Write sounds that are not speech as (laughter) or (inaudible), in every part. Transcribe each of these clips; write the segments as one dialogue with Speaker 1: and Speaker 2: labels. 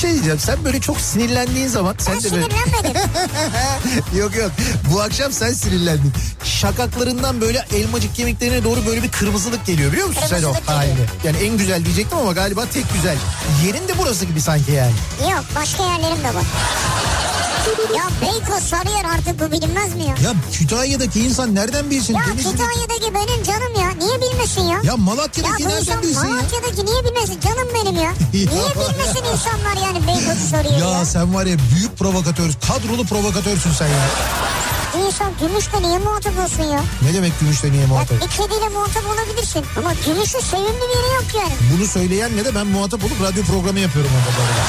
Speaker 1: şey diyeceğim. Sen böyle çok sinirlendiğin zaman sen
Speaker 2: Ben
Speaker 1: de böyle...
Speaker 2: sinirlenmedim.
Speaker 1: (laughs) yok yok. Bu akşam sen sinirlendin. Şakaklarından böyle elmacık kemiklerine doğru böyle bir kırmızılık geliyor biliyor musun sen o
Speaker 2: Kırmızılık geliyor.
Speaker 1: halini? Yani en güzel diyecektim ama galiba tek güzel. Yerin de burası gibi sanki yani.
Speaker 2: Yok başka yerlerim de var. Ya Beykoz Sarıyer artık bu bilinmez mi ya?
Speaker 1: Ya Kütahya'daki insan nereden bilsin?
Speaker 2: Ya
Speaker 1: Denizli'de-
Speaker 2: Kütahya'daki benim canım ya. Niye bilmesin ya?
Speaker 1: Ya Malatya'daki
Speaker 2: bu
Speaker 1: nereden
Speaker 2: insan
Speaker 1: bilsin ya?
Speaker 2: Malatya'daki niye bilmesin? Canım benim
Speaker 1: (laughs)
Speaker 2: ya. Niye bilmesin insanlar yani Beykoz'u soruyor ya?
Speaker 1: Ya sen var ya büyük provokatör, kadrolu provokatörsün sen ya.
Speaker 2: İnsan gümüşle niye muhatap olsun ya?
Speaker 1: Ne demek gümüşle niye
Speaker 2: Ya
Speaker 1: muhatap?
Speaker 2: bir kediyle muhatap olabilirsin. Ama gümüşün sevimli bir yeri yok yani.
Speaker 1: Bunu söyleyenle de ben muhatap olup radyo programı yapıyorum orada bu arada.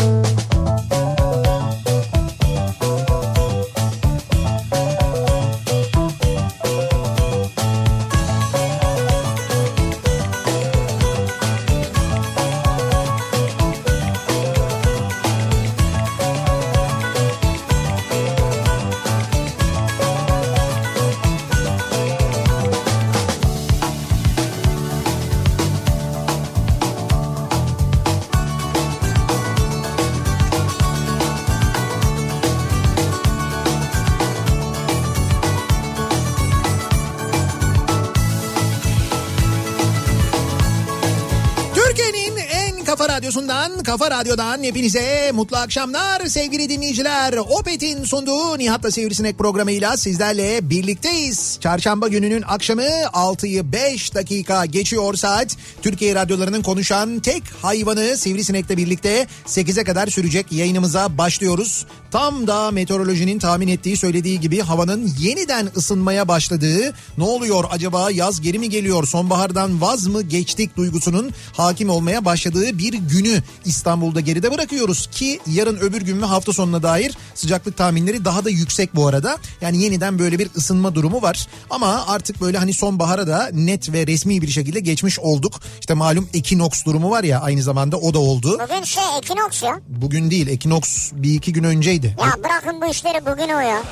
Speaker 1: Türkiye'nin en kafa radyosundan, kafa radyodan hepinize mutlu akşamlar sevgili dinleyiciler. Opet'in sunduğu Nihat'la Sivrisinek programıyla sizlerle birlikteyiz. Çarşamba gününün akşamı 6'yı 5 dakika geçiyor saat. Türkiye radyolarının konuşan tek hayvanı Sivrisinek'le birlikte 8'e kadar sürecek yayınımıza başlıyoruz. Tam da meteorolojinin tahmin ettiği söylediği gibi havanın yeniden ısınmaya başladığı ne oluyor acaba yaz geri mi geliyor sonbahardan vaz mı geçtik duygusunun hakim olmaya başladığı bir günü İstanbul'da geride bırakıyoruz ki yarın öbür gün ve hafta sonuna dair sıcaklık tahminleri daha da yüksek bu arada. Yani yeniden böyle bir ısınma durumu var ama artık böyle hani sonbahara da net ve resmi bir şekilde geçmiş olduk. İşte malum ekinoks durumu var ya aynı zamanda o da oldu.
Speaker 2: Bugün şey Ekinoks ya.
Speaker 1: Bugün değil ekinoks bir iki gün önceydi.
Speaker 2: Ya bırakın bu işleri bugün o ya.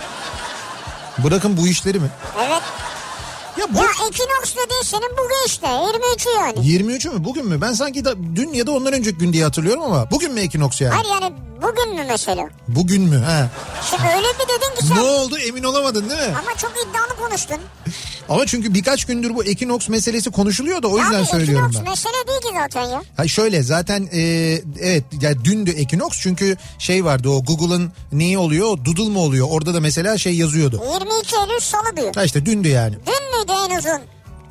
Speaker 1: Bırakın bu işleri mi?
Speaker 2: Evet.
Speaker 1: Ya bu...
Speaker 2: Ya Ekinoks dediğin senin bugün işte. 23'ü yani.
Speaker 1: 23'ü mü bugün mü? Ben sanki da dün ya da ondan önceki gün diye hatırlıyorum ama bugün mü ekinoks yani?
Speaker 2: Hayır yani bugün mü mesela?
Speaker 1: Bugün mü? He.
Speaker 2: Şimdi öyle bir dedin ki sen.
Speaker 1: Ne oldu emin olamadın değil mi?
Speaker 2: Ama çok iddialı konuştun.
Speaker 1: Ama çünkü birkaç gündür bu ekinoks meselesi konuşuluyor da o yüzden
Speaker 2: Abi
Speaker 1: söylüyorum
Speaker 2: Ekinoks
Speaker 1: ben.
Speaker 2: mesele değil ki zaten ya.
Speaker 1: Ha şöyle zaten e, evet ya dündü ekinoks çünkü şey vardı o Google'ın neyi oluyor doodle mu oluyor orada da mesela şey yazıyordu.
Speaker 2: 22 Eylül salı diyor.
Speaker 1: Ha işte dündü yani.
Speaker 2: Dün müydü en uzun?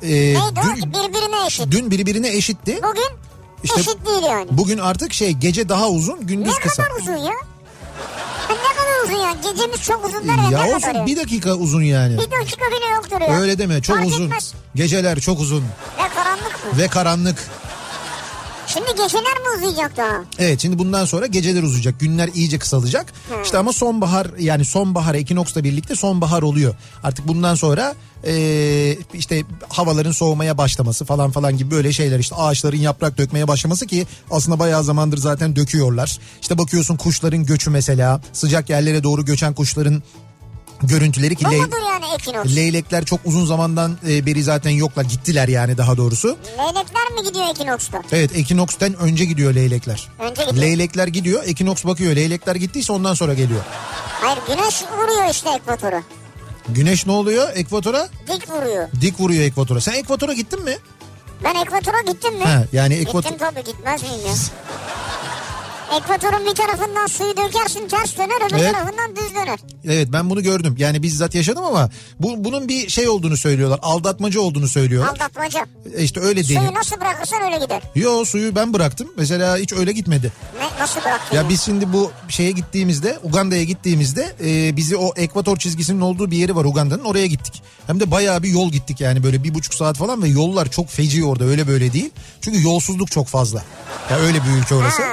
Speaker 1: E,
Speaker 2: Neydi o?
Speaker 1: dün,
Speaker 2: Birbirine eşit.
Speaker 1: dün birbirine eşitti.
Speaker 2: Bugün
Speaker 1: İşte-
Speaker 2: eşit değil yani.
Speaker 1: Bugün artık şey gece daha uzun
Speaker 2: Ne
Speaker 1: gündüz kısa.
Speaker 2: kadar uzun ya? Ha, Ne kadar uzun ya? Gecemiz çok uzunlar ya.
Speaker 1: Ya
Speaker 2: ne
Speaker 1: olsun
Speaker 2: kadar ya?
Speaker 1: bir dakika uzun yani.
Speaker 2: Bir dakika bile yoktur ya.
Speaker 1: Öyle deme çok
Speaker 2: Fark
Speaker 1: uzun.
Speaker 2: Etmez.
Speaker 1: Geceler çok uzun
Speaker 2: Ya karanlık mı?
Speaker 1: ve karanlık.
Speaker 2: Şimdi geceler mi uzayacak daha?
Speaker 1: Evet şimdi bundan sonra geceler uzayacak. Günler iyice kısalacak. İşte ama sonbahar yani sonbahar ekinoksla birlikte sonbahar oluyor. Artık bundan sonra eee, işte havaların soğumaya başlaması falan falan gibi böyle şeyler işte ağaçların yaprak dökmeye başlaması ki aslında bayağı zamandır zaten döküyorlar. İşte bakıyorsun kuşların göçü mesela sıcak yerlere doğru göçen kuşların görüntüleri ki
Speaker 2: Bu
Speaker 1: ley-
Speaker 2: mudur yani Ekinoks?
Speaker 1: leylekler çok uzun zamandan e, beri zaten yoklar gittiler yani daha doğrusu.
Speaker 2: Leylekler mi gidiyor Ekinoks'ta?
Speaker 1: Evet Ekinoks'ten önce gidiyor leylekler.
Speaker 2: Önce gidiyor.
Speaker 1: Leylekler gidiyor Ekinoks bakıyor leylekler gittiyse ondan sonra geliyor.
Speaker 2: Hayır güneş vuruyor işte ekvatoru.
Speaker 1: Güneş ne oluyor ekvatora?
Speaker 2: Dik vuruyor.
Speaker 1: Dik vuruyor ekvatora. Sen ekvatora gittin mi?
Speaker 2: Ben ekvatora gittim mi?
Speaker 1: Ha, yani ekvator...
Speaker 2: Gittim tabii gitmez miyim ya? Ekvatorun bir tarafından suyu dökersin ters döner öbür
Speaker 1: Evet.
Speaker 2: tarafından düz döner.
Speaker 1: Evet ben bunu gördüm. Yani bizzat yaşadım ama bu, bunun bir şey olduğunu söylüyorlar. Aldatmacı olduğunu söylüyorlar.
Speaker 2: Aldatmaca.
Speaker 1: E işte öyle değil.
Speaker 2: Suyu nasıl bırakırsan öyle gider.
Speaker 1: Yo suyu ben bıraktım. Mesela hiç öyle gitmedi.
Speaker 2: Ne, nasıl bıraktın?
Speaker 1: Ya biz şimdi bu şeye gittiğimizde Uganda'ya gittiğimizde e, bizi o ekvator çizgisinin olduğu bir yeri var Uganda'nın oraya gittik. Hem de bayağı bir yol gittik yani böyle bir buçuk saat falan ve yollar çok feci orada öyle böyle değil. Çünkü yolsuzluk çok fazla. Ya öyle bir ülke orası.
Speaker 2: Ha.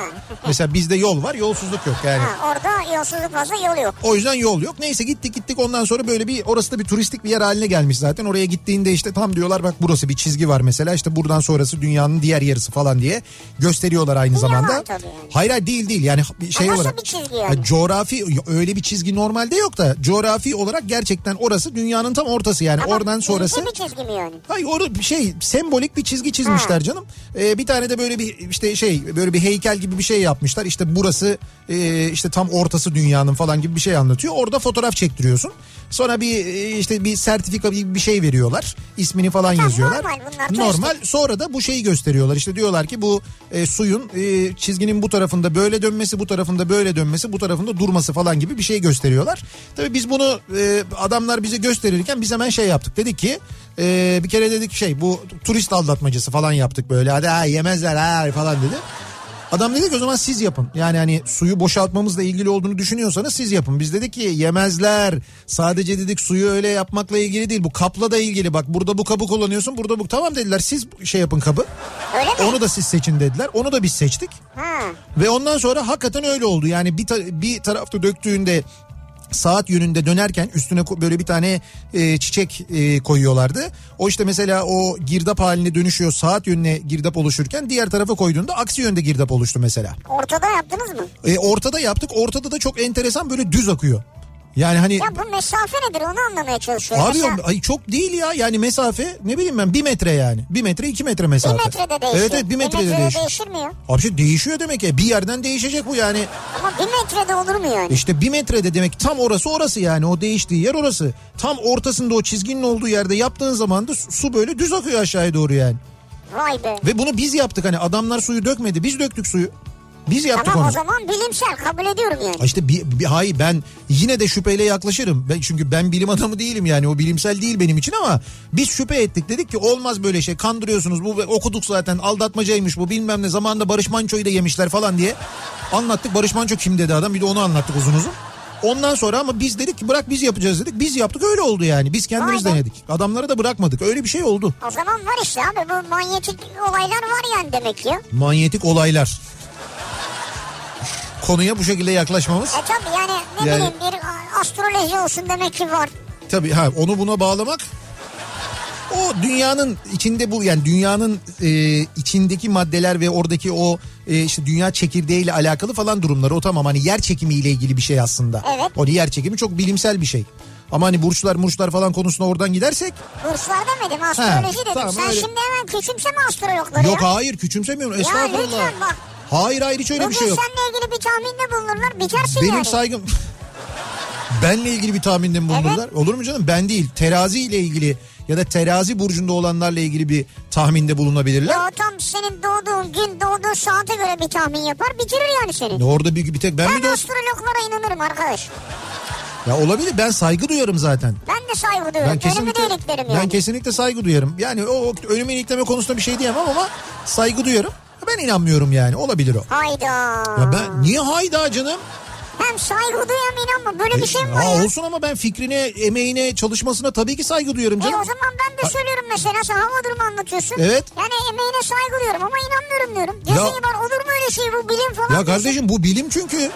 Speaker 1: Mesela bizde yol var yolsuzluk yok yani.
Speaker 2: Ha, orada yolsuzluk fazla yol yok.
Speaker 1: O yüzden yol yok. Neyse gittik gittik ondan sonra böyle bir orası da bir turistik bir yer haline gelmiş zaten. Oraya gittiğinde işte tam diyorlar bak burası bir çizgi var mesela işte buradan sonrası dünyanın diğer yarısı falan diye gösteriyorlar aynı zamanda.
Speaker 2: yalan tabii yani. E,
Speaker 1: Hayır hayır değil değil yani bir şey
Speaker 2: nasıl
Speaker 1: olarak.
Speaker 2: bir çizgi yani?
Speaker 1: Ha, coğrafi öyle bir çizgi normalde yok da coğrafi olarak gerçekten orası dünyanın tam ortası yani
Speaker 2: Ama
Speaker 1: oradan
Speaker 2: ince
Speaker 1: sonrası.
Speaker 2: bir çizgi mi yani?
Speaker 1: Hayır orada bir şey sembolik bir çizgi çizmişler canım. Ee, bir tane de böyle bir işte şey böyle bir heykel gibi bir şey yapmışlar. İşte burası e, işte tam ortası dünyanın falan gibi bir şey anlatıyor. Orada fotoğraf çektiriyorsun. Sonra bir e, işte bir sertifika bir, bir şey veriyorlar. İsmini falan yazıyorlar.
Speaker 2: normal bunlar, turistik.
Speaker 1: Normal. Sonra da bu şeyi gösteriyorlar. İşte diyorlar ki bu e, suyun e, çizginin bu tarafında böyle dönmesi, bu tarafında böyle dönmesi, bu tarafında durması falan gibi bir şey gösteriyorlar. Tabii biz bunu e, adamlar bize gösterirken biz hemen şey yaptık. Dedik ki e, bir kere dedik şey bu turist aldatmacası falan yaptık böyle. Hadi ha, yemezler ha falan dedi. Adam dedi ki o zaman siz yapın. Yani hani suyu boşaltmamızla ilgili olduğunu düşünüyorsanız siz yapın. Biz dedik ki yemezler. Sadece dedik suyu öyle yapmakla ilgili değil. Bu kapla da ilgili. Bak burada bu kabı kullanıyorsun. Burada bu. Tamam dediler siz şey yapın kabı.
Speaker 2: Öyle mi?
Speaker 1: Onu da siz seçin dediler. Onu da biz seçtik.
Speaker 2: Ha.
Speaker 1: Ve ondan sonra hakikaten öyle oldu. Yani bir, ta- bir tarafta döktüğünde saat yönünde dönerken üstüne ko- böyle bir tane e, çiçek e, koyuyorlardı. O işte mesela o girdap haline dönüşüyor saat yönüne girdap oluşurken diğer tarafa koyduğunda aksi yönde girdap oluştu mesela.
Speaker 2: Ortada yaptınız mı?
Speaker 1: E, ortada yaptık ortada da çok enteresan böyle düz akıyor. Yani hani
Speaker 2: Ya bu mesafe nedir onu anlamaya çalışıyorum.
Speaker 1: abi
Speaker 2: Mesela-
Speaker 1: o- ay çok değil ya yani mesafe ne bileyim ben bir metre yani bir metre iki metre
Speaker 2: Bir
Speaker 1: mesafe.
Speaker 2: metrede değişir.
Speaker 1: Evet evet bir metrede, değişiyor.
Speaker 2: değişir mi ya?
Speaker 1: Abi şey değişiyor demek ya bir yerden değişecek bu yani.
Speaker 2: Ama bir metrede olur mu yani?
Speaker 1: İşte bir metrede demek tam orası orası yani o değiştiği yer orası. Tam ortasında o çizginin olduğu yerde yaptığın zaman da su- su böyle düz akıyor aşağıya doğru yani.
Speaker 2: Vay be.
Speaker 1: Ve bunu biz yaptık hani adamlar suyu dökmedi biz döktük suyu. Biz yaptık
Speaker 2: Tamam
Speaker 1: onu.
Speaker 2: o zaman bilimsel kabul ediyorum yani.
Speaker 1: Ha İşte bir, bir- hayır ben yine de şüpheyle yaklaşırım. Ben, çünkü ben bilim adamı değilim yani o bilimsel değil benim için ama biz şüphe ettik. Dedik ki olmaz böyle şey kandırıyorsunuz bu okuduk zaten aldatmacaymış bu bilmem ne zamanında Barış Manço'yu da yemişler falan diye anlattık. Barış Manço kim dedi adam bir de onu anlattık uzun uzun. Ondan sonra ama biz dedik ki bırak biz yapacağız dedik. Biz yaptık öyle oldu yani. Biz kendimiz
Speaker 2: Aynen.
Speaker 1: denedik. Adamları da bırakmadık. Öyle bir şey oldu.
Speaker 2: O zaman var işte abi bu manyetik olaylar var yani demek ki.
Speaker 1: Manyetik olaylar. Konuya bu şekilde yaklaşmamız.
Speaker 2: E tabi yani ne
Speaker 1: Yani-
Speaker 2: bileyim bir astroloji olsun demek ki var.
Speaker 1: Tabii ha onu buna bağlamak o dünyanın içinde bu yani dünyanın e, içindeki maddeler ve oradaki o e, işte dünya çekirdeğiyle alakalı falan durumları o tamam hani yer çekimiyle ilgili bir şey aslında.
Speaker 2: Evet.
Speaker 1: O yer çekimi çok bilimsel bir şey. Ama hani burçlar murçlar falan konusuna oradan gidersek
Speaker 2: Burslar demedim astroloji dedim.
Speaker 1: tamam,
Speaker 2: Sen
Speaker 1: öyle.
Speaker 2: şimdi hemen küçümseme astrologları
Speaker 1: yok
Speaker 2: ya.
Speaker 1: hayır küçümsemiyorum estağfurullah.
Speaker 2: lütfen bak.
Speaker 1: Hayır hayır hiç öyle
Speaker 2: Bugün
Speaker 1: bir şey yok.
Speaker 2: seninle ilgili bir tahminde bulunurlar bitersin
Speaker 1: Benim
Speaker 2: yani.
Speaker 1: saygım benle ilgili bir tahminde mi bulunurlar? Olur mu canım? Ben değil. Terazi ile ilgili ya da terazi burcunda olanlarla ilgili bir tahminde bulunabilirler.
Speaker 2: Ya o tam senin doğduğun gün doğduğun saate göre bir tahmin yapar bitirir yani seni.
Speaker 1: Ne orada bir, bir tek ben mi
Speaker 2: Ben
Speaker 1: diyorsun?
Speaker 2: astrologlara inanırım arkadaş.
Speaker 1: Ya olabilir ben saygı duyarım zaten.
Speaker 2: Ben de saygı duyuyorum.
Speaker 1: Ben kesinlikle,
Speaker 2: Önümü deliklerim
Speaker 1: ben
Speaker 2: yani.
Speaker 1: kesinlikle saygı duyarım. Yani o, o önümü ilikleme konusunda bir şey diyemem ama saygı duyarım. Ben inanmıyorum yani olabilir o.
Speaker 2: Hayda.
Speaker 1: Ya ben niye hayda canım?
Speaker 2: Hem saygı duyam inanma.
Speaker 1: E,
Speaker 2: Böyle bir şey mi var
Speaker 1: Aa,
Speaker 2: ya?
Speaker 1: olsun ama ben fikrine, emeğine, çalışmasına tabii ki saygı duyarım
Speaker 2: E
Speaker 1: canım.
Speaker 2: o zaman ben de söylüyorum mesela sen hava durumu anlatıyorsun.
Speaker 1: Evet.
Speaker 2: Yani emeğine saygı duyuyorum ama inanmıyorum diyorum. Diyorsun
Speaker 1: Ya-
Speaker 2: ki var olur mu öyle şey bu bilim falan.
Speaker 1: Ya
Speaker 2: diyorsun.
Speaker 1: kardeşim bu bilim çünkü.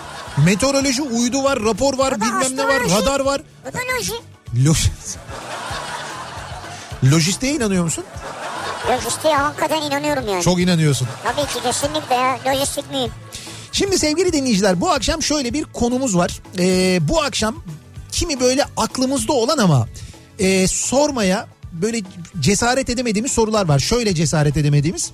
Speaker 1: Meteoroloji, uydu var, rapor var,
Speaker 2: Bu da
Speaker 1: bilmem ne var,
Speaker 2: astroloji.
Speaker 1: radar var.
Speaker 2: Bu da loji.
Speaker 1: Loj... (laughs) Lojisteğe inanıyor musun?
Speaker 2: Lojistiğe hakikaten inanıyorum yani.
Speaker 1: Çok inanıyorsun.
Speaker 2: Tabii ki kesinlikle ya. Lojistik miyim?
Speaker 1: Şimdi sevgili dinleyiciler bu akşam şöyle bir konumuz var. Ee, bu akşam kimi böyle aklımızda olan ama e, sormaya böyle cesaret edemediğimiz sorular var. Şöyle cesaret edemediğimiz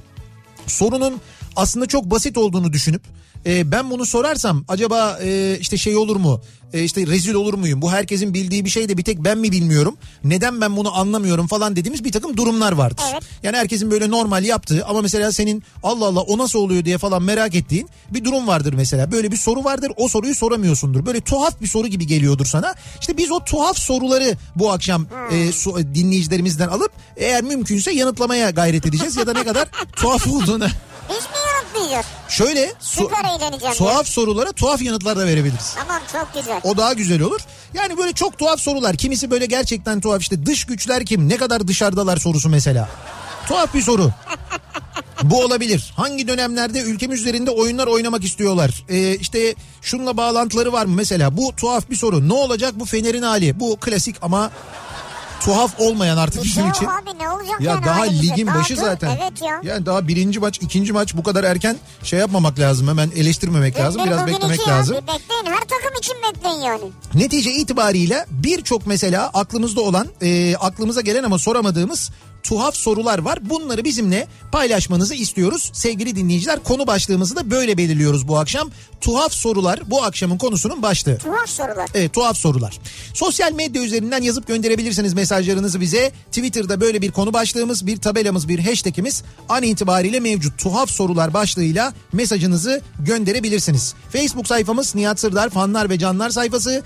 Speaker 1: sorunun aslında çok basit olduğunu düşünüp e, ben bunu sorarsam acaba e, işte şey olur mu E, işte rezil olur muyum bu herkesin bildiği bir şey de bir tek ben mi bilmiyorum neden ben bunu anlamıyorum falan dediğimiz bir takım durumlar vardır.
Speaker 2: Evet.
Speaker 1: Yani herkesin böyle normal yaptığı ama mesela senin Allah Allah o nasıl oluyor diye falan merak ettiğin bir durum vardır mesela böyle bir soru vardır o soruyu soramıyorsundur böyle tuhaf bir soru gibi geliyordur sana işte biz o tuhaf soruları bu akşam e, su- dinleyicilerimizden alıp eğer mümkünse yanıtlamaya gayret edeceğiz ya da ne kadar tuhaf olduğunu.
Speaker 2: Biz mi yanıtlayacağız?
Speaker 1: Şöyle
Speaker 2: Süper eğleneceğim ya.
Speaker 1: tuhaf sorulara tuhaf yanıtlar da verebiliriz.
Speaker 2: Tamam çok güzel.
Speaker 1: O daha güzel olur. Yani böyle çok tuhaf sorular. Kimisi böyle gerçekten tuhaf işte dış güçler kim? Ne kadar dışarıdalar sorusu mesela. Tuhaf bir soru. Bu olabilir. Hangi dönemlerde ülkemiz üzerinde oyunlar oynamak istiyorlar? Ee, işte şunla bağlantıları var mı mesela? Bu tuhaf bir soru. Ne olacak bu Fener'in hali? Bu klasik ama tuhaf olmayan artık bizim için.
Speaker 2: Yok abi ne olacak
Speaker 1: Ya
Speaker 2: yani
Speaker 1: daha
Speaker 2: halimize?
Speaker 1: ligin
Speaker 2: Daha
Speaker 1: başı
Speaker 2: dur.
Speaker 1: zaten.
Speaker 2: Evet ya.
Speaker 1: Yani daha birinci maç, ikinci maç bu kadar erken şey yapmamak lazım. Hemen eleştirmemek lazım.
Speaker 2: Bir
Speaker 1: Biraz
Speaker 2: bugün
Speaker 1: beklemek
Speaker 2: iki ya.
Speaker 1: lazım.
Speaker 2: Bir bekleyin her takım için bekleyin yani.
Speaker 1: Netice itibariyle birçok mesela aklımızda olan, e, aklımıza gelen ama soramadığımız tuhaf sorular var. Bunları bizimle paylaşmanızı istiyoruz. Sevgili dinleyiciler konu başlığımızı da böyle belirliyoruz bu akşam. Tuhaf sorular bu akşamın konusunun başlığı.
Speaker 2: Tuhaf sorular.
Speaker 1: Evet e, tuhaf sorular. Sosyal medya üzerinden yazıp gönderebilirsiniz mesajlarınızı bize. Twitter'da böyle bir konu başlığımız, bir tabelamız, bir hashtagimiz an itibariyle mevcut. Tuhaf sorular başlığıyla mesajınızı gönderebilirsiniz. Facebook sayfamız Nihat Sırdar fanlar ve canlar sayfası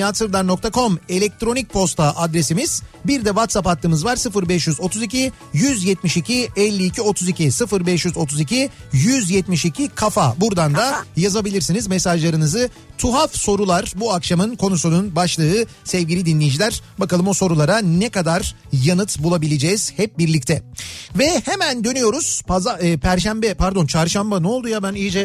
Speaker 1: nihatetnihatsırdar.com elektronik posta adresimiz. Bir de WhatsApp hattımız var 0532 172 52 32 0532 172 kafa. Buradan da
Speaker 2: Kafa.
Speaker 1: yazabilirsiniz mesajlarınızı. Tuhaf sorular bu akşamın konusunun başlığı sevgili dinleyiciler. Bakalım o sorulara ne kadar yanıt bulabileceğiz hep birlikte. Ve hemen dönüyoruz. Paza, e, Perşembe pardon çarşamba ne oldu ya ben iyice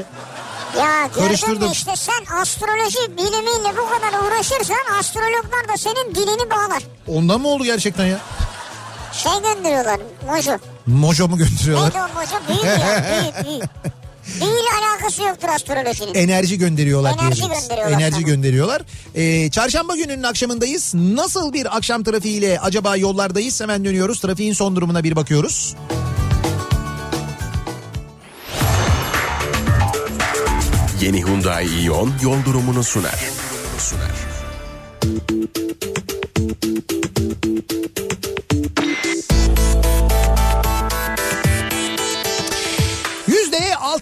Speaker 2: Ya gördün mü
Speaker 1: Karıştırdım.
Speaker 2: işte sen astroloji bilimiyle bu kadar uğraşırsan astrologlar da senin dilini bağlar.
Speaker 1: ondan mı oldu gerçekten ya?
Speaker 2: Şey gönderiyorlar mojo.
Speaker 1: Mojo mu gönderiyorlar?
Speaker 2: Neydi o mojo? Büyü ya
Speaker 1: (laughs)
Speaker 2: büyü büyü. Büyüyle alakası yoktur astrolojinin.
Speaker 1: Enerji gönderiyorlar
Speaker 2: Enerji
Speaker 1: diyeceğiz.
Speaker 2: gönderiyorlar
Speaker 1: Enerji
Speaker 2: sana.
Speaker 1: gönderiyorlar. Ee, çarşamba gününün akşamındayız. Nasıl bir akşam trafiğiyle acaba yollardayız? Hemen dönüyoruz. Trafiğin son durumuna bir bakıyoruz.
Speaker 3: Yeni Hyundai Ion yol durumunu sunar.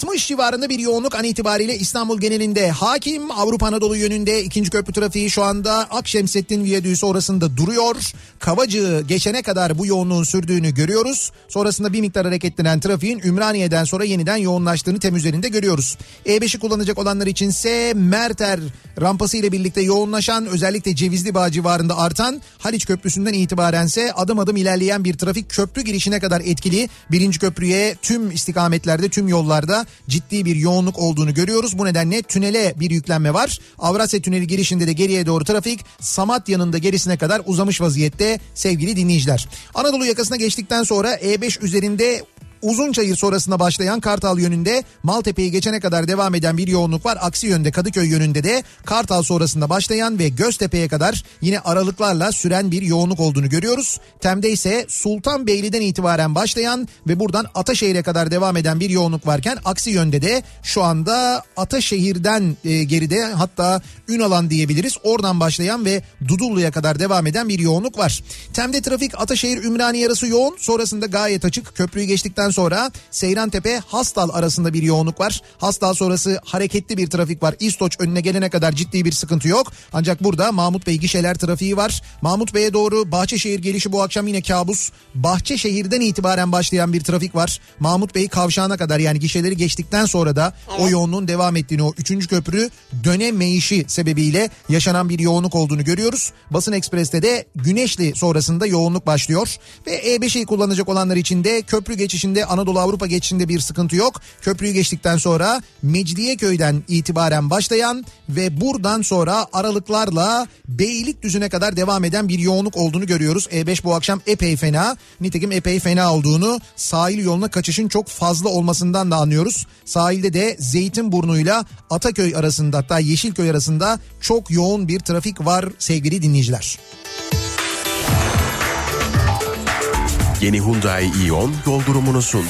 Speaker 1: %60 civarında bir yoğunluk an itibariyle İstanbul genelinde hakim. Avrupa Anadolu yönünde ikinci köprü trafiği şu anda Akşemsettin Viyadüğü sonrasında duruyor. Kavacığı geçene kadar bu yoğunluğun sürdüğünü görüyoruz. Sonrasında bir miktar hareketlenen trafiğin Ümraniye'den sonra yeniden yoğunlaştığını tem üzerinde görüyoruz. E5'i kullanacak olanlar içinse Merter rampası ile birlikte yoğunlaşan özellikle Cevizli Bağ civarında artan Haliç Köprüsü'nden itibarense adım adım ilerleyen bir trafik köprü girişine kadar etkili. Birinci köprüye tüm istikametlerde tüm yollarda ciddi bir yoğunluk olduğunu görüyoruz. Bu nedenle tünele bir yüklenme var. Avrasya Tüneli girişinde de geriye doğru trafik Samatya'nın da gerisine kadar uzamış vaziyette sevgili dinleyiciler. Anadolu yakasına geçtikten sonra E5 üzerinde Uzunçayır sonrasında başlayan Kartal yönünde Maltepe'yi geçene kadar devam eden bir yoğunluk var. Aksi yönde Kadıköy yönünde de Kartal sonrasında başlayan ve Göztepe'ye kadar yine aralıklarla süren bir yoğunluk olduğunu görüyoruz. Tem'de ise Sultanbeyli'den itibaren başlayan ve buradan Ataşehir'e kadar devam eden bir yoğunluk varken aksi yönde de şu anda Ataşehir'den e, geride hatta Ünalan diyebiliriz. Oradan başlayan ve Dudullu'ya kadar devam eden bir yoğunluk var. Tem'de trafik Ataşehir Ümraniye arası yoğun. Sonrasında gayet açık. Köprüyü geçtikten sonra Seyrantepe Hastal arasında bir yoğunluk var. Hastal sonrası hareketli bir trafik var. İstoç önüne gelene kadar ciddi bir sıkıntı yok. Ancak burada Mahmut Bey gişeler trafiği var. Mahmut Bey'e doğru Bahçeşehir gelişi bu akşam yine kabus. Bahçeşehir'den itibaren başlayan bir trafik var. Mahmut Bey kavşağına kadar yani gişeleri geçtikten sonra da o yoğunluğun devam ettiğini o 3. köprü dönemeyişi sebebiyle yaşanan bir yoğunluk olduğunu görüyoruz. Basın Ekspres'te de Güneşli sonrasında yoğunluk başlıyor. Ve E5'i kullanacak olanlar için de köprü geçişinde Anadolu Avrupa geçişinde bir sıkıntı yok. Köprüyü geçtikten sonra Mecidiyeköy'den itibaren başlayan ve buradan sonra aralıklarla Beylikdüzü'ne kadar devam eden bir yoğunluk olduğunu görüyoruz. E5 bu akşam epey fena. Nitekim epey fena olduğunu sahil yoluna kaçışın çok fazla olmasından da anlıyoruz. Sahilde de Zeytinburnu'yla Ataköy arasında hatta Yeşilköy arasında çok yoğun bir trafik var sevgili dinleyiciler.
Speaker 3: Yeni Hyundai Ion yol durumunu sundu.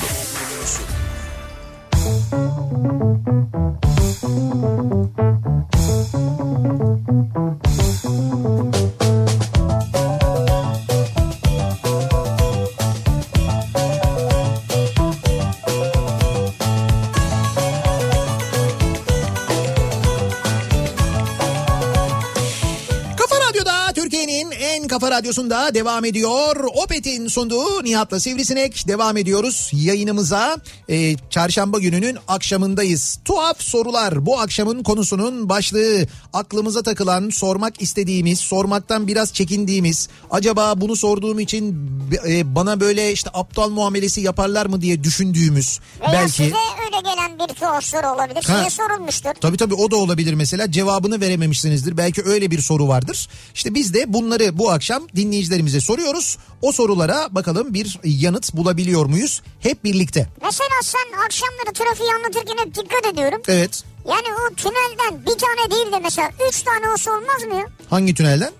Speaker 1: Kafa Radyo'da Türkiye'nin en kafa Kafa Radyosu'nda devam ediyor. Opet'in sunduğu Nihat'la Sivrisinek devam ediyoruz yayınımıza. Ee, çarşamba gününün akşamındayız. Tuhaf sorular bu akşamın konusunun başlığı. Aklımıza takılan, sormak istediğimiz, sormaktan biraz çekindiğimiz, acaba bunu sorduğum için e, bana böyle işte aptal muamelesi yaparlar mı diye düşündüğümüz
Speaker 2: Veya
Speaker 1: belki.
Speaker 2: size öyle gelen bir tuhaf soru olabilir.
Speaker 1: Ha.
Speaker 2: Size sorulmuştur.
Speaker 1: Tabii tabii o da olabilir mesela cevabını verememişsinizdir. Belki öyle bir soru vardır. İşte biz de bunları bu akşam dinleyicilerimize soruyoruz. O sorulara bakalım bir yanıt bulabiliyor muyuz? Hep birlikte.
Speaker 2: Mesela sen akşamları trafiği anlatırken hep dikkat ediyorum.
Speaker 1: Evet.
Speaker 2: Yani o tünelden bir tane değil de mesela üç tane olsa olmaz mı ya?
Speaker 1: Hangi tünelden?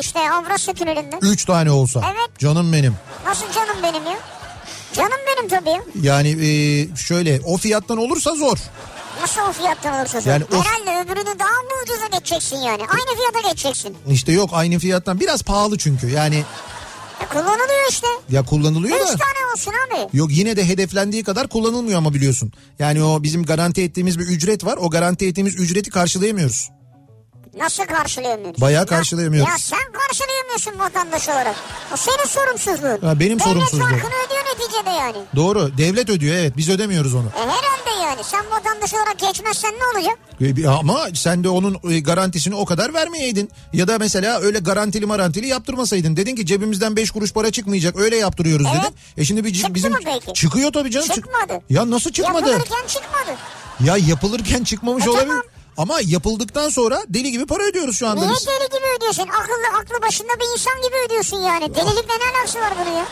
Speaker 2: İşte Avrasya tünelinde.
Speaker 1: Üç tane olsa.
Speaker 2: Evet.
Speaker 1: Canım benim.
Speaker 2: Nasıl canım benim ya? Canım benim tabii. ya.
Speaker 1: Yani e, şöyle o fiyattan olursa zor.
Speaker 2: Nasıl o fiyattan olursa olsun.
Speaker 1: Yani o-
Speaker 2: Herhalde öbürünü daha mı ucuza geçeceksin yani? Aynı fiyata geçeceksin.
Speaker 1: İşte yok aynı fiyattan biraz pahalı çünkü. Yani
Speaker 2: E, kullanılıyor işte.
Speaker 1: ya kullanılıyor
Speaker 2: Üç
Speaker 1: da.
Speaker 2: tane olsun abi.
Speaker 1: Yok yine de hedeflendiği kadar kullanılmıyor ama biliyorsun. Yani o bizim garanti ettiğimiz bir ücret var. O garanti ettiğimiz ücreti karşılayamıyoruz.
Speaker 2: Nasıl karşılayamıyorsun?
Speaker 1: Bayağı
Speaker 2: Ya-
Speaker 1: karşılayamıyoruz.
Speaker 2: Ya sen karşılayamıyorsun vatandaş olarak. O senin sorumsuzluğun.
Speaker 1: Ha, benim sorumsuzluğum.
Speaker 2: Devlet farkını ödüyor neticede yani.
Speaker 1: Doğru. Devlet ödüyor evet. Biz ödemiyoruz onu.
Speaker 2: E, herhalde yani. Sen vatandaş olarak geçmezsen ne olacak?
Speaker 1: E, bir- Ama sen de onun e, garantisini o kadar vermeyeydin. Ya da mesela öyle garantili marantili yaptırmasaydın. Dedin ki cebimizden 5 kuruş para çıkmayacak öyle yaptırıyoruz
Speaker 2: Evet.
Speaker 1: dedin. E şimdi bir, ci-
Speaker 2: Çıktı
Speaker 1: bizim...
Speaker 2: mı peki?
Speaker 1: Çıkıyor tabii canım. Çık-
Speaker 2: Çıkmadı.
Speaker 1: Ya nasıl çıkmadı?
Speaker 2: Yapılırken çıkmadı.
Speaker 1: Ya yapılırken çıkmamış
Speaker 2: E,
Speaker 1: olabilir.
Speaker 2: tamam.
Speaker 1: Ama yapıldıktan sonra deli gibi para ödüyoruz şu anda
Speaker 2: Niye
Speaker 1: biz.
Speaker 2: deli gibi ödüyorsun? Akıllı aklı başında bir insan gibi ödüyorsun yani. Delilikle ne alakası var bunun ya?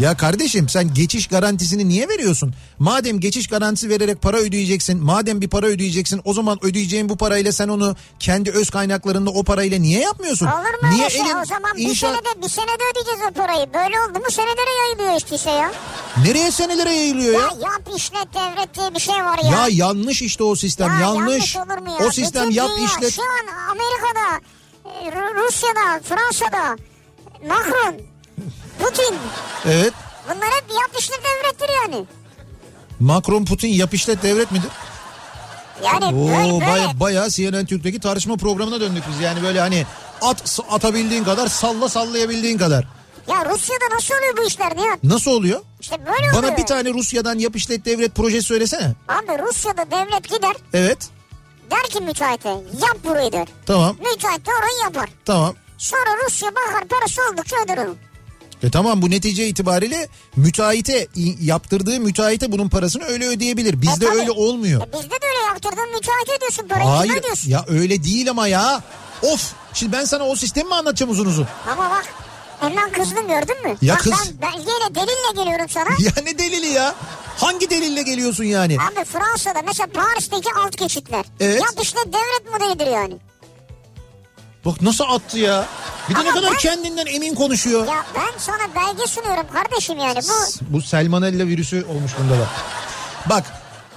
Speaker 1: Ya kardeşim sen geçiş garantisini niye veriyorsun? Madem geçiş garantisi vererek para ödeyeceksin, madem bir para ödeyeceksin o zaman ödeyeceğin bu parayla sen onu kendi öz kaynaklarında o parayla niye yapmıyorsun?
Speaker 2: Olur mu
Speaker 1: niye
Speaker 2: öyle şey?
Speaker 1: elin
Speaker 2: O zaman bir
Speaker 1: inşaat-
Speaker 2: senede, bir senede ödeyeceğiz o parayı. Böyle oldu mu senelere yayılıyor işte şey ya.
Speaker 1: Nereye senelere yayılıyor
Speaker 2: Ya
Speaker 1: ya?
Speaker 2: yap işlet devret diye bir şey var ya.
Speaker 1: E- Ya, yanlış işte o sistem
Speaker 2: Ya
Speaker 1: yanlış.
Speaker 2: olur mu ya?
Speaker 1: O sistem
Speaker 2: Bütün
Speaker 1: yap
Speaker 2: dünya şey-
Speaker 1: işlet.
Speaker 2: Şu an Amerika'da, e, Ru- Rusya'da, Fransa'da, Macron, Putin
Speaker 1: Evet.
Speaker 2: bunlar hep yap işlet devrettir yani.
Speaker 1: Macron Putin yap işlet devret midir?
Speaker 2: Yani böyle
Speaker 1: Oo
Speaker 2: böyle.
Speaker 1: baya bayağı CNN Türk'teki tartışma programına döndük biz. Yani böyle hani at atabildiğin kadar salla sallayabildiğin kadar.
Speaker 2: Ya Rusya'da nasıl oluyor bu işler Nihat?
Speaker 1: Nasıl oluyor?
Speaker 2: İşte böyle oluyor.
Speaker 1: Bana bir tane Rusya'dan yap işlet devret projesi söylesene.
Speaker 2: Abi Rusya'da devlet gider
Speaker 1: Evet.
Speaker 2: der ki müteahhite yap burayı der.
Speaker 1: Tamam.
Speaker 2: Müteahhit de orayı yapar.
Speaker 1: Tamam.
Speaker 2: Sonra Rusya bakar parası oldukça öder onu.
Speaker 1: E tamam bu netice itibariyle müteahhite i- yaptırdığı müteahhite bunun parasını öyle ödeyebilir. Bizde
Speaker 2: tabii.
Speaker 1: öyle olmuyor.
Speaker 2: E bizde de öyle yaptırdın müteahhit ediyorsun parayı Hayır.
Speaker 1: Hayır
Speaker 2: ödüyorsun.
Speaker 1: ya öyle değil ama ya. Of şimdi ben sana o sistemi mi anlatacağım uzun uzun? (laughs)
Speaker 2: Ama bak hemen kızdın gördün mü?
Speaker 1: Ya
Speaker 2: bak,
Speaker 1: kız-
Speaker 2: Ben belgeyle delille geliyorum sana.
Speaker 1: Ya ne delili ya? Hangi delille geliyorsun yani?
Speaker 2: Abi Fransa'da mesela Paris'teki alt geçitler.
Speaker 1: Evet.
Speaker 2: Yap işte devlet modelidir yani.
Speaker 1: Bak nasıl attı ya? Bir de ne
Speaker 2: Ama
Speaker 1: kadar
Speaker 2: ben-
Speaker 1: kendinden emin konuşuyor.
Speaker 2: Ya ben sana belge sunuyorum kardeşim yani. Bu
Speaker 1: Bu salmonella virüsü olmuş bunda da. Bak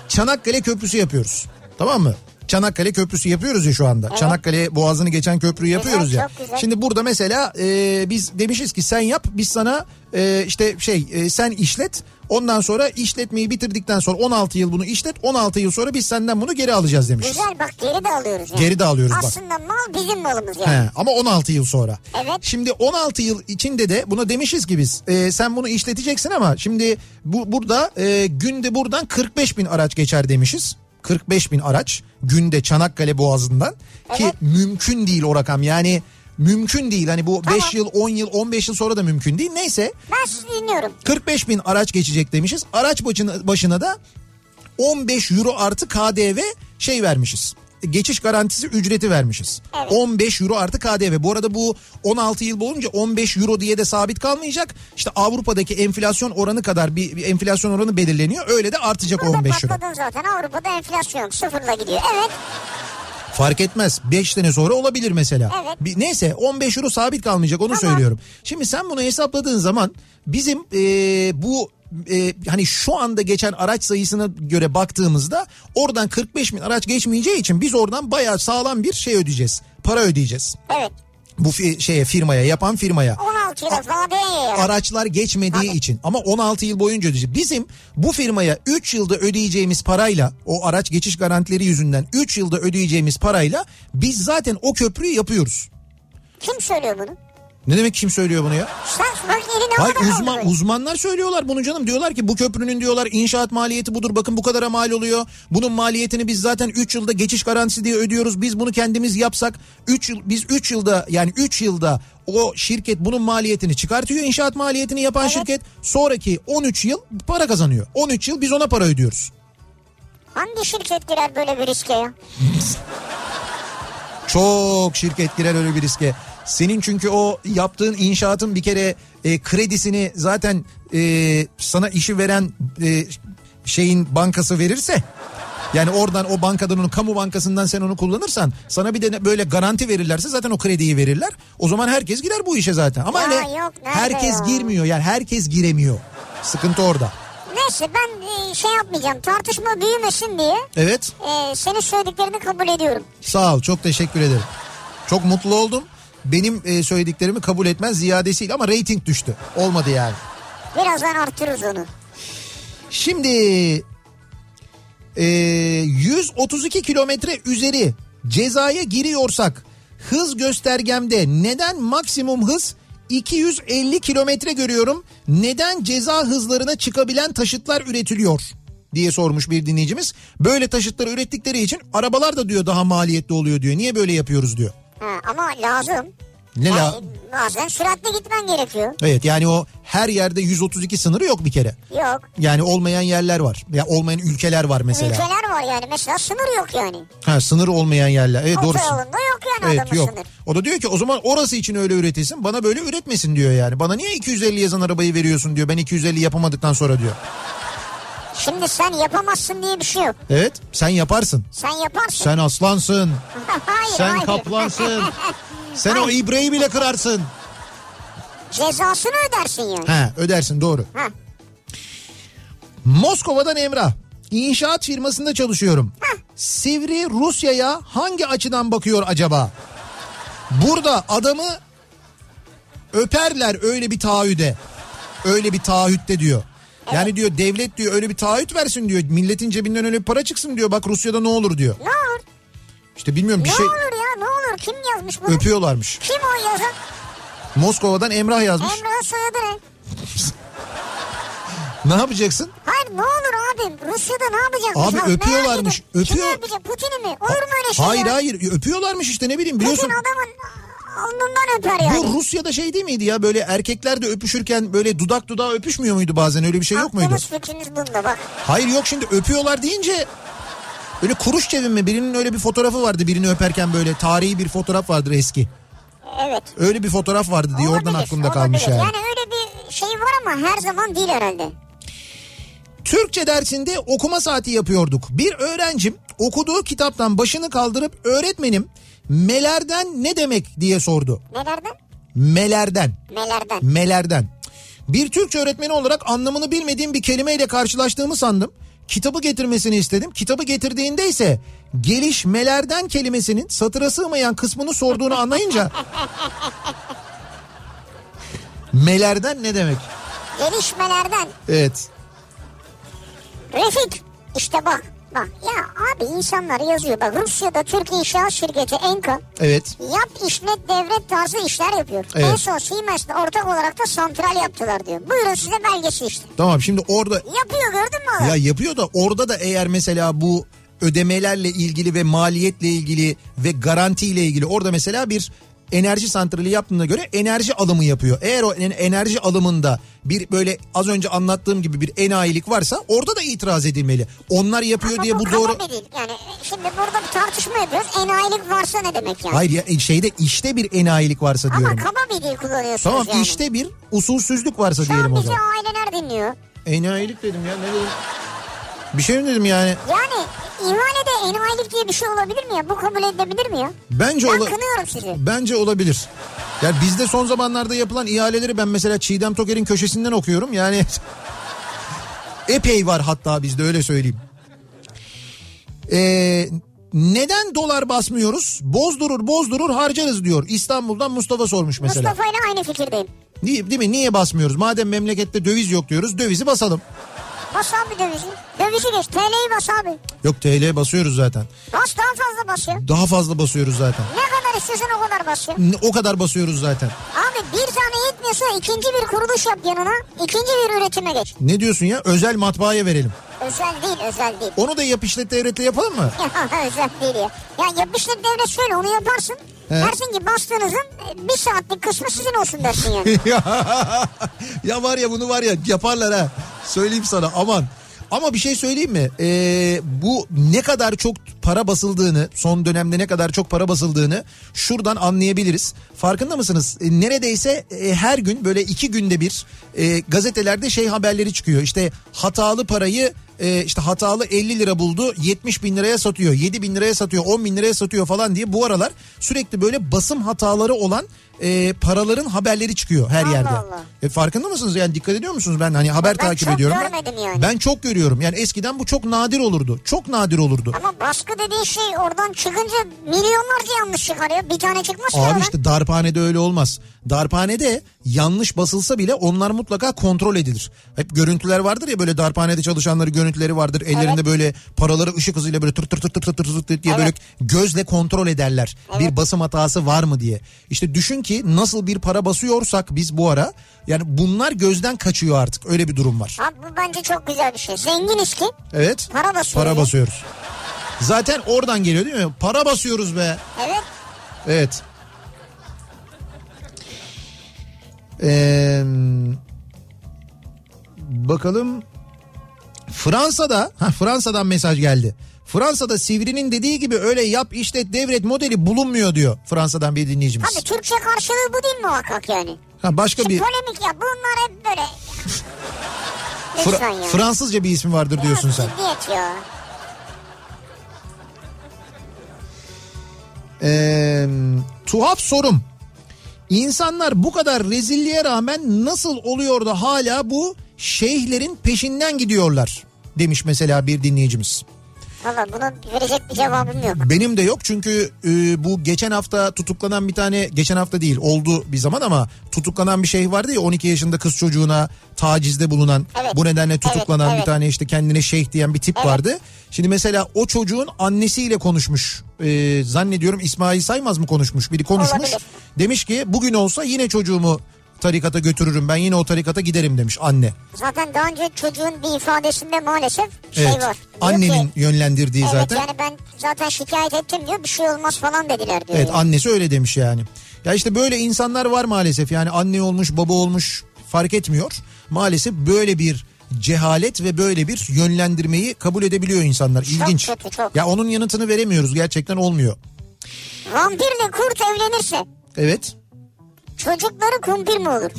Speaker 1: Çanakkale Köprüsü yapıyoruz. Tamam mı? Çanakkale Köprüsü yapıyoruz ya şu anda. Çanakkale Boğazı'nı geçen köprüyü yapıyoruz ya.
Speaker 2: çok güzel.
Speaker 1: Şimdi burada mesela e, biz demişiz ki sen yap biz sana e, işte şey e, sen işlet. Ondan sonra işletmeyi bitirdikten sonra 16 yıl bunu işlet. 16 yıl sonra biz senden bunu geri alacağız demişiz.
Speaker 2: güzel bak geri de alıyoruz yani.
Speaker 1: Geri de alıyoruz bak.
Speaker 2: Aslında mal bizim malımız yani.
Speaker 1: He, ama 16 yıl sonra.
Speaker 2: Evet.
Speaker 1: Şimdi 16 yıl içinde de buna demişiz ki biz e, sen bunu işleteceksin ama şimdi bu burada e, günde buradan 45 bin araç geçer demişiz. 45 bin araç günde Çanakkale Boğazı'ndan ki
Speaker 2: Evet.
Speaker 1: mümkün değil o rakam yani mümkün değil hani bu 5
Speaker 2: Tamam.
Speaker 1: yıl 10 yıl 15 yıl sonra da mümkün değil neyse
Speaker 2: Ben sizi dinliyorum.
Speaker 1: 45 bin araç geçecek demişiz araç başına, başına da 15 euro artı KDV şey vermişiz. Geçiş garantisi ücreti vermişiz.
Speaker 2: Evet.
Speaker 1: 15 euro artı KDV. Bu arada bu 16 yıl boyunca 15 euro diye de sabit kalmayacak. İşte Avrupa'daki enflasyon oranı kadar bir, bir enflasyon oranı belirleniyor. Öyle de artacak
Speaker 2: Burada
Speaker 1: 15 euro.
Speaker 2: patladın zaten Avrupa'da enflasyon sıfırla gidiyor. Evet
Speaker 1: Fark etmez. 5 sene sonra olabilir mesela.
Speaker 2: Evet.
Speaker 1: Bir, neyse 15 euro sabit kalmayacak onu söylüyorum. Şimdi sen bunu hesapladığın zaman bizim e, bu e, hani şu anda geçen araç sayısına göre baktığımızda oradan 45 bin araç geçmeyeceği için biz oradan bayağı sağlam bir şey ödeyeceğiz. Para ödeyeceğiz.
Speaker 2: evet.
Speaker 1: Bu fi- şeye firmaya yapan firmaya
Speaker 2: 16 yıl falan değil.
Speaker 1: araçlar geçmediği için ama 16 yıl boyunca ödeyeceğiz. Bizim bu firmaya 3 yılda ödeyeceğimiz parayla o araç geçiş garantileri yüzünden 3 yılda ödeyeceğimiz parayla biz zaten o köprüyü yapıyoruz.
Speaker 2: Kim söylüyor bunu?
Speaker 1: Ne demek kim söylüyor bunu ya?
Speaker 2: Sen bak elini
Speaker 1: Hayır
Speaker 2: havada
Speaker 1: uzman,
Speaker 2: kaldırıyor.
Speaker 1: uzmanlar söylüyorlar bunu canım. Diyorlar ki bu köprünün diyorlar inşaat maliyeti budur. Bakın bu kadara mal oluyor. Bunun maliyetini biz zaten 3 yılda geçiş garantisi diye ödüyoruz. Biz bunu kendimiz yapsak 3 yıl biz 3 yılda yani 3 yılda o şirket bunun maliyetini çıkartıyor. inşaat maliyetini yapan şirket sonraki 13 yıl para kazanıyor. 13 yıl biz ona para ödüyoruz.
Speaker 2: Hangi şirket girer böyle bir riske ya?
Speaker 1: Çok şirket girer öyle bir riske. Senin çünkü o yaptığın inşaatın bir kere e, kredisini zaten e, sana işi veren e, şeyin bankası verirse yani oradan o bankadan onu kamu bankasından sen onu kullanırsan sana bir de ne- böyle garanti verirlerse zaten o krediyi verirler. O zaman herkes girer bu işe zaten. Ama
Speaker 2: Ya
Speaker 1: öyle
Speaker 2: yok, nerede
Speaker 1: herkes
Speaker 2: ya?
Speaker 1: girmiyor yani herkes giremiyor. Sıkıntı orada.
Speaker 2: Neyse ben e, şey yapmayacağım tartışma büyümesin diye
Speaker 1: Evet.
Speaker 2: e, senin söylediklerini kabul ediyorum.
Speaker 1: Sağ ol çok teşekkür ederim. Çok mutlu oldum. Benim e, söylediklerimi kabul etmez ziyadesiyle ama reyting düştü. Olmadı yani.
Speaker 2: Birazdan arttırırız onu.
Speaker 1: Şimdi e, 132 kilometre üzeri cezaya giriyorsak hız göstergemde neden maksimum hız 250 kilometre görüyorum? Neden ceza hızlarına çıkabilen taşıtlar üretiliyor? diye sormuş bir dinleyicimiz. Böyle taşıtları ürettikleri için arabalar da diyor daha maliyetli oluyor diyor. Niye böyle yapıyoruz diyor.
Speaker 2: Ha, ama lazım.
Speaker 1: Ne la?
Speaker 2: Yani bazen süratle gitmen gerekiyor.
Speaker 1: Evet yani o her yerde 132 sınırı yok bir kere.
Speaker 2: Yok.
Speaker 1: Yani olmayan yerler var. Ya olmayan ülkeler var mesela.
Speaker 2: Ülkeler var yani mesela sınır yok yani.
Speaker 1: Ha sınır olmayan yerler. Evet
Speaker 2: Doğru.
Speaker 1: doğrusu.
Speaker 2: Otoyolunda yok yani
Speaker 1: Evet
Speaker 2: adamın
Speaker 1: yok.
Speaker 2: sınır.
Speaker 1: O da diyor ki o zaman orası için öyle üretilsin. Bana böyle üretmesin diyor yani. Bana niye 250 yazan arabayı veriyorsun diyor. Ben 250 yapamadıktan sonra diyor.
Speaker 2: Şimdi sen yapamazsın diye bir şey yok.
Speaker 1: Evet sen yaparsın.
Speaker 2: Sen yaparsın.
Speaker 1: Sen aslansın.
Speaker 2: (laughs) hayır,
Speaker 1: sen
Speaker 2: hayır.
Speaker 1: kaplansın. Sen o ibreyi bile kırarsın.
Speaker 2: (laughs) Cezasını ödersin yani.
Speaker 1: Ha ödersin doğru.
Speaker 2: Ha.
Speaker 1: Moskova'dan Emrah. İnşaat firmasında çalışıyorum. Sivri Rusya'ya hangi açıdan bakıyor acaba? Burada adamı öperler öyle bir taahhüde. Öyle bir taahhütte diyor. Yani diyor devlet diyor öyle bir taahhüt versin diyor. Milletin cebinden öyle bir para çıksın diyor. Bak Rusya'da ne olur diyor.
Speaker 2: Ne olur?
Speaker 1: İşte bilmiyorum bir
Speaker 2: ne
Speaker 1: şey
Speaker 2: olur ya? Ne olur? Kim yazmış bunu?
Speaker 1: öpüyorlarmış.
Speaker 2: Kim o yazan?
Speaker 1: Moskova'dan Emrah yazmış.
Speaker 2: Emrah'ın soyadı ne?
Speaker 1: Ne yapacaksın?
Speaker 2: Hayır ne olur abi? Rusya'da ne yapacak?
Speaker 1: Abi
Speaker 2: Merak
Speaker 1: öpüyorlarmış,
Speaker 2: ettim. Kimi
Speaker 1: öpüyor-
Speaker 2: öpecek? Putin'i mi? Olur mu öyle şey
Speaker 1: Hayır
Speaker 2: ya?
Speaker 1: hayır öpüyorlarmış işte ne bileyim
Speaker 2: Putin
Speaker 1: biliyorsun.
Speaker 2: adamın alnından öper yani.
Speaker 1: Bu Rusya'da şey değil miydi ya böyle erkekler de öpüşürken böyle dudak dudağa öpüşmüyor muydu bazen öyle bir şey yok muydu?
Speaker 2: Aklımız fikrimiz bunda bak.
Speaker 1: Hayır yok şimdi öpüyorlar deyince böyle kuruş çevirme birinin öyle bir fotoğrafı vardı birini öperken böyle tarihi bir fotoğraf vardır eski.
Speaker 2: Evet.
Speaker 1: Öyle bir fotoğraf vardı diye oradan
Speaker 2: Olabilir,
Speaker 1: aklımda kalmış
Speaker 2: olabilir.
Speaker 1: yani.
Speaker 2: Yani öyle bir şey var ama her zaman değil herhalde.
Speaker 1: Türkçe dersinde okuma saati yapıyorduk. Bir öğrencim okuduğu kitaptan başını kaldırıp öğretmenim melerden ne demek diye sordu.
Speaker 2: Nelerden?
Speaker 1: Melerden.
Speaker 2: Nelerden?
Speaker 1: Melerden. Bir Türkçe öğretmeni olarak anlamını bilmediğim bir kelimeyle karşılaştığımı sandım. Kitabı getirmesini istedim. Kitabı getirdiğinde ise gelişmelerden kelimesinin satıra sığmayan kısmını sorduğunu anlayınca... (laughs) Melerden ne demek?
Speaker 2: Gelişmelerden.
Speaker 1: Evet.
Speaker 2: Refik. İşte bak. Bak ya abi insanlar yazıyor. Bak Rusya'da Türk İnşaat Şirketi Enka
Speaker 1: Evet.
Speaker 2: yap işlet devret tarzı işler yapıyor.
Speaker 1: Evet.
Speaker 2: En son Siemens'le ortak olarak da santral yaptılar diyor. Buyurun size belgesi işte.
Speaker 1: Tamam şimdi orada...
Speaker 2: Yapıyor gördün
Speaker 1: Ya
Speaker 2: mü? oğlum?
Speaker 1: yapıyor da orada da eğer mesela bu ödemelerle ilgili ve maliyetle ilgili ve garantiyle ilgili orada mesela bir enerji santrali yaptığına göre enerji alımı yapıyor. Eğer o en- enerji alımında bir böyle az önce anlattığım gibi bir enayilik varsa orada da itiraz edilmeli. Onlar yapıyor
Speaker 2: Ama
Speaker 1: diye bu
Speaker 2: kaba
Speaker 1: doğru.
Speaker 2: bir Değil. Yani e, şimdi burada bir tartışma yapıyoruz. Enayilik varsa ne demek yani?
Speaker 1: Hayır ya e, şeyde işte bir enayilik varsa
Speaker 2: Ama
Speaker 1: diyorum.
Speaker 2: kaba bir dil kullanıyorsunuz
Speaker 1: Tamam
Speaker 2: yani.
Speaker 1: işte bir usulsüzlük varsa
Speaker 2: Şu an
Speaker 1: diyelim o
Speaker 2: bizi
Speaker 1: zaman.
Speaker 2: aileler dinliyor.
Speaker 1: Enayilik dedim ya ne dedim? Bir şey mi dedim yani?
Speaker 2: Yani ihalede enayilik diye bir şey olabilir mi ya? Bu kabul edilebilir mi ya?
Speaker 1: Bence
Speaker 2: Ben
Speaker 1: ola-
Speaker 2: kınıyorum sizi.
Speaker 1: Bence olabilir. Yani bizde son zamanlarda yapılan ihaleleri ben mesela Çiğdem Toker'in köşesinden okuyorum. Yani (laughs) epey var hatta bizde öyle söyleyeyim. Ee, neden dolar basmıyoruz? Bozdurur bozdurur harcarız diyor. İstanbul'dan Mustafa sormuş mesela.
Speaker 2: Mustafa ile aynı fikirdeyim.
Speaker 1: Niye, değil mi? Niye basmıyoruz? Madem memlekette döviz yok diyoruz dövizi basalım.
Speaker 2: Bas abi dövizi. Dövizi geç. TL'yi bas abi.
Speaker 1: Yok TL basıyoruz zaten.
Speaker 2: Bas daha fazla bas ya.
Speaker 1: Daha fazla basıyoruz zaten.
Speaker 2: Ne kadar istiyorsan o kadar basıyor.
Speaker 1: O kadar basıyoruz zaten.
Speaker 2: Abi bir tane yetmiyorsa ikinci bir kuruluş yap yanına. ikinci bir üretime geç.
Speaker 1: Ne diyorsun ya? Özel matbaaya verelim.
Speaker 2: Özel değil özel değil. (laughs)
Speaker 1: Onu da yap işlet devletle yapalım mı? (laughs)
Speaker 2: Ya özel değil ya. Ya yapışlık devlet şöyle onu yaparsın.
Speaker 1: He.
Speaker 2: Dersin ki bastığınızın e, bir saatlik kısmı sizin olsun
Speaker 1: (laughs)
Speaker 2: dersin yani.
Speaker 1: ya var ya bunu var ya yaparlar ha. Söyleyeyim sana aman. Ama bir şey söyleyeyim mi? Ee, bu ne kadar çok para basıldığını, son dönemde ne kadar çok para basıldığını şuradan anlayabiliriz. Farkında mısınız? E, neredeyse e, her gün böyle iki günde bir e, gazetelerde şey haberleri çıkıyor. İşte hatalı parayı e, işte hatalı 50 lira buldu 70 bin liraya satıyor 7 bin liraya satıyor 10 bin liraya satıyor falan diye bu aralar sürekli böyle basım hataları olan e, paraların haberleri çıkıyor her
Speaker 2: Allah
Speaker 1: yerde.
Speaker 2: Allah.
Speaker 1: E, farkında mısınız yani dikkat ediyor musunuz ben hani haber
Speaker 2: Ben
Speaker 1: takip
Speaker 2: çok
Speaker 1: ediyorum.
Speaker 2: görmedim yani.
Speaker 1: Ben çok görüyorum yani eskiden bu çok nadir olurdu çok nadir olurdu.
Speaker 2: Ama baskı dediğin şey oradan çıkınca milyonlarca yanlış çıkarıyor. Bir tane çıkmaz ki
Speaker 1: Abi
Speaker 2: oradan.
Speaker 1: işte darphanede öyle olmaz. Darphanede yanlış basılsa bile onlar mutlaka kontrol edilir. Hep görüntüler vardır ya böyle darphanede çalışanları görüntüleri vardır. Ellerinde
Speaker 2: Evet.
Speaker 1: böyle paraları ışık hızıyla böyle tır tır tır tır tır tır tır tır diye böyle
Speaker 2: Evet.
Speaker 1: gözle kontrol ederler. Bir basım hatası var mı diye. İşte düşün ki nasıl bir para basıyorsak biz bu ara yani bunlar gözden kaçıyor artık. Öyle bir durum var.
Speaker 2: Abi bu bence çok güzel bir şey. Zenginiz ki.
Speaker 1: Evet.
Speaker 2: Para basıyoruz.
Speaker 1: Para basıyoruz. Zaten oradan geliyor değil mi? Para basıyoruz be.
Speaker 2: Evet.
Speaker 1: Evet. Ee, bakalım Fransa'da ha Fransa'dan mesaj geldi. Fransa'da Sivri'nin dediği gibi öyle yap işlet devret modeli bulunmuyor diyor Fransa'dan bir dinleyicimiz.
Speaker 2: Abi Türkçe karşılığı bu değil muhakkak yani.
Speaker 1: Ha, başka
Speaker 2: Şu
Speaker 1: bir
Speaker 2: polemik ya bunlar hep böyle.
Speaker 1: Fra-
Speaker 2: Lütfen ya.
Speaker 1: Fransızca bir ismi vardır diyorsun
Speaker 2: Ya
Speaker 1: sen.
Speaker 2: Ciddiyet ya.
Speaker 1: Ee, tuhaf sorum. İnsanlar bu kadar rezilliğe rağmen nasıl oluyor da hala bu şeyhlerin peşinden gidiyorlar demiş mesela bir dinleyicimiz.
Speaker 2: Valla bunun verecek bir cevabım yok.
Speaker 1: Benim de yok çünkü e, bu geçen hafta tutuklanan bir tane geçen hafta değil oldu bir zaman ama tutuklanan bir şeyh vardı ya 12 yaşında kız çocuğuna tacizde bulunan
Speaker 2: Evet.
Speaker 1: bu nedenle tutuklanan
Speaker 2: Evet, evet.
Speaker 1: bir tane işte kendine şeyh diyen bir tip vardı. Şimdi mesela o çocuğun annesiyle konuşmuş E, zannediyorum İsmail Saymaz mı konuşmuş biri konuşmuş
Speaker 2: Olabilir.
Speaker 1: demiş ki bugün olsa yine çocuğumu tarikata götürürüm ben yine o tarikata giderim demiş anne.
Speaker 2: Zaten daha önce çocuğun bir ifadesinde maalesef şey var. Diyor
Speaker 1: Annenin
Speaker 2: ki,
Speaker 1: yönlendirdiği
Speaker 2: evet
Speaker 1: zaten.
Speaker 2: yani ben zaten şikayet ettim diyor bir şey olmaz falan dediler diyor.
Speaker 1: Evet
Speaker 2: yani.
Speaker 1: annesi öyle demiş yani. Ya işte böyle insanlar var maalesef yani anne olmuş baba olmuş fark etmiyor. Maalesef böyle bir cehalet ve böyle bir yönlendirmeyi kabul edebiliyor insanlar. İlginç.
Speaker 2: kötü, çok.
Speaker 1: Ya onun yanıtını veremiyoruz gerçekten olmuyor.
Speaker 2: Vampirle kurt evlenirse
Speaker 1: Evet.
Speaker 2: çocukları kumpir mi olur?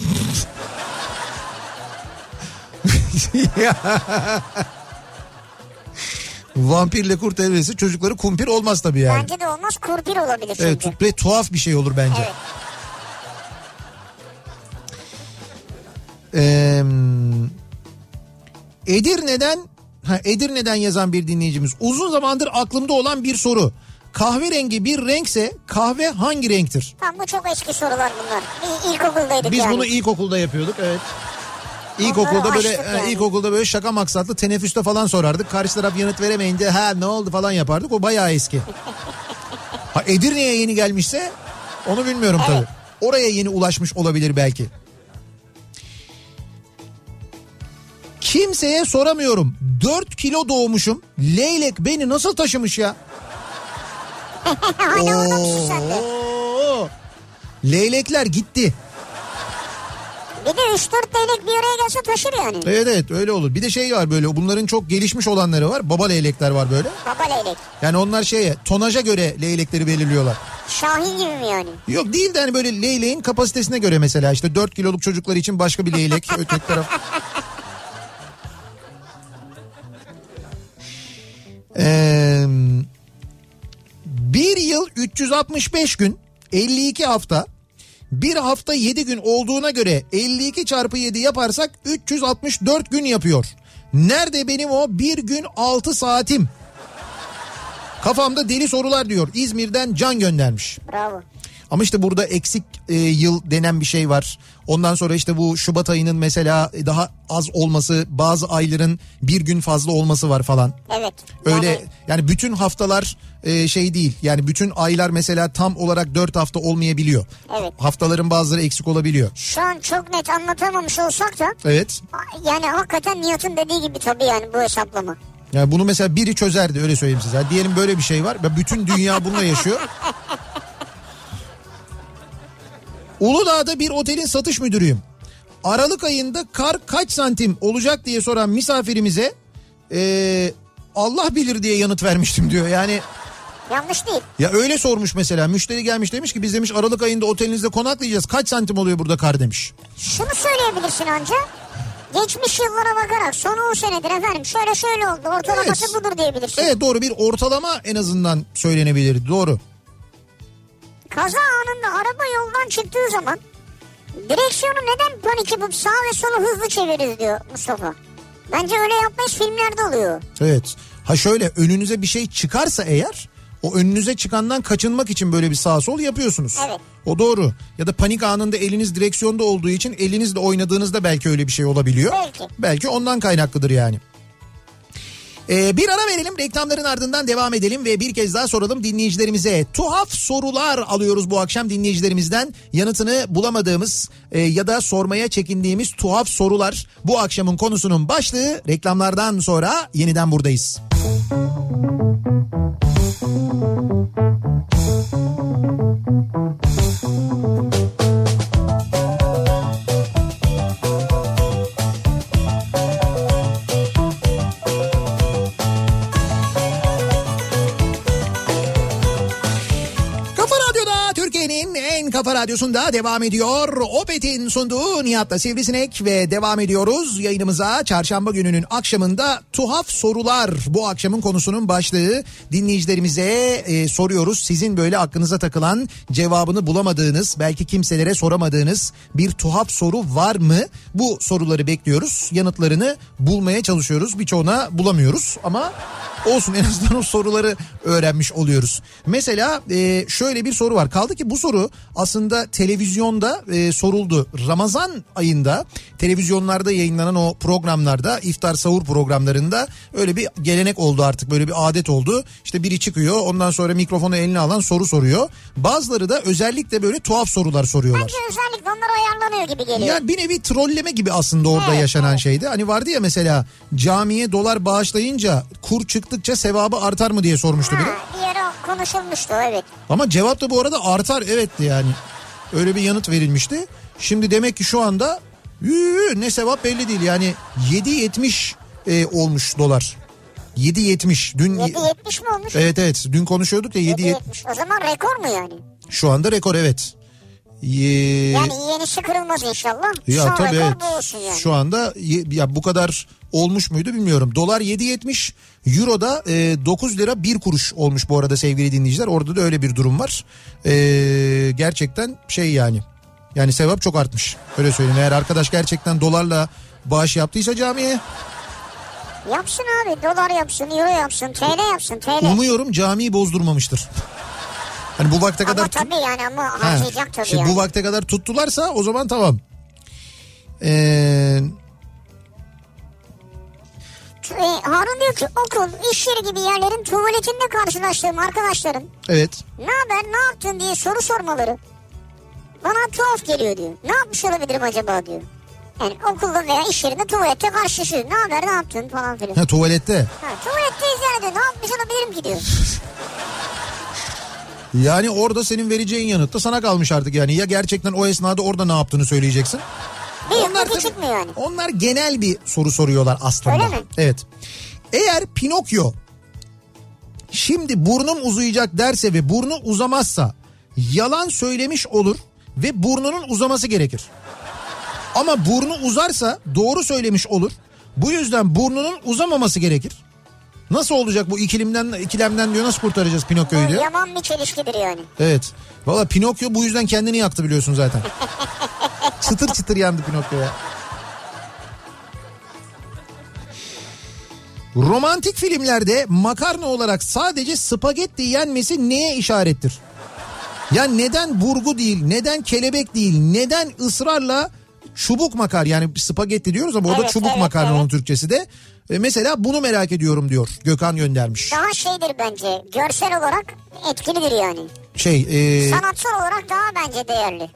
Speaker 1: Vampirle kurt evlenirse çocukları kumpir olmaz tabii yani.
Speaker 2: Bence de olmaz kurpir olabilir
Speaker 1: Evet
Speaker 2: çünkü.
Speaker 1: tu- ve tuhaf bir şey olur bence.
Speaker 2: Evet.
Speaker 1: Ee, Edirne'den ha, Edirne'den yazan bir dinleyicimiz. Uzun zamandır aklımda olan bir soru. Kahverengi bir renkse kahve hangi renktir?
Speaker 2: Tamam bu çok eski sorular bunlar. İ- İlkokuldaydık
Speaker 1: Biz
Speaker 2: yani.
Speaker 1: bunu ilkokulda yapıyorduk evet. İlkokulda
Speaker 2: Onları
Speaker 1: böyle
Speaker 2: açtık
Speaker 1: e,
Speaker 2: yani.
Speaker 1: ilkokulda böyle şaka maksatlı teneffüste falan sorardık. Karşı taraf yanıt veremeyince ha ne oldu falan yapardık. O bayağı eski. Ha Edirne'ye yeni gelmişse onu bilmiyorum tabii. Oraya yeni ulaşmış olabilir belki. Kimseye soramıyorum. 4 kilo doğmuşum. Leylek beni nasıl taşımış ya?
Speaker 2: Hala orada mısın sen de?
Speaker 1: Oo. Leylekler gitti.
Speaker 2: Bir de 3-4 leylek bir araya gelse taşır yani.
Speaker 1: Evet evet öyle olur. Bir de şey var böyle bunların çok gelişmiş olanları var. Baba leylekler var böyle.
Speaker 2: Baba leylek.
Speaker 1: Yani onlar şeye tonaja göre leylekleri belirliyorlar.
Speaker 2: Şahin gibi mi yani?
Speaker 1: Yok değil de hani böyle leyleğin kapasitesine göre mesela işte 4 kiloluk çocuklar için başka bir leylek öteki taraf. Ee, bir yıl 365 gün 52 hafta bir hafta 7 gün olduğuna göre 52 çarpı 7 yaparsak 364 gün yapıyor. Nerede benim o bir gün 6 saatim? Kafamda deli sorular diyor. İzmir'den Can göndermiş.
Speaker 2: Bravo.
Speaker 1: Ama işte burada eksik e, yıl denen bir şey var. Ondan sonra işte bu Şubat ayının mesela daha az olması, bazı ayların bir gün fazla olması var falan.
Speaker 2: Evet.
Speaker 1: Öyle yani,
Speaker 2: Yani
Speaker 1: bütün haftalar e, şey değil. Yani bütün aylar mesela tam olarak 4 hafta olmayabiliyor.
Speaker 2: Evet.
Speaker 1: Haftaların bazıları eksik olabiliyor.
Speaker 2: şu an çok net anlatamamış olsak da
Speaker 1: Evet.
Speaker 2: yani hakikaten Nihat'ın dediği gibi tabii yani bu hesaplama.
Speaker 1: Yani bunu mesela biri çözerdi öyle söyleyeyim size. Yani diyelim böyle bir şey var. ve Bütün dünya bununla yaşıyor. Uludağ'da bir otelin satış müdürüyüm. Aralık ayında kar kaç santim olacak diye soran misafirimize eee, Allah bilir diye yanıt vermiştim diyor. Yani
Speaker 2: Yanlış değil.
Speaker 1: ya öyle sormuş mesela müşteri gelmiş demiş ki biz demiş Aralık ayında otelinizde konaklayacağız kaç santim oluyor burada kar demiş.
Speaker 2: Şunu söyleyebilirsin anca. Geçmiş yıllara bakarak son 10 senedir efendim şöyle şöyle oldu ortalaması
Speaker 1: Evet.
Speaker 2: budur diyebilirsin.
Speaker 1: Evet doğru bir ortalama en azından söylenebilir doğru.
Speaker 2: Kaza anında araba yoldan çıktığı zaman direksiyonu neden panik yapıp sağ ve solu hızlı çeviririz diyor Mustafa. Bence öyle yapmayız filmlerde oluyor.
Speaker 1: Evet. Ha şöyle önünüze bir şey çıkarsa eğer o önünüze çıkandan kaçınmak için böyle bir sağ sol yapıyorsunuz.
Speaker 2: Evet.
Speaker 1: O doğru. Ya da panik anında eliniz direksiyonda olduğu için elinizle oynadığınızda belki öyle bir şey olabiliyor.
Speaker 2: Belki.
Speaker 1: Belki ondan kaynaklıdır yani. Ee, bir ara verelim reklamların ardından devam edelim ve bir kez daha soralım dinleyicilerimize. Tuhaf sorular alıyoruz bu akşam dinleyicilerimizden. Yanıtını bulamadığımız e, ya da sormaya çekindiğimiz tuhaf sorular bu akşamın konusunun başlığı. Reklamlardan sonra yeniden buradayız. Kafa Radyo'da Türkiye'nin en kafa radyosunda devam ediyor. Opet'in sunduğu Nihat'la Sivrisinek ve devam ediyoruz yayınımıza. Çarşamba gününün akşamında tuhaf sorular bu akşamın konusunun başlığı. Dinleyicilerimize e, soruyoruz. Sizin böyle aklınıza takılan cevabını bulamadığınız, belki kimselere soramadığınız bir tuhaf soru var mı? Bu soruları bekliyoruz. Yanıtlarını bulmaya çalışıyoruz. Birçoğuna bulamıyoruz ama olsun en azından o soruları öğrenmiş oluyoruz. Mesela e, şöyle bir soru var. Kaldı ki bu soru aslında televizyonda e, soruldu. Ramazan ayında televizyonlarda yayınlanan o programlarda iftar sahur programlarında öyle bir gelenek oldu artık. Böyle bir adet oldu. İşte biri çıkıyor ondan sonra mikrofonu eline alan soru soruyor. Bazıları da özellikle böyle tuhaf sorular soruyorlar.
Speaker 2: Bence özellikle onlara ayarlanıyor gibi geliyor.
Speaker 1: Yani bir nevi trolleme gibi aslında orada
Speaker 2: Evet,
Speaker 1: yaşanan şeydi. Hani vardı ya mesela camiye dolar bağışlayınca kur çıktıkça sevabı artar mı diye sormuştu biri.
Speaker 2: Ha, bir yere konuşulmuştu evet.
Speaker 1: Ama cevap da bu arada artar evetti yani. Öyle bir yanıt verilmişti. Şimdi demek ki şu anda yü, ne sevap belli değil. Yani 7.70 e, olmuş dolar. 7.70 dün
Speaker 2: 7.70 mi olmuş?
Speaker 1: Evet evet dün konuşuyorduk ya 7
Speaker 2: 7.70. O zaman rekor mu yani?
Speaker 1: şu anda rekor evet. Ye-
Speaker 2: Yani yenisi kırılmaz inşallah.
Speaker 1: Ya
Speaker 2: Son
Speaker 1: tabii
Speaker 2: rekor
Speaker 1: evet.
Speaker 2: bu olsun yani.
Speaker 1: Şu anda ye- ya bu kadar olmuş muydu bilmiyorum. Dolar 7.70, euro da e, 9 lira 1 kuruş olmuş bu arada sevgili dinleyiciler. Orada da öyle bir durum var. E, gerçekten şey yani. Yani sevap çok artmış. Öyle söyleyeyim. Eğer arkadaş gerçekten dolarla bağış yaptıysa camiye
Speaker 2: Yapsın abi dolar yapsın, euro yapsın, TL yapsın, TL.
Speaker 1: umuyorum camiyi bozdurmamıştır. Hani bu vakte kadar
Speaker 2: ama
Speaker 1: tu-
Speaker 2: tabii yani ama
Speaker 1: Ha,
Speaker 2: harcayacak tabii
Speaker 1: şimdi
Speaker 2: yani.
Speaker 1: bu vakte kadar tuttularsa o zaman tamam. E, Eee
Speaker 2: T- e, Harun diyor ki okul, iş yeri gibi yerlerin tuvaletinde karşılaştığım arkadaşlarım
Speaker 1: evet.
Speaker 2: ne haber, ne yaptın diye soru sormaları bana tuhaf geliyor diyor. Ne yapmış olabilirim acaba diyor. Yani okulda veya iş yerinde tuvalette karşılaşıyoruz. Ne haber, ne yaptın falan filan.
Speaker 1: Ha, tuvalette.
Speaker 2: Ha, tuvaletteyiz yani diyor. Ne yapmış olabilirim ki diyor.
Speaker 1: Yani orada senin vereceğin yanıt da sana kalmış artık yani. Ya gerçekten o esnada orada ne yaptığını söyleyeceksin.
Speaker 2: Büyük mü
Speaker 1: tabii-
Speaker 2: küçük mü yani?
Speaker 1: Onlar genel bir soru soruyorlar aslında.
Speaker 2: Öyle mi?
Speaker 1: Evet. Eğer Pinokyo şimdi burnum uzayacak derse ve burnu uzamazsa yalan söylemiş olur ve burnunun uzaması gerekir. Ama burnu uzarsa doğru söylemiş olur. Bu yüzden burnunun uzamaması gerekir. Nasıl olacak bu ikilimden ikilemden diyor nasıl kurtaracağız Pinokyo'yu
Speaker 2: Bu
Speaker 1: diyor.
Speaker 2: yaman bir çelişkidir yani.
Speaker 1: Evet. Valla Pinokyo bu yüzden kendini yaktı biliyorsun zaten. çıtır çıtır yandı Pinokyo'ya. Romantik filmlerde makarna olarak sadece spagetti yenmesi neye işarettir? Ya neden burgu değil, neden kelebek değil, neden ısrarla çubuk makar yani spagetti diyoruz ama orada
Speaker 2: Evet,
Speaker 1: çubuk
Speaker 2: evet,
Speaker 1: makarna
Speaker 2: evet.
Speaker 1: onun Türkçesi de. E, mesela bunu merak ediyorum diyor Gökhan göndermiş.
Speaker 2: Daha şeydir bence görsel olarak etkilidir yani.
Speaker 1: Şey e,
Speaker 2: Sanatsal olarak daha bence değerli.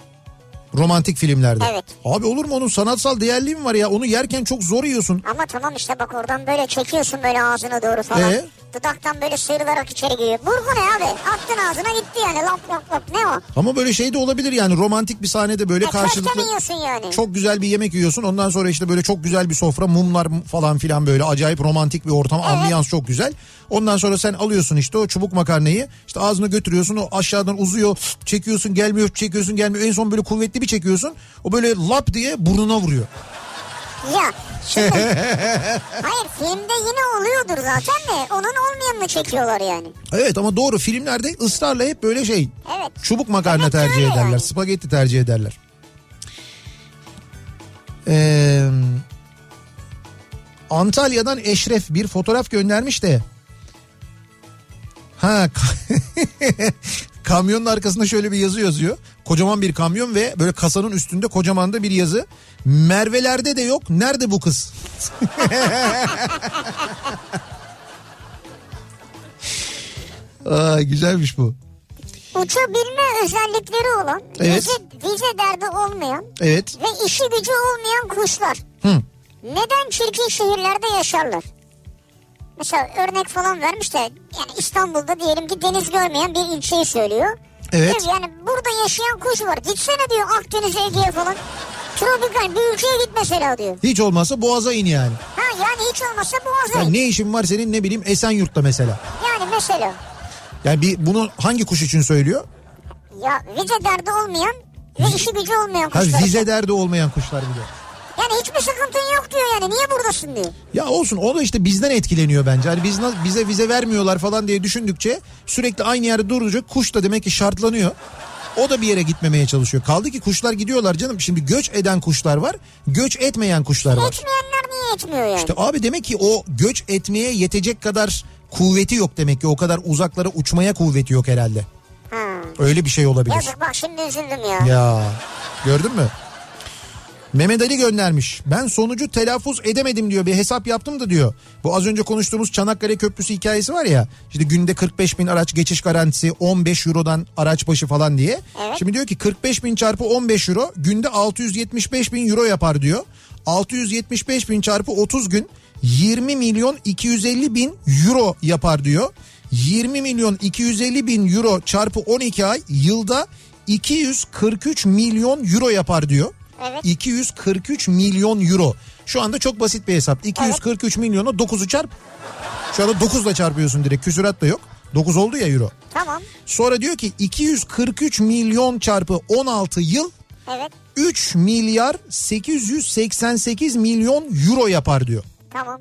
Speaker 1: romantik filmlerde.
Speaker 2: Evet.
Speaker 1: Abi olur mu onun sanatsal değerliği mi var ya onu yerken çok zor yiyorsun.
Speaker 2: Ama tamam işte bak oradan böyle çekiyorsun böyle ağzına doğru falan.
Speaker 1: Ee?
Speaker 2: Dudaktan böyle sıyrılarak içeri giriyor. Burgu ne abi? Attın ağzına gitti yani lap lap lap ne o?
Speaker 1: Ama böyle şey de olabilir yani romantik bir sahnede böyle
Speaker 2: E, köfte
Speaker 1: karşılıklı.
Speaker 2: mi yiyorsun yani?
Speaker 1: Çok güzel bir yemek yiyorsun ondan sonra işte böyle çok güzel bir sofra mumlar falan filan böyle acayip romantik bir ortam ambiyans çok güzel. Ondan sonra sen alıyorsun işte o çubuk makarnayı işte ağzına götürüyorsun o aşağıdan uzuyor çekiyorsun gelmiyor çekiyorsun gelmiyor en son böyle kuvvetli bir çekiyorsun o böyle lap diye burnuna vuruyor.
Speaker 2: Ya şimdi
Speaker 1: (laughs)
Speaker 2: hayır filmde yine oluyordur zaten de onun olmayanını çekiyorlar yani.
Speaker 1: Evet ama doğru filmlerde ısrarla hep böyle şey
Speaker 2: Evet.
Speaker 1: çubuk makarna
Speaker 2: Demek ki
Speaker 1: tercih
Speaker 2: öyle
Speaker 1: ederler
Speaker 2: yani.
Speaker 1: spagetti tercih ederler. Ee, Antalya'dan Eşref bir fotoğraf göndermiş de. Ha (laughs) ka- kamyonun arkasında şöyle bir yazı yazıyor. Kocaman bir kamyon ve böyle kasanın üstünde kocaman da bir yazı. Merve'lerde de yok. Nerede bu kız? (laughs) Aa, güzelmiş bu.
Speaker 2: Uçabilme özellikleri olan,
Speaker 1: Evet.
Speaker 2: vize, vize derdi olmayan
Speaker 1: Evet.
Speaker 2: ve işi gücü olmayan kuşlar.
Speaker 1: Hı.
Speaker 2: Neden çirkin şehirlerde yaşarlar? Mesela örnek falan vermiş de yani İstanbul'da diyelim ki deniz görmeyen bir ilçeyi söylüyor.
Speaker 1: Evet.
Speaker 2: Diyor, yani burada yaşayan kuş var. Gitsene diyor Akdeniz'e Ege'ye falan. Tropikal bir ülkeye git mesela diyor.
Speaker 1: Hiç olmazsa boğaza in yani.
Speaker 2: Ha yani hiç olmazsa boğazda.
Speaker 1: Ya
Speaker 2: Yani,
Speaker 1: ne işin var senin ne bileyim Esenyurt'ta mesela.
Speaker 2: yani mesela.
Speaker 1: Yani bir, bunu hangi kuş için söylüyor?
Speaker 2: Ya vize derdi olmayan ve işi gücü olmayan
Speaker 1: Ha,
Speaker 2: kuşlar.
Speaker 1: vize derdi olmayan kuşlar bir de.
Speaker 2: Yani hiçbir sıkıntın yok diyor yani. Niye buradasın diyor.
Speaker 1: Ya olsun o da işte bizden etkileniyor bence. Hani biz na- bize vize vermiyorlar falan diye düşündükçe sürekli aynı yerde duracak kuş da demek ki şartlanıyor. O da bir yere gitmemeye çalışıyor. Kaldı ki kuşlar gidiyorlar canım. Şimdi göç eden kuşlar var, göç etmeyen kuşlar var.
Speaker 2: Etmeyenler niye etmiyor yani?
Speaker 1: İşte abi demek ki o göç etmeye yetecek kadar kuvveti yok demek ki. O kadar uzaklara uçmaya kuvveti yok herhalde.
Speaker 2: Ha.
Speaker 1: Öyle bir şey olabilir.
Speaker 2: Yazık bak şimdi üzüldüm ya.
Speaker 1: Ya gördün mü? Mehmet Ali göndermiş. Ben sonucu telaffuz edemedim diyor. Bir hesap yaptım da diyor. Bu az önce konuştuğumuz Çanakkale Köprüsü hikayesi var ya. İşte günde 45 bin araç geçiş garantisi 15 eurodan araç başı falan diye.
Speaker 2: Evet.
Speaker 1: Şimdi diyor ki 45 bin çarpı 15 euro günde 675 bin euro yapar diyor. 675 bin çarpı 30 gün 20 milyon 250 bin euro yapar diyor. 20 milyon 250 bin euro çarpı 12 ay yılda 243 milyon euro yapar diyor.
Speaker 2: Evet.
Speaker 1: 243 milyon euro. Şu anda çok basit bir hesap. 243 milyonu 9'u çarp. Şu anda 9 ile çarpıyorsun direkt. Küsurat da yok. 9 oldu ya euro.
Speaker 2: Tamam.
Speaker 1: Sonra diyor ki 243 milyon çarpı 16 yıl
Speaker 2: Evet.
Speaker 1: 3 milyar 888 milyon euro yapar diyor.
Speaker 2: Tamam.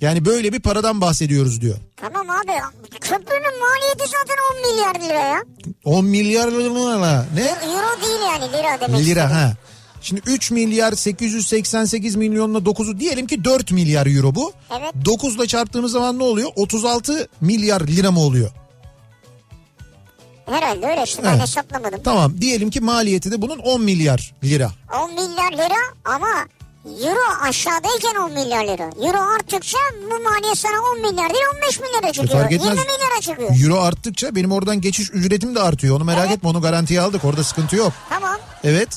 Speaker 1: Yani böyle bir paradan bahsediyoruz diyor.
Speaker 2: Tamam abi. Köprünün maliyeti zaten 10 milyar lira ya.
Speaker 1: 10 milyar lira ne?
Speaker 2: Euro değil yani lira demek.
Speaker 1: Lira
Speaker 2: istedim.
Speaker 1: ha. Şimdi 3 milyar 888 milyonla 9'u diyelim ki 4 milyar euro bu.
Speaker 2: Evet.
Speaker 1: 9 ile çarptığımız zaman ne oluyor? 36 milyar lira mı oluyor?
Speaker 2: Herhalde öyle işte ben
Speaker 1: Evet.
Speaker 2: hesaplamadım.
Speaker 1: Tamam diyelim ki maliyeti de bunun 10 milyar lira.
Speaker 2: 10 milyar lira ama euro aşağıdayken 10 milyar lira. Euro arttıkça bu maliyet sana 10 milyar değil 15 milyara çıkıyor.
Speaker 1: fark
Speaker 2: 20
Speaker 1: etmez.
Speaker 2: milyara çıkıyor.
Speaker 1: Euro arttıkça benim oradan geçiş ücretim de artıyor. Onu merak
Speaker 2: Evet.
Speaker 1: etme onu garantiye aldık orada sıkıntı yok.
Speaker 2: Tamam.
Speaker 1: Evet.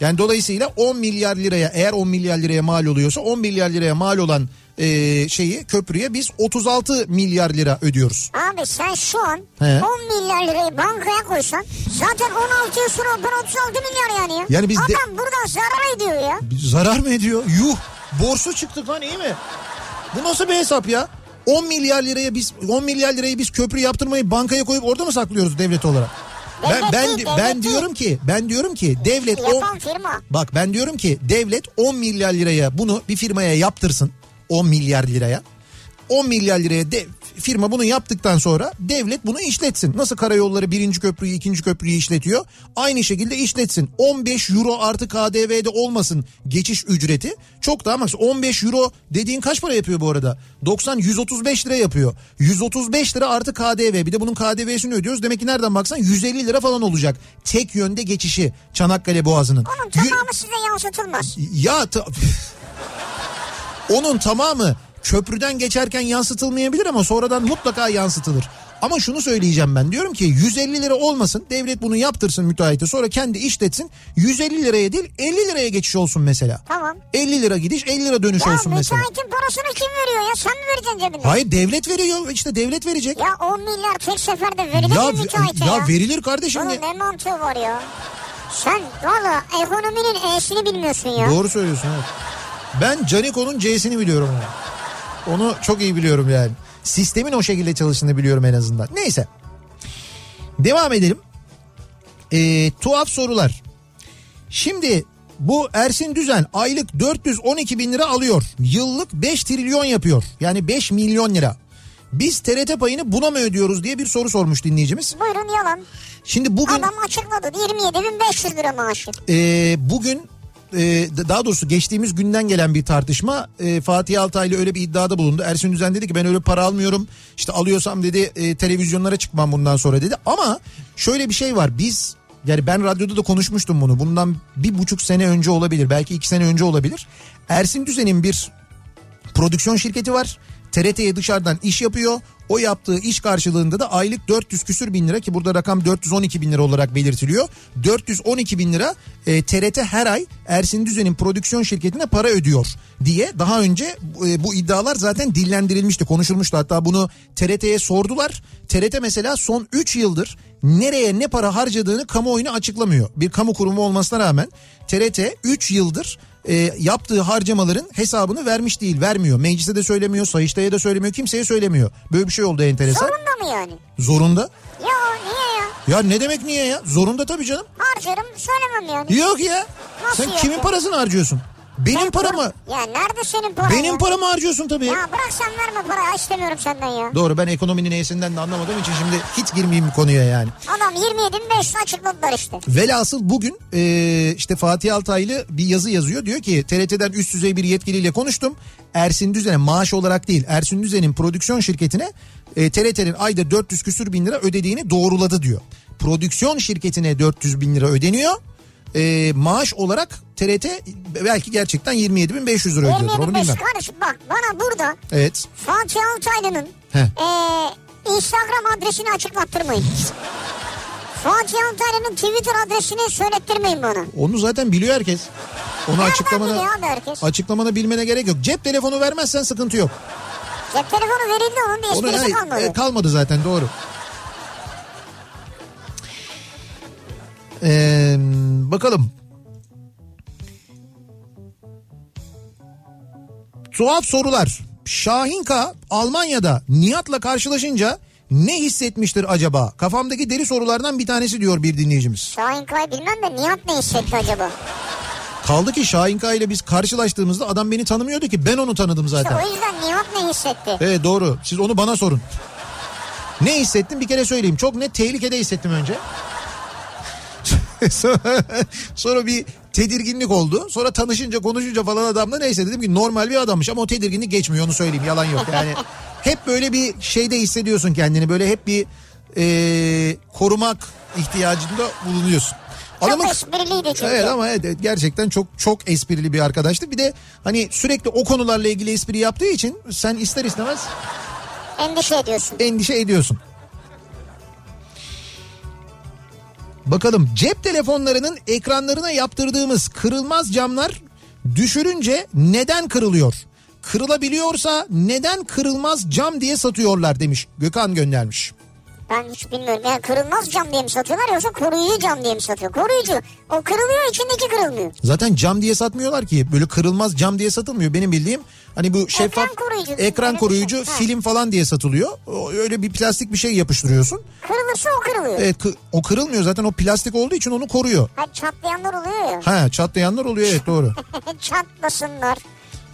Speaker 1: Yani dolayısıyla 10 milyar liraya eğer 10 milyar liraya mal oluyorsa 10 milyar liraya mal olan eee, şeyi köprüye biz 36 milyar lira ödüyoruz.
Speaker 2: Abi sen şu an
Speaker 1: He.
Speaker 2: 10 milyar lirayı bankaya koysan zaten 16 yıl sonra ben 36 milyar yani ya.
Speaker 1: Yani biz de-
Speaker 2: Adam buradan zarar ediyor ya.
Speaker 1: Bir Zarar mı ediyor? Yuh borsu çıktık lan iyi mi? Bu nasıl bir hesap ya? 10 milyar liraya biz 10 milyar lirayı biz köprü yaptırmayı bankaya koyup orada mı saklıyoruz devlet olarak? Ben
Speaker 2: Devlet
Speaker 1: ben
Speaker 2: değil,
Speaker 1: ben
Speaker 2: devlet
Speaker 1: diyorum ki ben diyorum ki devlet on-
Speaker 2: Yapan firma.
Speaker 1: Bak ben diyorum ki devlet 10 milyar liraya bunu bir firmaya yaptırsın. 10 milyar liraya. 10 milyar liraya de, firma bunu yaptıktan sonra devlet bunu işletsin. Nasıl karayolları birinci köprüyü ikinci köprüyü işletiyor? Aynı şekilde işletsin. 15 euro artı KDV'de olmasın geçiş ücreti. Çok daha max. 15 euro dediğin kaç para yapıyor bu arada? 90 135 lira yapıyor. 135 lira artı KDV. Bir de bunun KDV'sini ödüyoruz. Demek ki nereden baksan 150 lira falan olacak. Tek yönde geçişi Çanakkale Boğazı'nın.
Speaker 2: Onun
Speaker 1: Yürü-
Speaker 2: tamamı size yansıtılmaz.
Speaker 1: ya ta- onun tamamı köprüden geçerken yansıtılmayabilir ama sonradan mutlaka yansıtılır. Ama şunu söyleyeceğim ben diyorum ki 150 lira olmasın devlet bunu yaptırsın müteahhite sonra kendi işletsin 150 liraya değil 50 liraya geçiş olsun mesela.
Speaker 2: Tamam.
Speaker 1: 50 lira gidiş 50 lira dönüş
Speaker 2: Ya
Speaker 1: olsun mesela.
Speaker 2: müteahhitin parasını kim veriyor ya? Sen mi vereceksin cebinden?
Speaker 1: Hayır devlet veriyor işte devlet verecek.
Speaker 2: Ya 10 milyar tek seferde verilir
Speaker 1: Ya,
Speaker 2: mi müteahhite ya?
Speaker 1: ya verilir kardeşim.
Speaker 2: Bunun
Speaker 1: ya.
Speaker 2: ne mantığı var ya? Sen valla ekonominin E'sini bilmiyorsun ya.
Speaker 1: Doğru söylüyorsun evet. Ben Caniko'nun C'sini biliyorum. ama. Onu çok iyi biliyorum yani. Sistemin o şekilde çalıştığını biliyorum en azından. Neyse. Devam edelim. Ee, tuhaf sorular. Şimdi bu Ersin Düzen aylık 412 bin lira alıyor. Yıllık 5 trilyon yapıyor. Yani 5 milyon lira. Biz TRT payını buna mı ödüyoruz diye bir soru sormuş dinleyicimiz.
Speaker 2: Buyurun yalan.
Speaker 1: Şimdi bugün...
Speaker 2: Adam açıkladı 27.500 lira maaşı.
Speaker 1: Ee, bugün e, d- daha doğrusu geçtiğimiz günden gelen bir tartışma e, Fatih Altaylı öyle bir iddiada bulundu. Ersin Düzen dedi ki ben öyle para almıyorum işte alıyorsam dedi e, televizyonlara çıkmam bundan sonra dedi ama şöyle bir şey var biz yani ben radyoda da konuşmuştum bunu bundan bir buçuk sene önce olabilir belki iki sene önce olabilir. Ersin Düzen'in bir prodüksiyon şirketi var. TRT'ye dışarıdan iş yapıyor. O yaptığı iş karşılığında da aylık 400 küsür bin lira ki burada rakam 412 bin lira olarak belirtiliyor. 412 bin lira e, TRT her ay Ersin Düzen'in prodüksiyon şirketine para ödüyor diye daha önce e, bu iddialar zaten dillendirilmişti konuşulmuştu. Hatta bunu TRT'ye sordular. TRT mesela son 3 yıldır nereye ne para harcadığını kamuoyuna açıklamıyor. Bir kamu kurumu olmasına rağmen TRT 3 yıldır e, yaptığı harcamaların hesabını vermiş değil vermiyor. Meclise de söylemiyor, Sayıştay'a da söylemiyor, kimseye söylemiyor. Böyle bir şey oldu enteresan.
Speaker 2: Zorunda mı yani?
Speaker 1: Zorunda.
Speaker 2: Ya niye ya?
Speaker 1: Ya ne demek niye ya? Zorunda tabii canım.
Speaker 2: Harcarım söylemem yani.
Speaker 1: Yok ya.
Speaker 2: Nasıl
Speaker 1: Sen
Speaker 2: yok
Speaker 1: kimin
Speaker 2: ya?
Speaker 1: parasını harcıyorsun? Benim paramı.
Speaker 2: Ya nerede senin paran
Speaker 1: Benim
Speaker 2: ya?
Speaker 1: paramı harcıyorsun tabii.
Speaker 2: Ya bırak sen verme para istemiyorum senden ya.
Speaker 1: Doğru ben ekonominin neyesinden de anlamadığım için şimdi hiç girmeyeyim bu konuya yani.
Speaker 2: Adam 27.500 açıkladılar işte.
Speaker 1: Velhasıl bugün e, işte Fatih Altaylı bir yazı yazıyor. Diyor ki TRT'den üst düzey bir yetkiliyle konuştum. Ersin Düzen'e maaş olarak değil Ersin Düzen'in prodüksiyon şirketine e, TRT'nin ayda 400 küsür bin lira ödediğini doğruladı diyor. Prodüksiyon şirketine 400 bin lira ödeniyor. E, maaş olarak TRT belki gerçekten 27.500 lira ödüyordur onu bilmem.
Speaker 2: 27.500 kardeşim bak bana burada
Speaker 1: Evet.
Speaker 2: Fatih Altaylı'nın
Speaker 1: He.
Speaker 2: eee, Ee, Instagram adresini açıklattırmayın. Fatih Altaylı'nın Twitter adresini söylettirmeyin bana.
Speaker 1: Onu zaten biliyor herkes. Onu
Speaker 2: Nereden
Speaker 1: açıklamana,
Speaker 2: biliyor abi herkes?
Speaker 1: açıklamana bilmene gerek yok. Cep telefonu vermezsen sıkıntı yok.
Speaker 2: Cep telefonu verildi onun bir
Speaker 1: Onu-
Speaker 2: esprisi
Speaker 1: hayır,
Speaker 2: kalmadı.
Speaker 1: e, kalmadı zaten doğru. Ee, bakalım. Tuhaf sorular. Şahinka Almanya'da Nihat'la karşılaşınca ne hissetmiştir acaba? Kafamdaki deri sorulardan bir tanesi diyor bir dinleyicimiz.
Speaker 2: Şahin Kay bilmem de Nihat ne hissetti acaba?
Speaker 1: Kaldı ki Şahinka ile biz karşılaştığımızda adam beni tanımıyordu ki ben onu tanıdım
Speaker 2: İşte
Speaker 1: zaten.
Speaker 2: o yüzden Nihat ne hissetti?
Speaker 1: Evet Ee, doğru. Siz onu bana sorun. Ne hissettim bir kere söyleyeyim. Çok net tehlikede hissettim önce. (laughs) Sonra- Sonra bir tedirginlik oldu. Sonra tanışınca konuşunca falan adamla neyse dedim ki normal bir adammış ama o tedirginlik geçmiyor onu söyleyeyim yalan yok.
Speaker 2: (laughs)
Speaker 1: Yani hep böyle bir şeyde hissediyorsun kendini böyle hep bir eee, korumak ihtiyacında bulunuyorsun.
Speaker 2: Çok espriliydi çünkü.
Speaker 1: Evet ama evet, evet, gerçekten çok çok esprili bir arkadaştı. Bir de hani sürekli o konularla ilgili espri yaptığı için sen ister istemez
Speaker 2: Endişe ediyorsun.
Speaker 1: endişe ediyorsun. Bakalım cep telefonlarının ekranlarına yaptırdığımız kırılmaz camlar düşürünce neden kırılıyor? Kırılabiliyorsa neden kırılmaz cam diye satıyorlar demiş. Gökhan göndermiş.
Speaker 2: Ben hiç bilmiyorum. Yani kırılmaz cam diye mi satıyorlar yoksa koruyucu cam diye mi satıyor? Koruyucu. O kırılıyor içindeki kırılmıyor.
Speaker 1: Zaten cam diye satmıyorlar ki. Böyle kırılmaz cam diye satılmıyor benim bildiğim. Hani bu şeffaf
Speaker 2: koruyucu.
Speaker 1: ekran
Speaker 2: Öyle
Speaker 1: koruyucu
Speaker 2: bir şey. Ha.
Speaker 1: film falan diye satılıyor. O- Öyle bir plastik bir şey yapıştırıyorsun.
Speaker 2: Kırılırsa o kırılıyor.
Speaker 1: Evet kı- o kırılmıyor zaten o plastik olduğu için onu koruyor.
Speaker 2: Hayır çatlayanlar oluyor ya. (laughs)
Speaker 1: Ha çatlayanlar oluyor evet doğru.
Speaker 2: Çatlasınlar.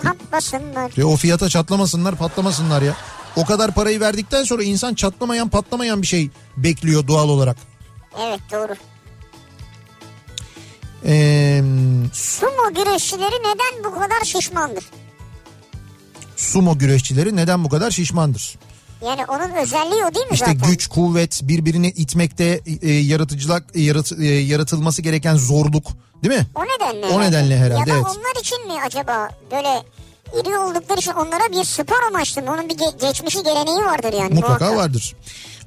Speaker 2: Patlasınlar.
Speaker 1: Ya o fiyata çatlamasınlar patlamasınlar ya. O kadar parayı verdikten sonra insan çatlamayan patlamayan bir şey bekliyor doğal olarak.
Speaker 2: Evet doğru.
Speaker 1: Ee,
Speaker 2: Sumo güreşçileri neden bu kadar şişmandır?
Speaker 1: sumo güreşçileri neden bu kadar şişmandır?
Speaker 2: Yani onun özelliği o değil mi
Speaker 1: İşte
Speaker 2: zaten?
Speaker 1: güç, kuvvet, birbirini itmekte e, yaratıcılık, e, yarat, e, yaratılması gereken zorluk değil mi?
Speaker 2: O nedenle.
Speaker 1: O nedenle herhalde,
Speaker 2: Ya da
Speaker 1: evet.
Speaker 2: onlar için mi acaba böyle iri oldukları için onlara bir spor amaçlı mı? Onun bir ge- geçmişi geleneği vardır yani.
Speaker 1: Mutlaka
Speaker 2: muhakkak.
Speaker 1: vardır.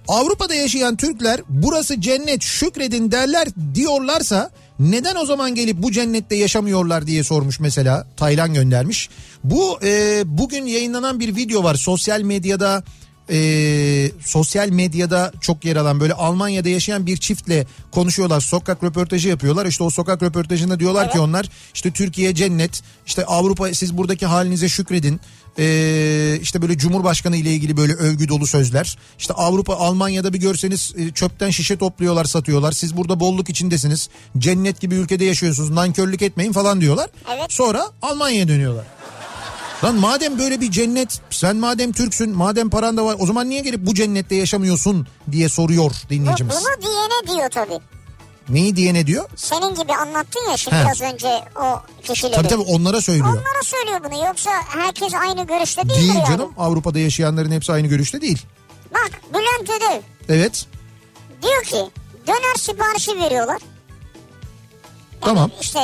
Speaker 1: Avrupa'da yaşayan Türkler burası cennet şükredin derler diyorlarsa neden o zaman gelip bu cennette yaşamıyorlar diye sormuş mesela Taylan göndermiş. Bu e, bugün yayınlanan bir video var sosyal medyada e, sosyal medyada çok yer alan böyle Almanya'da yaşayan bir çiftle konuşuyorlar sokak röportajı yapıyorlar işte o sokak röportajında diyorlar ki onlar işte Türkiye cennet işte Avrupa siz buradaki halinize şükredin ee, işte böyle Cumhurbaşkanı ile ilgili böyle övgü dolu sözler. İşte Avrupa Almanya'da bir görseniz e, çöpten şişe topluyorlar satıyorlar. Siz burada bolluk içindesiniz. Cennet gibi ülkede yaşıyorsunuz. Nankörlük etmeyin falan diyorlar.
Speaker 2: Evet.
Speaker 1: Sonra Almanya'ya dönüyorlar. Lan madem böyle bir cennet sen madem Türksün madem paran da var o zaman niye gelip bu cennette yaşamıyorsun diye soruyor
Speaker 2: Bu-
Speaker 1: dinleyicimiz.
Speaker 2: Bunu diyene diyor tabii.
Speaker 1: Neyi diye ne diyor?
Speaker 2: Senin gibi anlattın ya şimdi
Speaker 1: He.
Speaker 2: az önce o kişileri.
Speaker 1: Tabii tabii onlara söylüyor.
Speaker 2: Onlara söylüyor bunu yoksa herkes aynı görüşte değildir
Speaker 1: Değil
Speaker 2: yani.
Speaker 1: canım Avrupa'da yaşayanların hepsi aynı görüşte değil.
Speaker 2: Bak Bülent Ödev
Speaker 1: Evet
Speaker 2: diyor ki döner siparişi veriyorlar.
Speaker 1: tamam
Speaker 2: İşte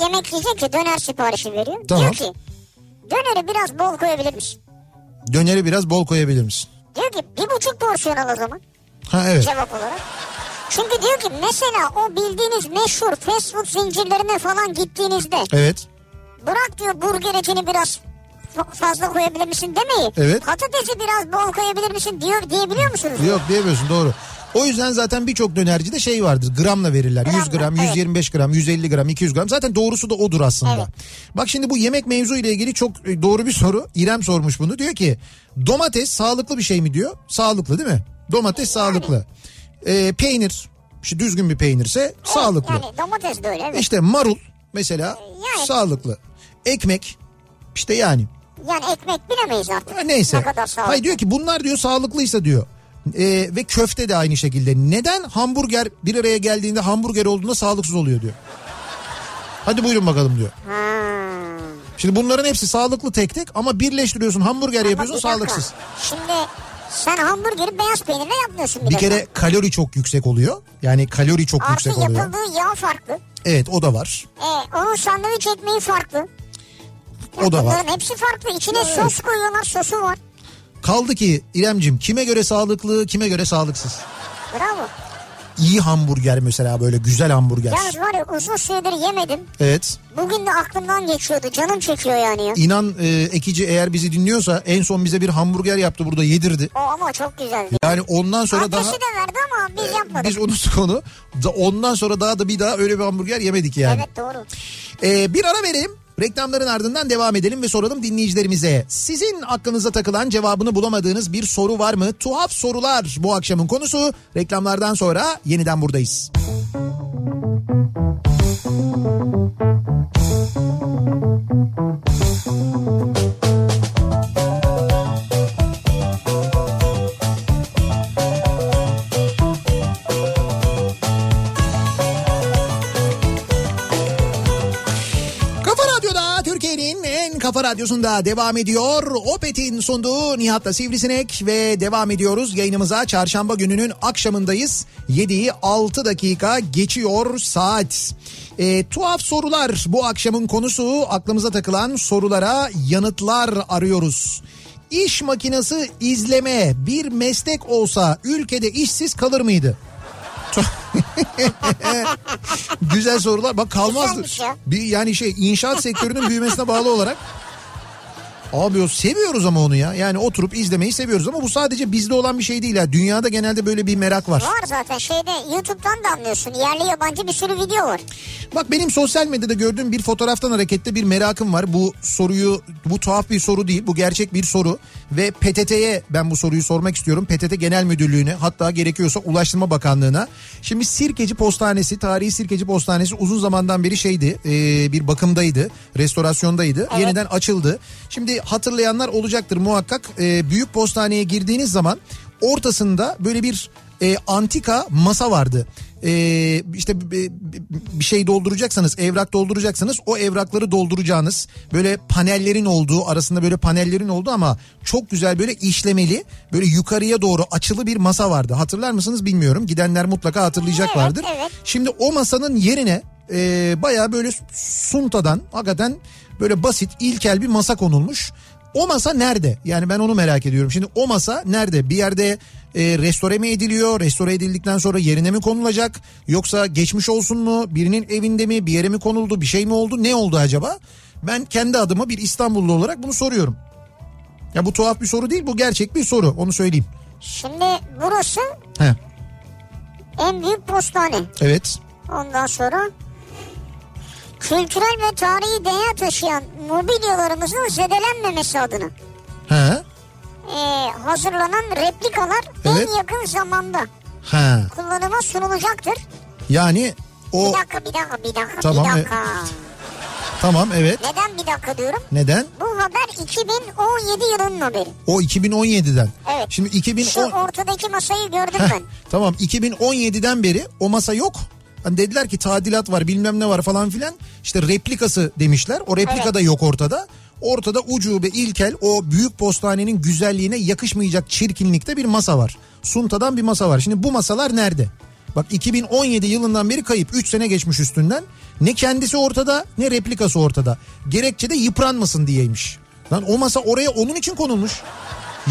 Speaker 2: yemek yiyecek ya döner siparişi veriyor.
Speaker 1: Tamam.
Speaker 2: Diyor ki döneri biraz bol koyabilir misin?
Speaker 1: döneri biraz bol koyabilir misin?
Speaker 2: Diyor ki bir buçuk porsiyon al o zaman
Speaker 1: Ha evet.
Speaker 2: cevap olarak. Çünkü diyor ki mesela o bildiğiniz meşhur fast food zincirlerine falan gittiğinizde
Speaker 1: Evet.
Speaker 2: bırak diyor burger etini biraz fa- fazla koyabilir misin demeyi.
Speaker 1: Evet.
Speaker 2: Patatesi biraz bol koyabilir misin diyor diyebiliyor musunuz?
Speaker 1: Yok diyemiyorsun doğru. O yüzden zaten birçok dönercide şey vardır. Gramla verirler. 100
Speaker 2: Gramla,
Speaker 1: gram,
Speaker 2: evet.
Speaker 1: 125 gram, 150 gram, 200 gram. Zaten doğrusu da odur aslında.
Speaker 2: Evet.
Speaker 1: Bak şimdi bu yemek mevzu ile ilgili çok e, doğru bir soru. İrem sormuş bunu. Diyor ki domates sağlıklı bir şey mi diyor? Sağlıklı değil mi? Domates sağlıklı. Ee, peynir, işte düzgün bir peynirse sağlıklı.
Speaker 2: Yani domates de öyle evet.
Speaker 1: İşte marul mesela
Speaker 2: Yani-
Speaker 1: sağlıklı. Ekmek işte yani.
Speaker 2: Yani ekmek bilemeyiz artık.
Speaker 1: Ha, neyse.
Speaker 2: Ne kadar sağlıklı.
Speaker 1: Hayır diyor ki bunlar diyor sağlıklıysa diyor. Ee, ve köfte de aynı şekilde. Neden hamburger bir araya geldiğinde hamburger olduğunda sağlıksız oluyor diyor. Hadi buyurun bakalım diyor.
Speaker 2: Ha.
Speaker 1: Şimdi bunların hepsi sağlıklı tek tek ama birleştiriyorsun hamburger yapıyorsun
Speaker 2: Ama bir dakika.
Speaker 1: sağlıksız.
Speaker 2: Şimdi sen hamburgeri beyaz peynirle yapmıyorsun bir,
Speaker 1: Bir
Speaker 2: defa.
Speaker 1: kere kalori çok yüksek oluyor. Yani kalori çok
Speaker 2: Artı
Speaker 1: yüksek oluyor.
Speaker 2: yapıldığı yağ farklı.
Speaker 1: Evet o da var.
Speaker 2: E, onun sandviç ekmeği farklı. Ya
Speaker 1: O da var.
Speaker 2: bunların hepsi farklı. İçine sos koyuyorlar sosu var.
Speaker 1: Kaldı ki İremcim kime göre sağlıklı kime göre sağlıksız.
Speaker 2: Bravo.
Speaker 1: İyi hamburger mesela böyle güzel hamburger.
Speaker 2: Yalnız var ya uzun süredir yemedim.
Speaker 1: Evet.
Speaker 2: Bugün de aklımdan geçiyordu. Canım çekiyor yani ya.
Speaker 1: İnan e, Ekici eğer bizi dinliyorsa en son bize bir hamburger yaptı burada yedirdi.
Speaker 2: O ama çok güzeldi.
Speaker 1: Yani ondan sonra
Speaker 2: Adresi
Speaker 1: daha Ee,
Speaker 2: de verdi ama biz yapmadık.
Speaker 1: biz unuttuk onu. (laughs) Da- Ondan sonra daha da bir daha öyle bir hamburger yemedik yani.
Speaker 2: Evet doğru.
Speaker 1: Ee, bir ara verelim. Reklamların ardından devam edelim ve soralım dinleyicilerimize. Sizin aklınıza takılan cevabını bulamadığınız bir soru var mı? Tuhaf sorular bu akşamın konusu. Reklamlardan sonra yeniden buradayız. Kafa Radyo'da Türkiye'nin en kafa radyosunda devam ediyor. Opet'in sunduğu Nihat'la Sivrisinek ve devam ediyoruz. Yayınımıza çarşamba gününün akşamındayız. 7'yi 6 dakika geçiyor saat. E, tuhaf sorular bu akşamın konusu. Aklımıza takılan sorulara yanıtlar arıyoruz. İş makinesi izleme bir meslek olsa ülkede işsiz kalır mıydı? Güzel sorular. Bak kalmazdı.
Speaker 2: Güzelmiş ya.
Speaker 1: Bir yani şey inşaat sektörünün büyümesine bağlı olarak Abi o seviyoruz ama onu ya. Yani oturup izlemeyi seviyoruz ama bu sadece bizde olan bir şey değil. ya. Dünyada genelde böyle bir merak var.
Speaker 2: Var zaten şeyde YouTube'dan da anlıyorsun. Yerli yabancı bir sürü video var.
Speaker 1: Bak benim sosyal medyada gördüğüm bir fotoğraftan hareketle bir merakım var. Bu soruyu bu tuhaf bir soru değil bu gerçek bir soru ve PTT'ye ben bu soruyu sormak istiyorum. PTT Genel Müdürlüğü'ne hatta gerekiyorsa Ulaştırma Bakanlığı'na. Şimdi Sirkeci Postanesi tarihi Sirkeci Postanesi uzun zamandan beri şeydi e, bir bakımdaydı restorasyondaydı yeniden açıldı. Şimdi hatırlayanlar olacaktır muhakkak E, büyük postaneye girdiğiniz zaman ortasında böyle bir e, antika masa vardı. E, işte b- b- bir şey dolduracaksanız evrak dolduracaksanız o evrakları dolduracağınız böyle panellerin olduğu arasında böyle panellerin olduğu ama çok güzel böyle işlemeli böyle yukarıya doğru açılı bir masa vardı hatırlar mısınız bilmiyorum gidenler mutlaka hatırlayacaklardır.
Speaker 2: Evet, evet.
Speaker 1: Şimdi o masanın yerine e, baya böyle suntadan hakikaten böyle basit ilkel bir masa konulmuş. O masa nerede? Yani ben onu merak ediyorum. Şimdi o masa nerede? Bir yerde e, restore mi ediliyor? Restore edildikten sonra yerine mi konulacak? Yoksa geçmiş olsun mu? Birinin evinde mi? Bir yere mi konuldu? Bir şey mi oldu? Ne oldu acaba? Ben kendi adıma bir İstanbullu olarak bunu soruyorum. Ya bu tuhaf bir soru değil bu gerçek bir soru onu söyleyeyim.
Speaker 2: Şimdi burası
Speaker 1: He,
Speaker 2: en büyük postane.
Speaker 1: evet.
Speaker 2: Ondan sonra kültürel ve tarihi değer taşıyan mobilyalarımızın zedelenmemesi adına
Speaker 1: He.
Speaker 2: eee, hazırlanan replikalar
Speaker 1: Evet.
Speaker 2: en yakın zamanda
Speaker 1: He.
Speaker 2: kullanıma sunulacaktır.
Speaker 1: Yani o
Speaker 2: Bir dakika bir dakika bir dakika
Speaker 1: Tamam,
Speaker 2: bir
Speaker 1: e-
Speaker 2: dakika.
Speaker 1: tamam evet.
Speaker 2: Neden bir dakika diyorum?
Speaker 1: Neden?
Speaker 2: Bu haber 2017 yılının haberi.
Speaker 1: O 2017'den.
Speaker 2: Evet.
Speaker 1: Şimdi
Speaker 2: Şu
Speaker 1: 2010
Speaker 2: ortadaki masayı gördüm
Speaker 1: Heh,
Speaker 2: ben.
Speaker 1: tamam 2017'den beri o masa yok. Hani dediler ki tadilat var bilmem ne var falan filan. İşte replikası demişler. O replika
Speaker 2: Evet.
Speaker 1: da yok ortada. Ortada ucube ilkel o büyük postanenin güzelliğine yakışmayacak çirkinlikte bir masa var. Sunta'dan bir masa var. Şimdi bu masalar nerede? Bak 2017 yılından beri kayıp 3 sene geçmiş üstünden. Ne kendisi ortada ne replikası ortada. Gerekçe de yıpranmasın diyeymiş. Lan o masa oraya onun için konulmuş.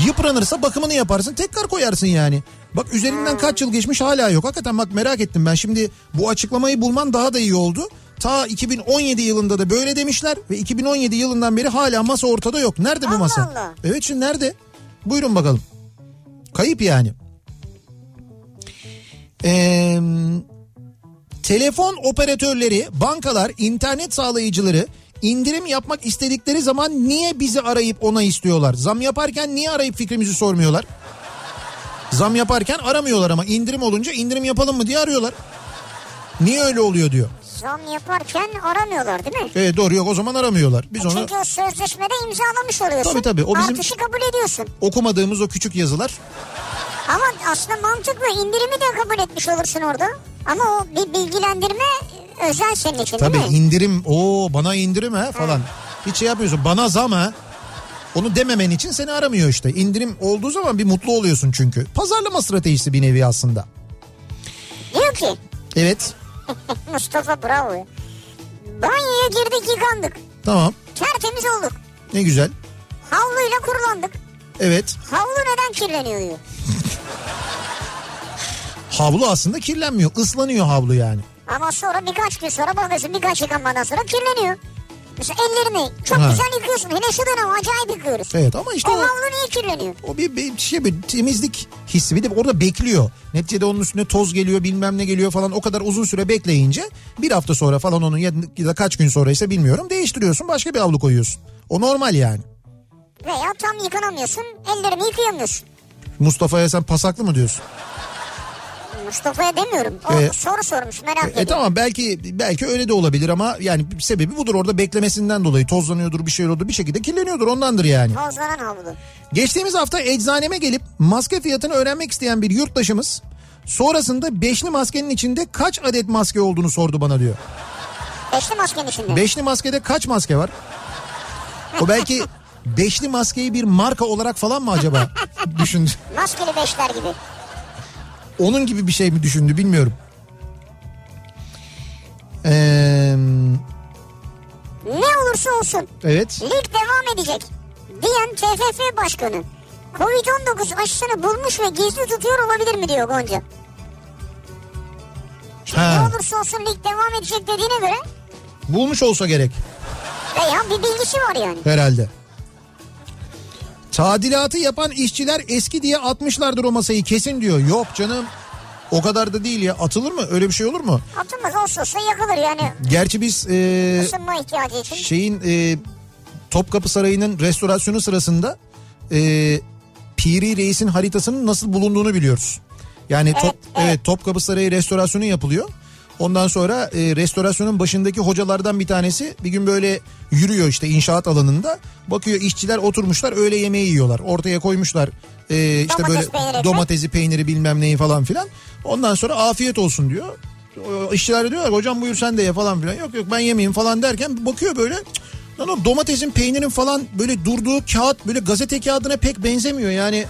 Speaker 1: Yıpranırsa bakımını yaparsın tekrar koyarsın yani. Bak üzerinden kaç yıl geçmiş hala yok. Hakikaten bak merak ettim ben şimdi bu açıklamayı bulman daha da iyi oldu. Ta 2017 yılında da böyle demişler ve 2017 yılından beri hala masa ortada yok. Nerede bu
Speaker 2: Allah
Speaker 1: masa?
Speaker 2: Allah.
Speaker 1: Evet şimdi nerede? Buyurun bakalım. Kayıp yani. Eee telefon operatörleri, bankalar, internet sağlayıcıları indirim yapmak istedikleri zaman niye bizi arayıp ona istiyorlar? Zam yaparken niye arayıp fikrimizi sormuyorlar? Zam yaparken aramıyorlar ama indirim olunca indirim yapalım mı diye arıyorlar. Niye öyle oluyor diyor.
Speaker 2: Zam yaparken aramıyorlar değil mi?
Speaker 1: Evet doğru yok o zaman aramıyorlar. Biz onu
Speaker 2: Çünkü o sözleşmede imzalamış oluyorsun.
Speaker 1: Tabii, tabii, o bizim-
Speaker 2: Artışı kabul ediyorsun.
Speaker 1: okumadığımız o küçük yazılar
Speaker 2: Ama aslında mantıklı indirimi de kabul etmiş olursun orada. Ama o bir bilgilendirme e, özel senin için
Speaker 1: Tabii
Speaker 2: değil mi?
Speaker 1: indirim o bana indirim ha falan. Hiç şey yapmıyorsun bana zam ha. Onu dememen için seni aramıyor işte. İndirim olduğu zaman bir mutlu oluyorsun çünkü. Pazarlama stratejisi bir nevi aslında.
Speaker 2: Diyor ki (laughs)
Speaker 1: Evet
Speaker 2: Mustafa bravo. ya. Banyoya girdik yıkandık.
Speaker 1: tamam
Speaker 2: Tertemiz olduk.
Speaker 1: ne güzel.
Speaker 2: Havluyla kurulandık.
Speaker 1: Evet
Speaker 2: Havlu neden kirleniyor diyor.
Speaker 1: havlu aslında kirlenmiyor ıslanıyor havlu yani.
Speaker 2: Ama sonra birkaç gün sonra bakıyorsun birkaç yıkanmadan sonra kirleniyor. Mesela ellerini çok
Speaker 1: Ha.
Speaker 2: güzel yıkıyorsun. Hele şu dönem acayip yıkıyoruz.
Speaker 1: Evet ama işte
Speaker 2: O
Speaker 1: o,
Speaker 2: havlu niye kirleniyor?
Speaker 1: o bir, bir şey bir temizlik hissi bir de orada bekliyor. Neticede onun üstüne toz geliyor bilmem ne geliyor falan o kadar uzun süre bekleyince bir hafta sonra falan onun ya ya da kaç gün sonra ise bilmiyorum değiştiriyorsun başka bir havlu koyuyorsun. O normal yani.
Speaker 2: Veya tam yıkanamıyorsun. Ellerini yıkayamıyorsun.
Speaker 1: Mustafa'ya sen pasaklı mı diyorsun?
Speaker 2: Mustafa'ya demiyorum. O
Speaker 1: Ee,
Speaker 2: soru sormuş merak
Speaker 1: E
Speaker 2: ediyorum.
Speaker 1: tamam belki belki öyle de olabilir ama yani sebebi budur orada beklemesinden dolayı tozlanıyordur bir şey olur bir şekilde kirleniyordur ondandır yani.
Speaker 2: Tozlanan havlu.
Speaker 1: Geçtiğimiz hafta eczaneme gelip maske fiyatını öğrenmek isteyen bir yurttaşımız sonrasında beşli maskenin içinde kaç adet maske olduğunu sordu bana diyor.
Speaker 2: Beşli maskenin içinde.
Speaker 1: Beşli maskede kaç maske var? O belki beşli maskeyi bir marka olarak falan mı acaba düşündü?
Speaker 2: Maskeli beşler gibi.
Speaker 1: Onun gibi bir şey mi düşündü bilmiyorum. Ee,
Speaker 2: Ne olursa olsun
Speaker 1: evet.
Speaker 2: lig devam edecek diyen TFF Başkanı. Covid-19 aşısını bulmuş ve gizli tutuyor olabilir mi diyor Gonca. Şimdi
Speaker 1: Ha.
Speaker 2: ne olursa olsun lig devam edecek dediğine göre
Speaker 1: Bulmuş olsa gerek
Speaker 2: veya bir bilgisi var yani.
Speaker 1: herhalde. Tadilatı yapan işçiler eski diye atmışlardır o masayı kesin diyor. Yok canım o kadar da değil ya atılır mı öyle bir şey olur mu?
Speaker 2: Atılmaz olsa olsa yakılır yani.
Speaker 1: Gerçi biz e,
Speaker 2: Isınma ihtiyacı için.
Speaker 1: şeyin e, Topkapı Sarayı'nın restorasyonu sırasında e, Piri Reis'in haritasının nasıl bulunduğunu biliyoruz. Yani top,
Speaker 2: evet.
Speaker 1: evet, Topkapı Sarayı restorasyonu yapılıyor. Ondan sonra e, restorasyonun başındaki hocalardan bir tanesi bir gün böyle yürüyor işte inşaat alanında. Bakıyor işçiler oturmuşlar öğle yemeği yiyorlar. Ortaya koymuşlar e, işte
Speaker 2: Domates,
Speaker 1: böyle
Speaker 2: peynir, ekmek.
Speaker 1: domatesi peyniri bilmem neyi falan filan. Ondan sonra afiyet olsun diyor. O İşçiler de diyorlar ki, hocam buyur sen de ye falan filan. Yok yok ben yemeyeyim falan derken bakıyor böyle. "Cık, Lan o domatesin peynirin falan böyle durduğu kağıt böyle gazete kağıdına pek benzemiyor yani.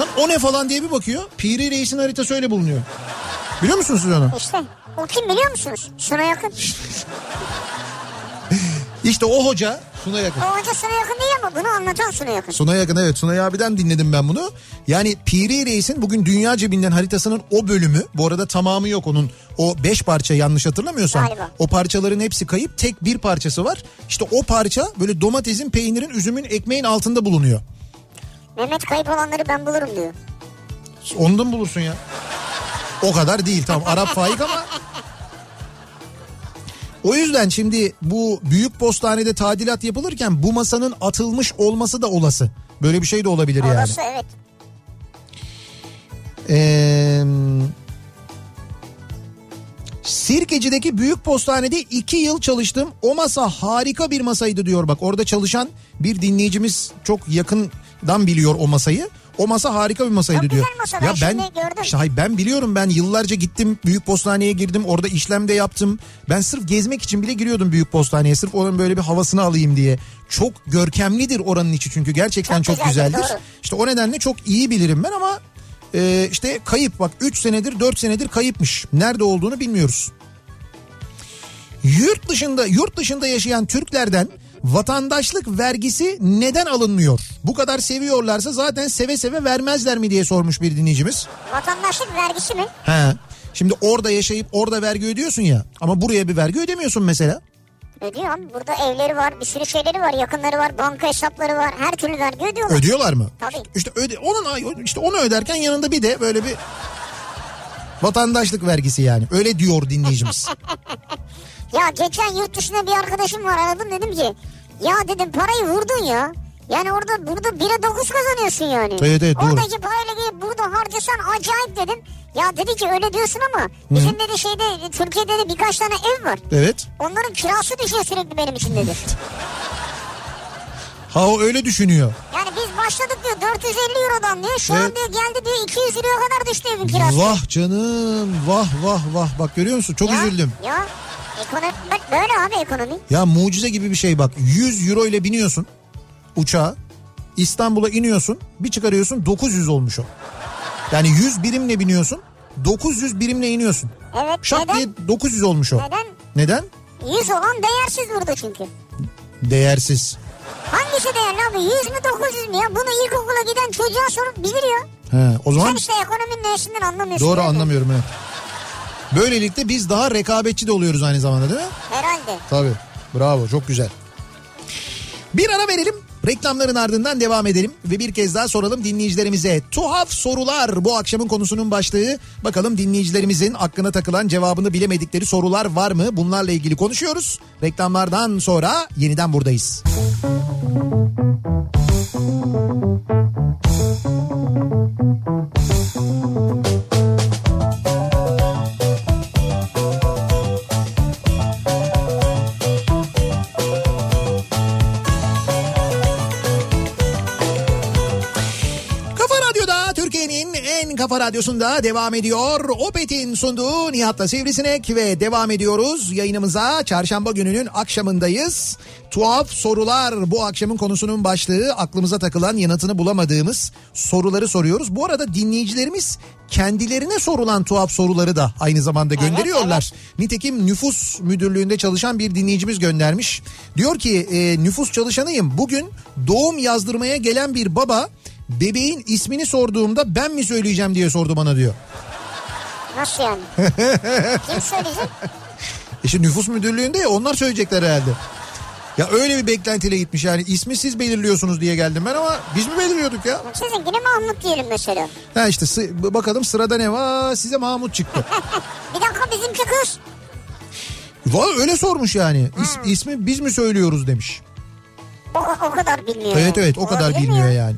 Speaker 1: Lan o ne falan diye bir bakıyor. Piri Reis'in haritası öyle bulunuyor. Biliyor musunuz siz onu?
Speaker 2: İşte o kim biliyor musunuz? Suna yakın.
Speaker 1: İşte o hoca Suna Yakın.
Speaker 2: O hoca suna yakın değil ama bunu anlatan suna yakın.
Speaker 1: Suna Yakın evet Sunay abiden dinledim ben bunu. Yani Piri Reis'in bugün dünyaca bilinen haritasının o bölümü bu arada tamamı yok onun o 5 parça yanlış hatırlamıyorsam
Speaker 2: Galiba.
Speaker 1: o parçaların hepsi kayıp tek bir parçası var. İşte o parça böyle domatesin peynirin üzümün ekmeğin altında bulunuyor.
Speaker 2: Mehmet kayıp olanları ben bulurum diyor.
Speaker 1: Ondan mı bulursun ya? O kadar değil tamam Arap faik ama. O yüzden şimdi bu büyük postanede tadilat yapılırken bu masanın atılmış olması da olası. Böyle bir şey de olabilir yani.
Speaker 2: Orası evet.
Speaker 1: Ee, Sirkeci'deki büyük postanede iki yıl çalıştım. O masa harika bir masaydı diyor bak. Orada çalışan bir dinleyicimiz çok yakından biliyor o masayı. O masa harika bir masaydı
Speaker 2: Çok
Speaker 1: diyor.
Speaker 2: güzel masa, ben şimdi gördüm.
Speaker 1: İşte hayır, ben biliyorum ben yıllarca gittim büyük postaneye girdim orada işlem de yaptım. Ben sırf gezmek için bile giriyordum büyük postaneye sırf oranın böyle bir havasını alayım diye. Çok görkemlidir oranın içi çünkü gerçekten çok,
Speaker 2: Çok güzeldir,
Speaker 1: güzeldir.
Speaker 2: doğru.
Speaker 1: İşte o nedenle çok iyi bilirim ben ama e, işte kayıp bak 3 senedir 4 senedir kayıpmış. Nerede olduğunu bilmiyoruz. Yurt dışında yurt dışında yaşayan Türklerden vatandaşlık vergisi neden alınmıyor? Bu kadar seviyorlarsa zaten seve seve vermezler mi diye sormuş bir dinleyicimiz.
Speaker 2: Vatandaşlık vergisi mi?
Speaker 1: He. Şimdi orada yaşayıp orada vergi ödüyorsun ya ama buraya bir vergi ödemiyorsun mesela.
Speaker 2: Ödüyor abi. Burada evleri var, bir sürü şeyleri var, yakınları var, banka hesapları var. Her türlü vergi ödüyorlar.
Speaker 1: Ödüyorlar mı?
Speaker 2: Tabii.
Speaker 1: İşte öde onun işte onu öderken yanında bir de böyle bir vatandaşlık vergisi yani. Öyle diyor
Speaker 2: (laughs)
Speaker 1: dinleyicimiz.
Speaker 2: Ya geçen yurt dışında bir arkadaşım var aradım dedim ki ya dedim parayı vurdun ya. Yani orada burada 1'e 9 kazanıyorsun yani.
Speaker 1: Evet, evet, doğru.
Speaker 2: Oradaki parayla gelip burada harcasan acayip dedim. Ya dedi ki öyle diyorsun ama bizim dedi şeyde Türkiye'de de birkaç tane ev var.
Speaker 1: evet.
Speaker 2: Onların kirası düşüyor sürekli benim
Speaker 1: (laughs)
Speaker 2: için dedi.
Speaker 1: Ha o öyle düşünüyor.
Speaker 2: Yani biz başladık diyor 450 Euro'dan diyor. Şu an
Speaker 1: Evet.
Speaker 2: diyor geldi diyor 200 Euro'ya kadar düştü evin kirası.
Speaker 1: Vah canım vah vah vah bak görüyor musun çok
Speaker 2: ya,
Speaker 1: üzüldüm.
Speaker 2: Ya ekonomi bak böyle abi ekonomi.
Speaker 1: Ya mucize gibi bir şey bak 100 euro ile biniyorsun uçağa İstanbul'a iniyorsun bir çıkarıyorsun 900 olmuş o. Yani 100 birimle biniyorsun 900 birimle iniyorsun.
Speaker 2: Evet
Speaker 1: Şak
Speaker 2: neden?
Speaker 1: diye 900 olmuş o.
Speaker 2: Neden?
Speaker 1: Neden?
Speaker 2: 100 olan değersiz burada çünkü.
Speaker 1: Değersiz.
Speaker 2: Hangisi değerli abi 100 mü 900 mü ya? Bunu ilkokula giden çocuğa sorup bilir ya.
Speaker 1: He, o zaman
Speaker 2: Sen işte ekonominin nesinden anlamıyorsun.
Speaker 1: doğru
Speaker 2: abi.
Speaker 1: anlamıyorum evet. Böylelikle biz daha rekabetçi de oluyoruz aynı zamanda değil mi?
Speaker 2: Herhalde.
Speaker 1: Tabii. Bravo çok güzel. Bir ara verelim. Reklamların ardından devam edelim ve bir kez daha soralım dinleyicilerimize. Tuhaf sorular bu akşamın konusunun başlığı. Bakalım dinleyicilerimizin aklına takılan cevabını bilemedikleri sorular var mı? Bunlarla ilgili konuşuyoruz. Reklamlardan sonra yeniden buradayız. Kafa Radyo'da Türkiye'nin en kafa radyosunda devam ediyor. Opet'in sunduğu Nihat'la Sivrisinek ve devam ediyoruz. Yayınımıza çarşamba gününün akşamındayız. Tuhaf sorular bu akşamın konusunun başlığı. Aklımıza takılan yanıtını bulamadığımız soruları soruyoruz. Bu arada dinleyicilerimiz kendilerine sorulan tuhaf soruları da aynı zamanda gönderiyorlar. Nitekim nüfus müdürlüğünde çalışan bir dinleyicimiz göndermiş. Diyor ki e, nüfus çalışanıyım. Bugün doğum yazdırmaya gelen bir baba bebeğin ismini sorduğumda ben mi söyleyeceğim diye sordu bana diyor. (laughs)
Speaker 2: Nasıl yani? Kim söyleyecek?
Speaker 1: E İşte nüfus müdürlüğünde ya onlar söyleyecekler herhalde. Ya öyle bir beklentiyle gitmiş yani ismi siz belirliyorsunuz diye geldim ben ama biz mi belirliyorduk ya?
Speaker 2: Sizinkini Mahmut diyelim mesela.
Speaker 1: Ha işte sı- bakalım sırada ne var size Mahmut çıktı.
Speaker 2: bir dakika bizimki kız.
Speaker 1: Valla öyle sormuş yani İs- ismi biz mi söylüyoruz demiş.
Speaker 2: O, o kadar bilmiyor.
Speaker 1: Evet evet o kadar
Speaker 2: Olabilir mi
Speaker 1: bilmiyor
Speaker 2: ya?
Speaker 1: yani.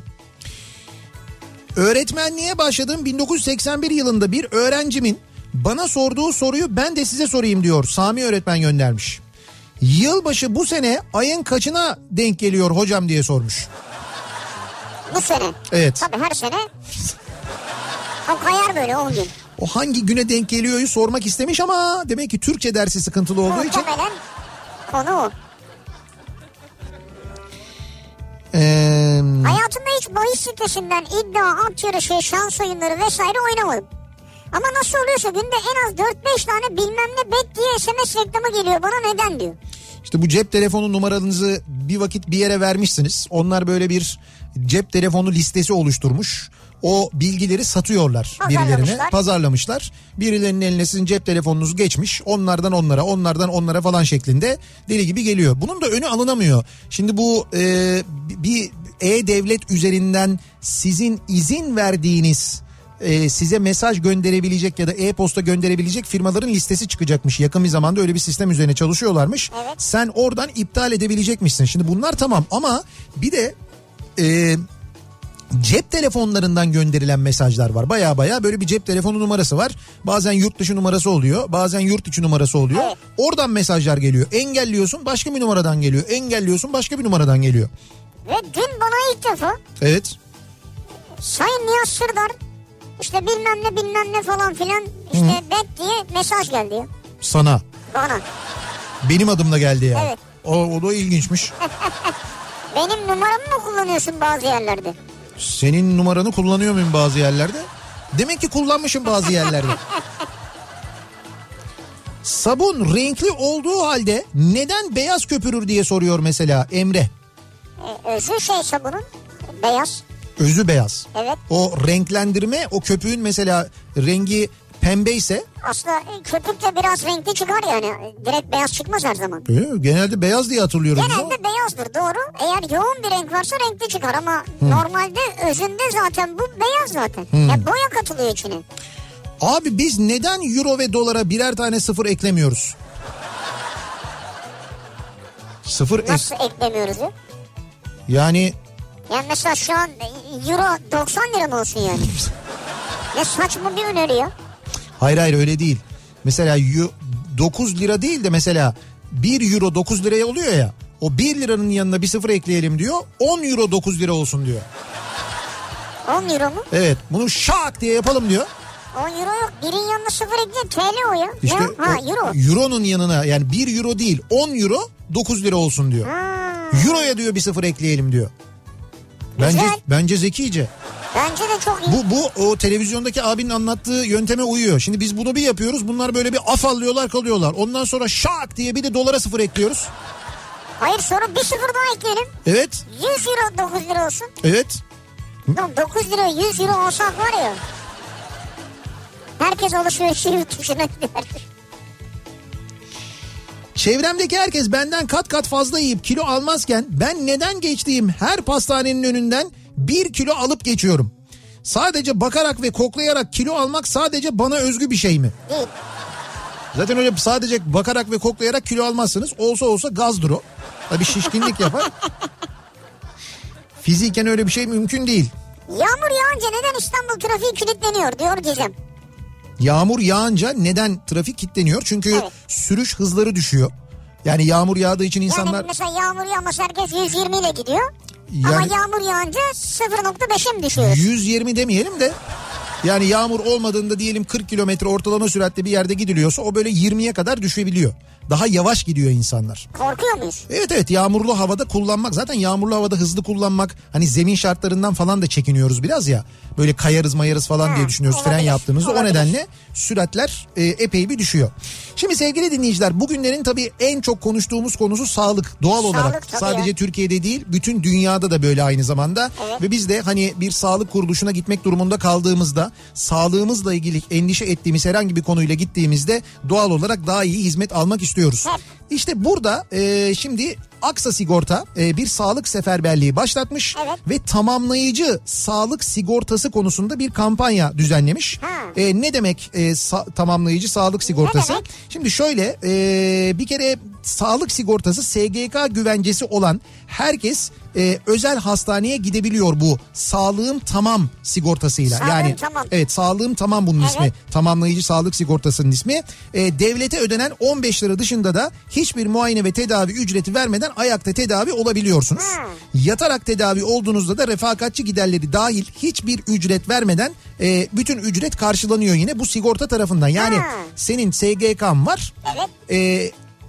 Speaker 1: Öğretmenliğe başladığım 1981 yılında bir öğrencimin bana sorduğu soruyu ben de size sorayım diyor. Sami öğretmen göndermiş. Yılbaşı bu sene ayın kaçına denk geliyor hocam diye sormuş.
Speaker 2: Bu sene.
Speaker 1: Evet.
Speaker 2: Tabii her sene. o kayar böyle 10 gün.
Speaker 1: O hangi güne denk geliyoryu sormak istemiş ama demek ki Türkçe dersi sıkıntılı olduğu
Speaker 2: (laughs)
Speaker 1: için.
Speaker 2: Muhtemelen konu o.
Speaker 1: Ee,
Speaker 2: Hayatımda hiç bahis sitesinden iddia, at yarışı, şans oyunları vesaire oynamadım. Ama nasıl oluyorsa günde en az 4-5 tane bilmem ne bet diye SMS reklamı geliyor bana neden diyor.
Speaker 1: işte bu cep telefonu numaranızı bir vakit bir yere vermişsiniz. Onlar böyle bir cep telefonu listesi oluşturmuş. O bilgileri satıyorlar birilerine.
Speaker 2: Pazarlamışlar.
Speaker 1: Pazarlamışlar. Birilerinin eline sizin cep telefonunuz geçmiş. Onlardan onlara, onlardan onlara falan şeklinde deli gibi geliyor. Bunun da önü alınamıyor. Şimdi bu e, bi- bir e-devlet üzerinden sizin izin verdiğiniz e, size mesaj gönderebilecek ya da e-posta gönderebilecek firmaların listesi çıkacakmış. Yakın bir zamanda öyle bir sistem üzerine çalışıyorlarmış. Sen oradan iptal edebilecekmişsin. Şimdi bunlar tamam ama bir de e, cep telefonlarından gönderilen mesajlar var. Baya baya böyle bir cep telefonu numarası var. Bazen yurt dışı numarası oluyor. Bazen yurt içi numarası oluyor.
Speaker 2: Evet.
Speaker 1: Oradan mesajlar geliyor. Engelliyorsun başka bir numaradan geliyor. Engelliyorsun başka bir numaradan geliyor.
Speaker 2: Ve dün bana ilk defa
Speaker 1: Evet.
Speaker 2: Sayın Nihat Sırdar işte bilmem ne bilmem ne falan filan işte bet diye mesaj geldi ya
Speaker 1: Sana.
Speaker 2: bana.
Speaker 1: Benim adımla geldi yani.
Speaker 2: Evet.
Speaker 1: O, o da ilginçmiş.
Speaker 2: Benim numaramı mı kullanıyorsun bazı yerlerde?
Speaker 1: Senin numaranı kullanıyor muyum bazı yerlerde? Demek ki kullanmışım bazı yerlerde.
Speaker 2: (laughs)
Speaker 1: Sabun renkli olduğu halde neden beyaz köpürür diye soruyor mesela Emre.
Speaker 2: Ee, özü şey sabunun beyaz.
Speaker 1: Özü beyaz.
Speaker 2: Evet.
Speaker 1: O renklendirme o köpüğün mesela rengi pembe ise
Speaker 2: Aslında e, köpük de biraz renkli çıkar yani. Direkt beyaz çıkmaz her zaman.
Speaker 1: e, genelde beyaz diye hatırlıyoruz. biz ama-
Speaker 2: Genelde beyazdır doğru. Eğer yoğun bir renk varsa renkli çıkar ama normalde özünde zaten bu beyaz zaten. Ya boya katılıyor içine.
Speaker 1: Abi biz neden euro ve dolara birer tane sıfır eklemiyoruz? Sıfır ek-
Speaker 2: Nasıl eklemiyoruz ya?
Speaker 1: yani
Speaker 2: Yani mesela şu an euro 90 lira mı
Speaker 1: (laughs)
Speaker 2: olsun yani? ne saçma bir öneri ya.
Speaker 1: Hayır hayır öyle değil. Mesela yu- 9 lira değil de mesela 1 euro 9 liraya oluyor ya. O 1 liranın yanına bir sıfır ekleyelim diyor. 10 euro 9 lira olsun diyor.
Speaker 2: 10 euro mu?
Speaker 1: Evet bunu şak diye yapalım diyor.
Speaker 2: 10 euro yok. Birin yanına sıfır ekle TL o ya.
Speaker 1: İşte
Speaker 2: ne? o? Ha
Speaker 1: o-
Speaker 2: euro.
Speaker 1: Euro'nun yanına yani 1 euro değil 10 euro 9 lira olsun diyor.
Speaker 2: Ha,
Speaker 1: Euro'ya diyor bir sıfır ekleyelim diyor. Bence
Speaker 2: Güzel.
Speaker 1: bence zekice.
Speaker 2: bence de çok iyi.
Speaker 1: Bu bu o televizyondaki abinin anlattığı yönteme uyuyor. Şimdi biz bunu bir yapıyoruz. Bunlar böyle bir afallıyorlar kalıyorlar. Ondan sonra şak diye bir de dolara sıfır ekliyoruz.
Speaker 2: Hayır sonra bir sıfır daha ekleyelim.
Speaker 1: Evet.
Speaker 2: 100 euro 9 lira olsun.
Speaker 1: Evet.
Speaker 2: Lan 9 lira 100 euro olsak var ya. Herkes alışverişi yurt dışına gider.
Speaker 1: Çevremdeki herkes benden kat kat fazla yiyip kilo almazken ben neden geçtiğim her pastanenin önünden bir kilo alıp geçiyorum. Sadece bakarak ve koklayarak kilo almak sadece bana özgü bir şey mi?
Speaker 2: Değil.
Speaker 1: Zaten öyle sadece bakarak ve koklayarak kilo almazsınız. Olsa olsa gazdır o. Tabii şişkinlik yapar. Fiziken öyle bir şey mümkün değil.
Speaker 2: Yağmur yağınca neden İstanbul trafiği kilitleniyor diyor Gizem.
Speaker 1: Yağmur yağınca neden trafik kilitleniyor? Çünkü
Speaker 2: Evet.
Speaker 1: sürüş hızları düşüyor. Yani yağmur yağdığı için
Speaker 2: Yani
Speaker 1: insanlar...
Speaker 2: mesela yağmur yağmasa herkes 120 ile gidiyor. Ama
Speaker 1: Yani-
Speaker 2: yağmur yağınca 0.5'e mi düşüyoruz?
Speaker 1: 120 demeyelim de yani yağmur olmadığında diyelim 40 kilometre ortalama süratle bir yerde gidiliyorsa o böyle 20'ye kadar düşebiliyor. Daha yavaş gidiyor insanlar.
Speaker 2: Korkuyor muyuz?
Speaker 1: Evet evet yağmurlu havada kullanmak zaten yağmurlu havada hızlı kullanmak hani zemin şartlarından falan da çekiniyoruz biraz ya. Böyle kayarız mayarız falan
Speaker 2: Ha,
Speaker 1: diye düşünüyoruz fren
Speaker 2: olabilir,
Speaker 1: yaptığımızda o
Speaker 2: olabilir.
Speaker 1: nedenle süratler e, epey bir düşüyor. Şimdi sevgili dinleyiciler bugünlerin tabii en çok konuştuğumuz konusu sağlık doğal olarak
Speaker 2: tabii
Speaker 1: sadece
Speaker 2: ya.
Speaker 1: Türkiye'de değil bütün dünyada da böyle aynı zamanda
Speaker 2: Evet.
Speaker 1: ve biz de hani bir sağlık kuruluşuna gitmek durumunda kaldığımızda sağlığımızla ilgili endişe ettiğimiz herhangi bir konuyla gittiğimizde doğal olarak daha iyi hizmet almak istiyoruz.
Speaker 2: Evet.
Speaker 1: İşte burada e, şimdi Aksa Sigorta e, bir sağlık seferberliği başlatmış
Speaker 2: Evet.
Speaker 1: ve tamamlayıcı sağlık sigortası konusunda bir kampanya düzenlemiş.
Speaker 2: Ha.
Speaker 1: E, ne demek e, sa- tamamlayıcı sağlık sigortası?
Speaker 2: demek?
Speaker 1: Şimdi şöyle e, bir kere sağlık sigortası SGK güvencesi olan herkes e, özel hastaneye gidebiliyor bu sağlığım tamam sigortasıyla.
Speaker 2: Sağlığım
Speaker 1: yani e,
Speaker 2: tamam.
Speaker 1: evet sağlığım tamam bunun
Speaker 2: Evet.
Speaker 1: ismi. Tamamlayıcı sağlık sigortasının ismi. E, devlete ödenen 15 lira dışında da hiçbir muayene ve tedavi ücreti vermeden ayakta tedavi olabiliyorsunuz. Yatarak tedavi olduğunuzda da refakatçi giderleri dahil hiçbir ücret vermeden e, bütün ücret karşılanıyor yine bu sigorta tarafından. Yani
Speaker 2: Ha.
Speaker 1: Hani senin SGK'n var.
Speaker 2: Evet.
Speaker 1: E,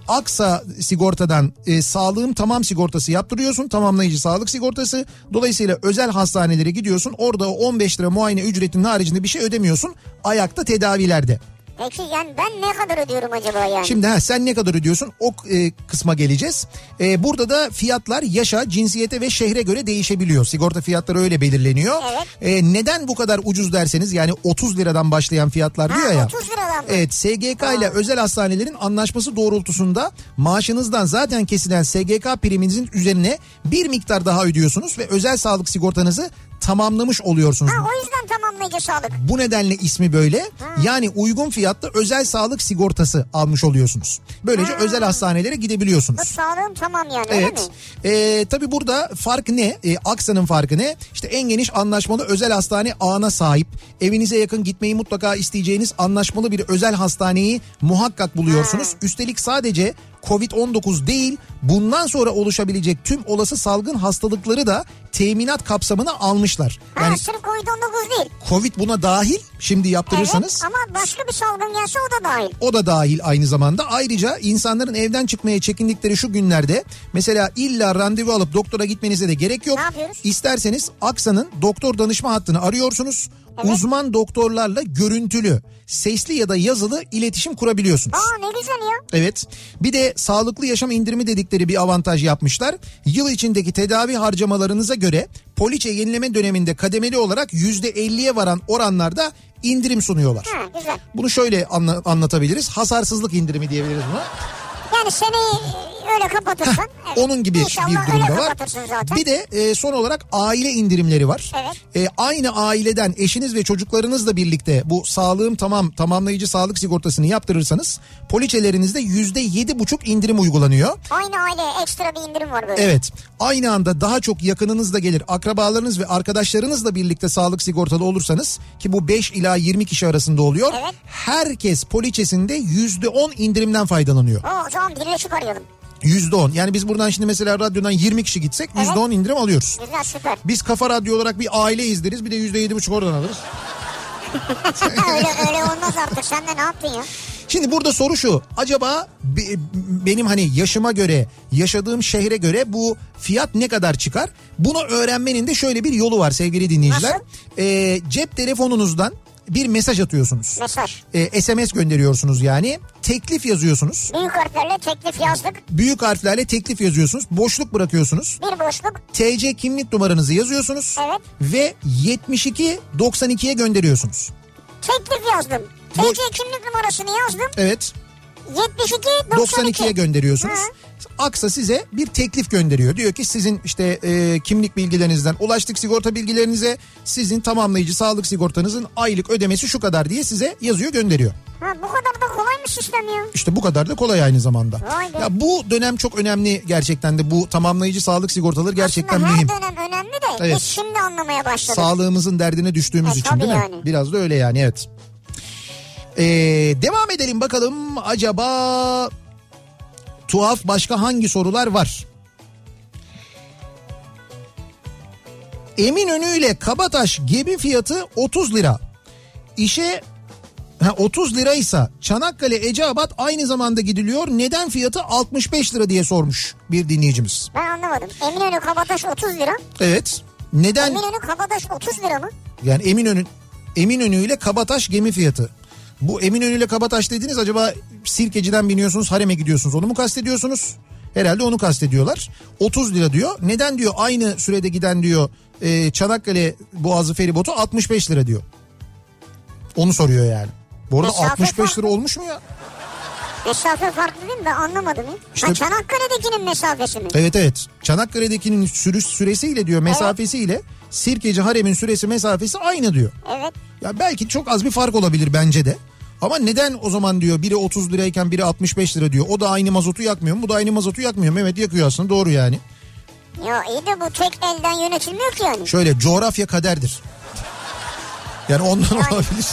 Speaker 1: Aksa sigortadan e, sağlığım tamam sigortası yaptırıyorsun. Tamamlayıcı sağlık sigortası. Dolayısıyla özel hastanelere gidiyorsun. Orada o 15 lira muayene ücretinin haricinde bir şey ödemiyorsun. Ayakta tedavilerde.
Speaker 2: Peki yani ben ne kadar ödüyorum acaba yani?
Speaker 1: Şimdi ha, sen ne kadar ödüyorsun o e, kısma geleceğiz. E, burada da fiyatlar yaşa, cinsiyete ve şehre göre değişebiliyor. Sigorta fiyatları öyle belirleniyor. E, neden bu kadar ucuz derseniz yani 30 liradan başlayan fiyatlar
Speaker 2: Ha,
Speaker 1: diyor ya. E-
Speaker 2: 30 liradan mı?
Speaker 1: Evet SGK ile özel hastanelerin anlaşması doğrultusunda maaşınızdan zaten kesilen SGK priminizin üzerine bir miktar daha ödüyorsunuz ve özel sağlık sigortanızı tamamlamış oluyorsunuz.
Speaker 2: Ha, o yüzden tamamlayıcı sağlık.
Speaker 1: Bu nedenle ismi böyle. Yani uygun fiyatta özel sağlık sigortası almış oluyorsunuz. Böylece özel hastanelere
Speaker 2: Bu
Speaker 1: gidebiliyorsunuz.
Speaker 2: sağlığım tamam yani öyle
Speaker 1: Evet.
Speaker 2: mi?
Speaker 1: Ee, tabii burada fark ne? Ee, Aksa'nın farkı ne? İşte en geniş anlaşmalı özel hastane ağına sahip. Evinize yakın gitmeyi mutlaka isteyeceğiniz anlaşmalı bir özel hastaneyi muhakkak buluyorsunuz. Üstelik sadece Covid-19 değil bundan sonra oluşabilecek tüm olası salgın hastalıkları da teminat kapsamına almışlar.
Speaker 2: Ha
Speaker 1: Yani
Speaker 2: sırf Covid-19 değil.
Speaker 1: Covid buna dahil şimdi yaptırırsanız.
Speaker 2: Evet ama başka bir salgın gelse o da dahil.
Speaker 1: O da dahil aynı zamanda. Ayrıca insanların evden çıkmaya çekindikleri şu günlerde mesela illa randevu alıp doktora gitmenize de gerek yok.
Speaker 2: Ne yapıyoruz?
Speaker 1: İsterseniz Aksa'nın doktor danışma hattını arıyorsunuz.
Speaker 2: Evet.
Speaker 1: Uzman doktorlarla görüntülü, sesli ya da yazılı iletişim kurabiliyorsunuz.
Speaker 2: Aa ne güzel ya.
Speaker 1: Evet. Bir de sağlıklı yaşam indirimi dedikleri bir avantaj yapmışlar. Yıl içindeki tedavi harcamalarınıza göre poliçe yenileme döneminde kademeli olarak %50'ye varan oranlarda indirim sunuyorlar.
Speaker 2: Ha güzel.
Speaker 1: Bunu şöyle anla- anlatabiliriz. Hasarsızlık indirimi diyebiliriz buna.
Speaker 2: Yani seneyi e, öyle kapatırsan. evet.
Speaker 1: Onun gibi
Speaker 2: İnşallah
Speaker 1: bir durumda
Speaker 2: öyle
Speaker 1: var.
Speaker 2: kapatırsın zaten.
Speaker 1: Bir de e, son olarak aile indirimleri var.
Speaker 2: Evet.
Speaker 1: E, aynı aileden eşiniz ve çocuklarınızla birlikte bu sağlığım tamam tamamlayıcı sağlık sigortasını yaptırırsanız poliçelerinizde yüzde yedi buçuk indirim uygulanıyor.
Speaker 2: Aynı aileye ekstra bir indirim var böyle.
Speaker 1: Evet. Aynı anda daha çok yakınınızda gelir akrabalarınız ve arkadaşlarınızla birlikte sağlık sigortalı olursanız ki bu 5 ila 20 kişi arasında oluyor.
Speaker 2: Evet.
Speaker 1: Herkes poliçesinde %10 indirimden faydalanıyor.
Speaker 2: Oo, o zaman birleşik arayalım.
Speaker 1: %10 Yani biz buradan şimdi mesela radyodan 20 kişi gitsek %10 indirim alıyoruz.
Speaker 2: Güzel süper. (laughs)
Speaker 1: Biz kafa radyo olarak bir aile izleriz bir de %7,5 oradan alırız.
Speaker 2: öyle öyle olmaz artık. Sen de ne yaptın ya?
Speaker 1: Şimdi burada soru şu. Acaba be- benim hani yaşıma göre, yaşadığım şehre göre bu fiyat ne kadar çıkar? Bunu öğrenmenin de şöyle bir yolu var sevgili dinleyiciler.
Speaker 2: Nasıl?
Speaker 1: Ee, cep telefonunuzdan bir mesaj atıyorsunuz.
Speaker 2: Mesaj.
Speaker 1: Ee, SMS gönderiyorsunuz yani. Teklif yazıyorsunuz.
Speaker 2: Büyük harflerle teklif yazdık.
Speaker 1: Büyük harflerle teklif yazıyorsunuz. Boşluk bırakıyorsunuz.
Speaker 2: Bir boşluk.
Speaker 1: TC kimlik numaranızı yazıyorsunuz.
Speaker 2: Evet.
Speaker 1: Ve 72 92'ye gönderiyorsunuz.
Speaker 2: Teklif yazdım.
Speaker 1: Bu-
Speaker 2: TC kimlik numarasını yazdım.
Speaker 1: Evet.
Speaker 2: 72 92.
Speaker 1: 92'ye gönderiyorsunuz. Aksa size bir teklif gönderiyor. Diyor ki sizin işte e, kimlik bilgilerinizden ulaştık sigorta bilgilerinize. Sizin tamamlayıcı sağlık sigortanızın aylık ödemesi şu kadar diye size yazıyor gönderiyor.
Speaker 2: Ha, bu kadar da kolay mı sistem ya?
Speaker 1: İşte bu kadar da kolay aynı zamanda.
Speaker 2: Vay be.
Speaker 1: Ya bu dönem çok önemli gerçekten de bu tamamlayıcı sağlık sigortaları gerçekten
Speaker 2: Aslında
Speaker 1: mühim.
Speaker 2: her dönem önemli de
Speaker 1: Evet.
Speaker 2: biz şimdi anlamaya başladık.
Speaker 1: Sağlığımızın derdine düştüğümüz
Speaker 2: E,
Speaker 1: için
Speaker 2: tabii
Speaker 1: değil mi?
Speaker 2: yani.
Speaker 1: Biraz da öyle yani evet. Ee, devam edelim bakalım acaba tuhaf başka hangi sorular var? Eminönü ile Kabataş gemi fiyatı 30 lira. İşe ha, 30 liraysa Çanakkale Eceabat aynı zamanda gidiliyor. Neden fiyatı 65 lira diye sormuş bir dinleyicimiz.
Speaker 2: Ben anlamadım. Eminönü Kabataş 30 lira.
Speaker 1: Evet. Neden
Speaker 2: Eminönü Kabataş 30 lira mı?
Speaker 1: Yani Eminönü Eminönü ile Kabataş gemi fiyatı. Bu Eminönü ile Kabataş dediniz acaba Sirkeci'den biniyorsunuz Harem'e gidiyorsunuz onu mu kastediyorsunuz? Herhalde onu kastediyorlar. 30 lira diyor. Neden diyor aynı sürede giden diyor e, Çanakkale Boğazı feribotu 65 lira diyor. Onu soruyor yani. Bu arada
Speaker 2: Mesafe
Speaker 1: 65
Speaker 2: farkı.
Speaker 1: lira olmuş mu ya?
Speaker 2: Mesafe farklı değil mi? Ben anlamadım. ya.
Speaker 1: İşte-
Speaker 2: Ha, Çanakkale'dekinin mesafesi mi?
Speaker 1: Evet evet. Çanakkale'dekinin sürüş süresiyle diyor mesafesiyle Sirkeci Harem'in süresi mesafesi aynı diyor.
Speaker 2: Evet.
Speaker 1: Ya belki çok az bir fark olabilir bence de. Ama neden o zaman diyor biri 30 lirayken biri 65 lira diyor. O da aynı mazotu yakmıyor mu? Bu da aynı mazotu yakmıyor mu? Evet yakıyor aslında doğru yani.
Speaker 2: Ya iyi de bu tek elden yönetilmiyor ki yani.
Speaker 1: Şöyle coğrafya kaderdir. Yani ondan olabilir.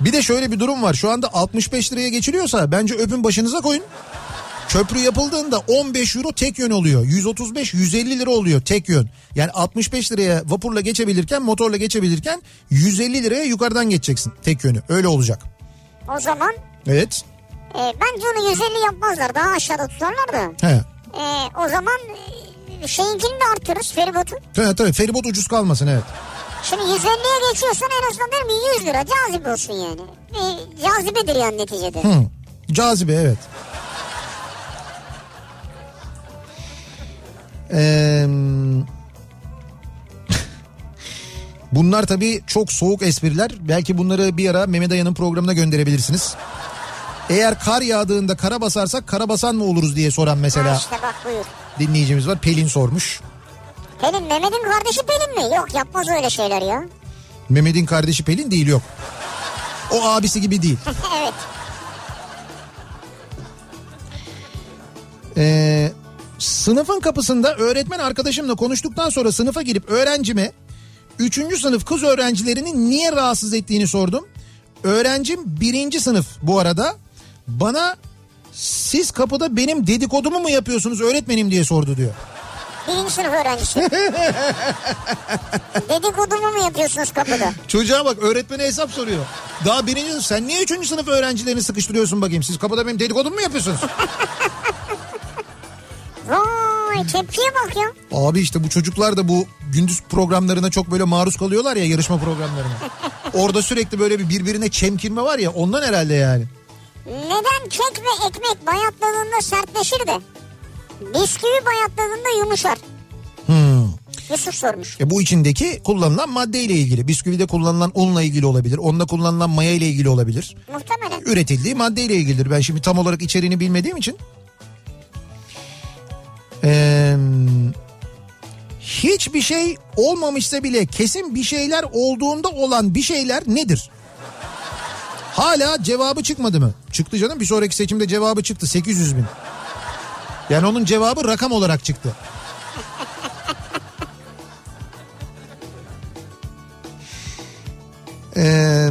Speaker 1: Bir de şöyle bir durum var. Şu anda 65 liraya geçiliyorsa bence öpün başınıza koyun. Köprü yapıldığında 15 euro tek yön oluyor. 135-150 lira oluyor tek yön. Yani 65 liraya vapurla geçebilirken motorla geçebilirken 150 liraya yukarıdan geçeceksin tek yönü. Öyle olacak.
Speaker 2: O zaman
Speaker 1: Evet.
Speaker 2: e, bence onu 150 yapmazlar. Daha aşağıda tutarlar da.
Speaker 1: He.
Speaker 2: E, o zaman e, şeyinkini de artırırız feribotu.
Speaker 1: Tabii tabii feribot ucuz kalmasın evet.
Speaker 2: Şimdi 150'ye geçiyorsan en azından derim ki 100 lira cazibe olsun yani. E, cazibedir yani neticede.
Speaker 1: Hı. Cazibe evet. Eee, (laughs) Bunlar tabii çok soğuk espriler. Belki bunları bir ara Mehmet Aya'nın programına gönderebilirsiniz. Eğer kar yağdığında kara basarsak kara basan mı oluruz diye soran
Speaker 2: Ha
Speaker 1: mesela
Speaker 2: işte bak buyur.
Speaker 1: dinleyicimiz var. Pelin sormuş.
Speaker 2: Pelin Mehmet'in kardeşi Pelin mi? Yok yapmaz öyle şeyler ya. (laughs)
Speaker 1: Mehmet'in kardeşi Pelin değil yok. O abisi gibi değil.
Speaker 2: evet.
Speaker 1: Ee, sınıfın kapısında öğretmen arkadaşımla konuştuktan sonra sınıfa girip öğrencime 3. sınıf kız öğrencilerini niye rahatsız ettiğini sordum. Öğrencim 1. sınıf bu arada bana siz kapıda benim dedikodumu mu yapıyorsunuz öğretmenim diye sordu diyor.
Speaker 2: Birinci sınıf
Speaker 1: (laughs)
Speaker 2: öğrencisi. Dedikodumu mu yapıyorsunuz kapıda?
Speaker 1: Çocuğa bak öğretmene hesap soruyor. Daha birinci sınıf sen niye üçüncü sınıf öğrencilerini sıkıştırıyorsun bakayım siz kapıda benim dedikodumu mu yapıyorsunuz?
Speaker 2: Vay tepkiye bak ya.
Speaker 1: Abi işte bu çocuklar da bu gündüz programlarına çok böyle maruz kalıyorlar ya yarışma programlarına. Orada sürekli böyle bir birbirine çemkirme var ya ondan herhalde yani.
Speaker 2: Neden kek ve ekmek bayatladığında sertleşir de bisküvi bayatladığında yumuşar?
Speaker 1: Hmm.
Speaker 2: Yusuf sormuş.
Speaker 1: E bu içindeki kullanılan maddeyle ilgili. Bisküvide kullanılan unla ilgili olabilir. Onda kullanılan maya ile ilgili olabilir.
Speaker 2: Muhtemelen.
Speaker 1: Üretildiği maddeyle ilgilidir. Ben şimdi tam olarak içeriğini bilmediğim için. Ee, hiçbir şey olmamışsa bile kesin bir şeyler olduğunda olan bir şeyler nedir? Hala cevabı çıkmadı mı? Çıktı canım bir sonraki seçimde cevabı çıktı 800 bin. Yani onun cevabı rakam olarak çıktı. Eee...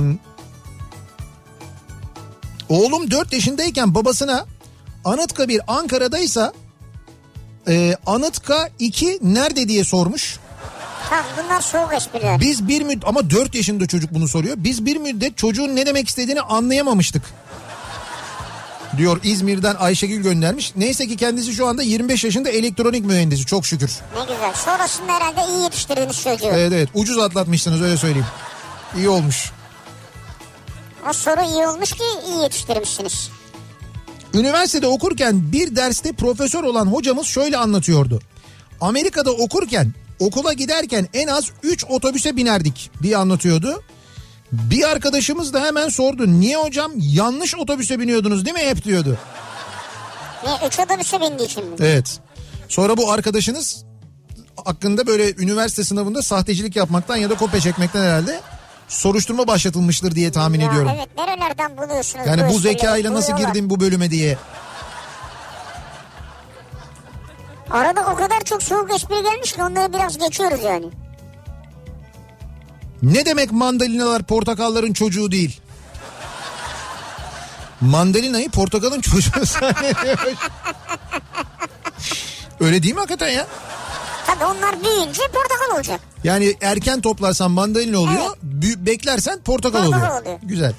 Speaker 1: Oğlum 4 yaşındayken babasına Anıtkabir Ankara'daysa e, Anıtka 2 nerede diye sormuş.
Speaker 2: Tamam bunlar soğuk espriler.
Speaker 1: Biz bir müddet ama 4 yaşında çocuk bunu soruyor. Biz bir müddet çocuğun ne demek istediğini anlayamamıştık. Diyor İzmir'den Ayşegül göndermiş. Neyse ki kendisi şu anda 25 yaşında elektronik mühendisi çok şükür.
Speaker 2: Ne güzel. Sonrasında herhalde iyi yetiştirdiniz çocuğu.
Speaker 1: Evet evet ucuz atlatmışsınız öyle söyleyeyim. İyi olmuş.
Speaker 2: O soru iyi olmuş ki iyi yetiştirmişsiniz.
Speaker 1: Üniversitede okurken bir derste profesör olan hocamız şöyle anlatıyordu. Amerika'da okurken okula giderken en az 3 otobüse binerdik diye anlatıyordu. Bir arkadaşımız da hemen sordu. Niye hocam yanlış otobüse biniyordunuz değil mi hep diyordu.
Speaker 2: Ne üç otobüse bindiği şey için mi?
Speaker 1: Evet. Sonra bu arkadaşınız hakkında böyle üniversite sınavında sahtecilik yapmaktan ya da kopya çekmekten herhalde soruşturma başlatılmıştır diye tahmin
Speaker 2: Ya
Speaker 1: ediyorum.
Speaker 2: Evet nerelerden buluyorsunuz?
Speaker 1: Yani bu
Speaker 2: esprileri?
Speaker 1: zekayla nasıl
Speaker 2: Buluyorlar.
Speaker 1: girdim bu bölüme diye.
Speaker 2: Arada o kadar çok soğuk espri gelmiş ki onları biraz geçiyoruz yani.
Speaker 1: Ne demek mandalinalar portakalların çocuğu değil? Mandalinayı portakalın çocuğu (laughs) zannediyor. Öyle değil mi hakikaten ya?
Speaker 2: Tabii onlar büyüyünce portakal olacak.
Speaker 1: Yani erken toplarsan mandalina oluyor,
Speaker 2: Evet.
Speaker 1: bü- beklersen portakal
Speaker 2: Portakal
Speaker 1: oluyor.
Speaker 2: oluyor.
Speaker 1: Güzel.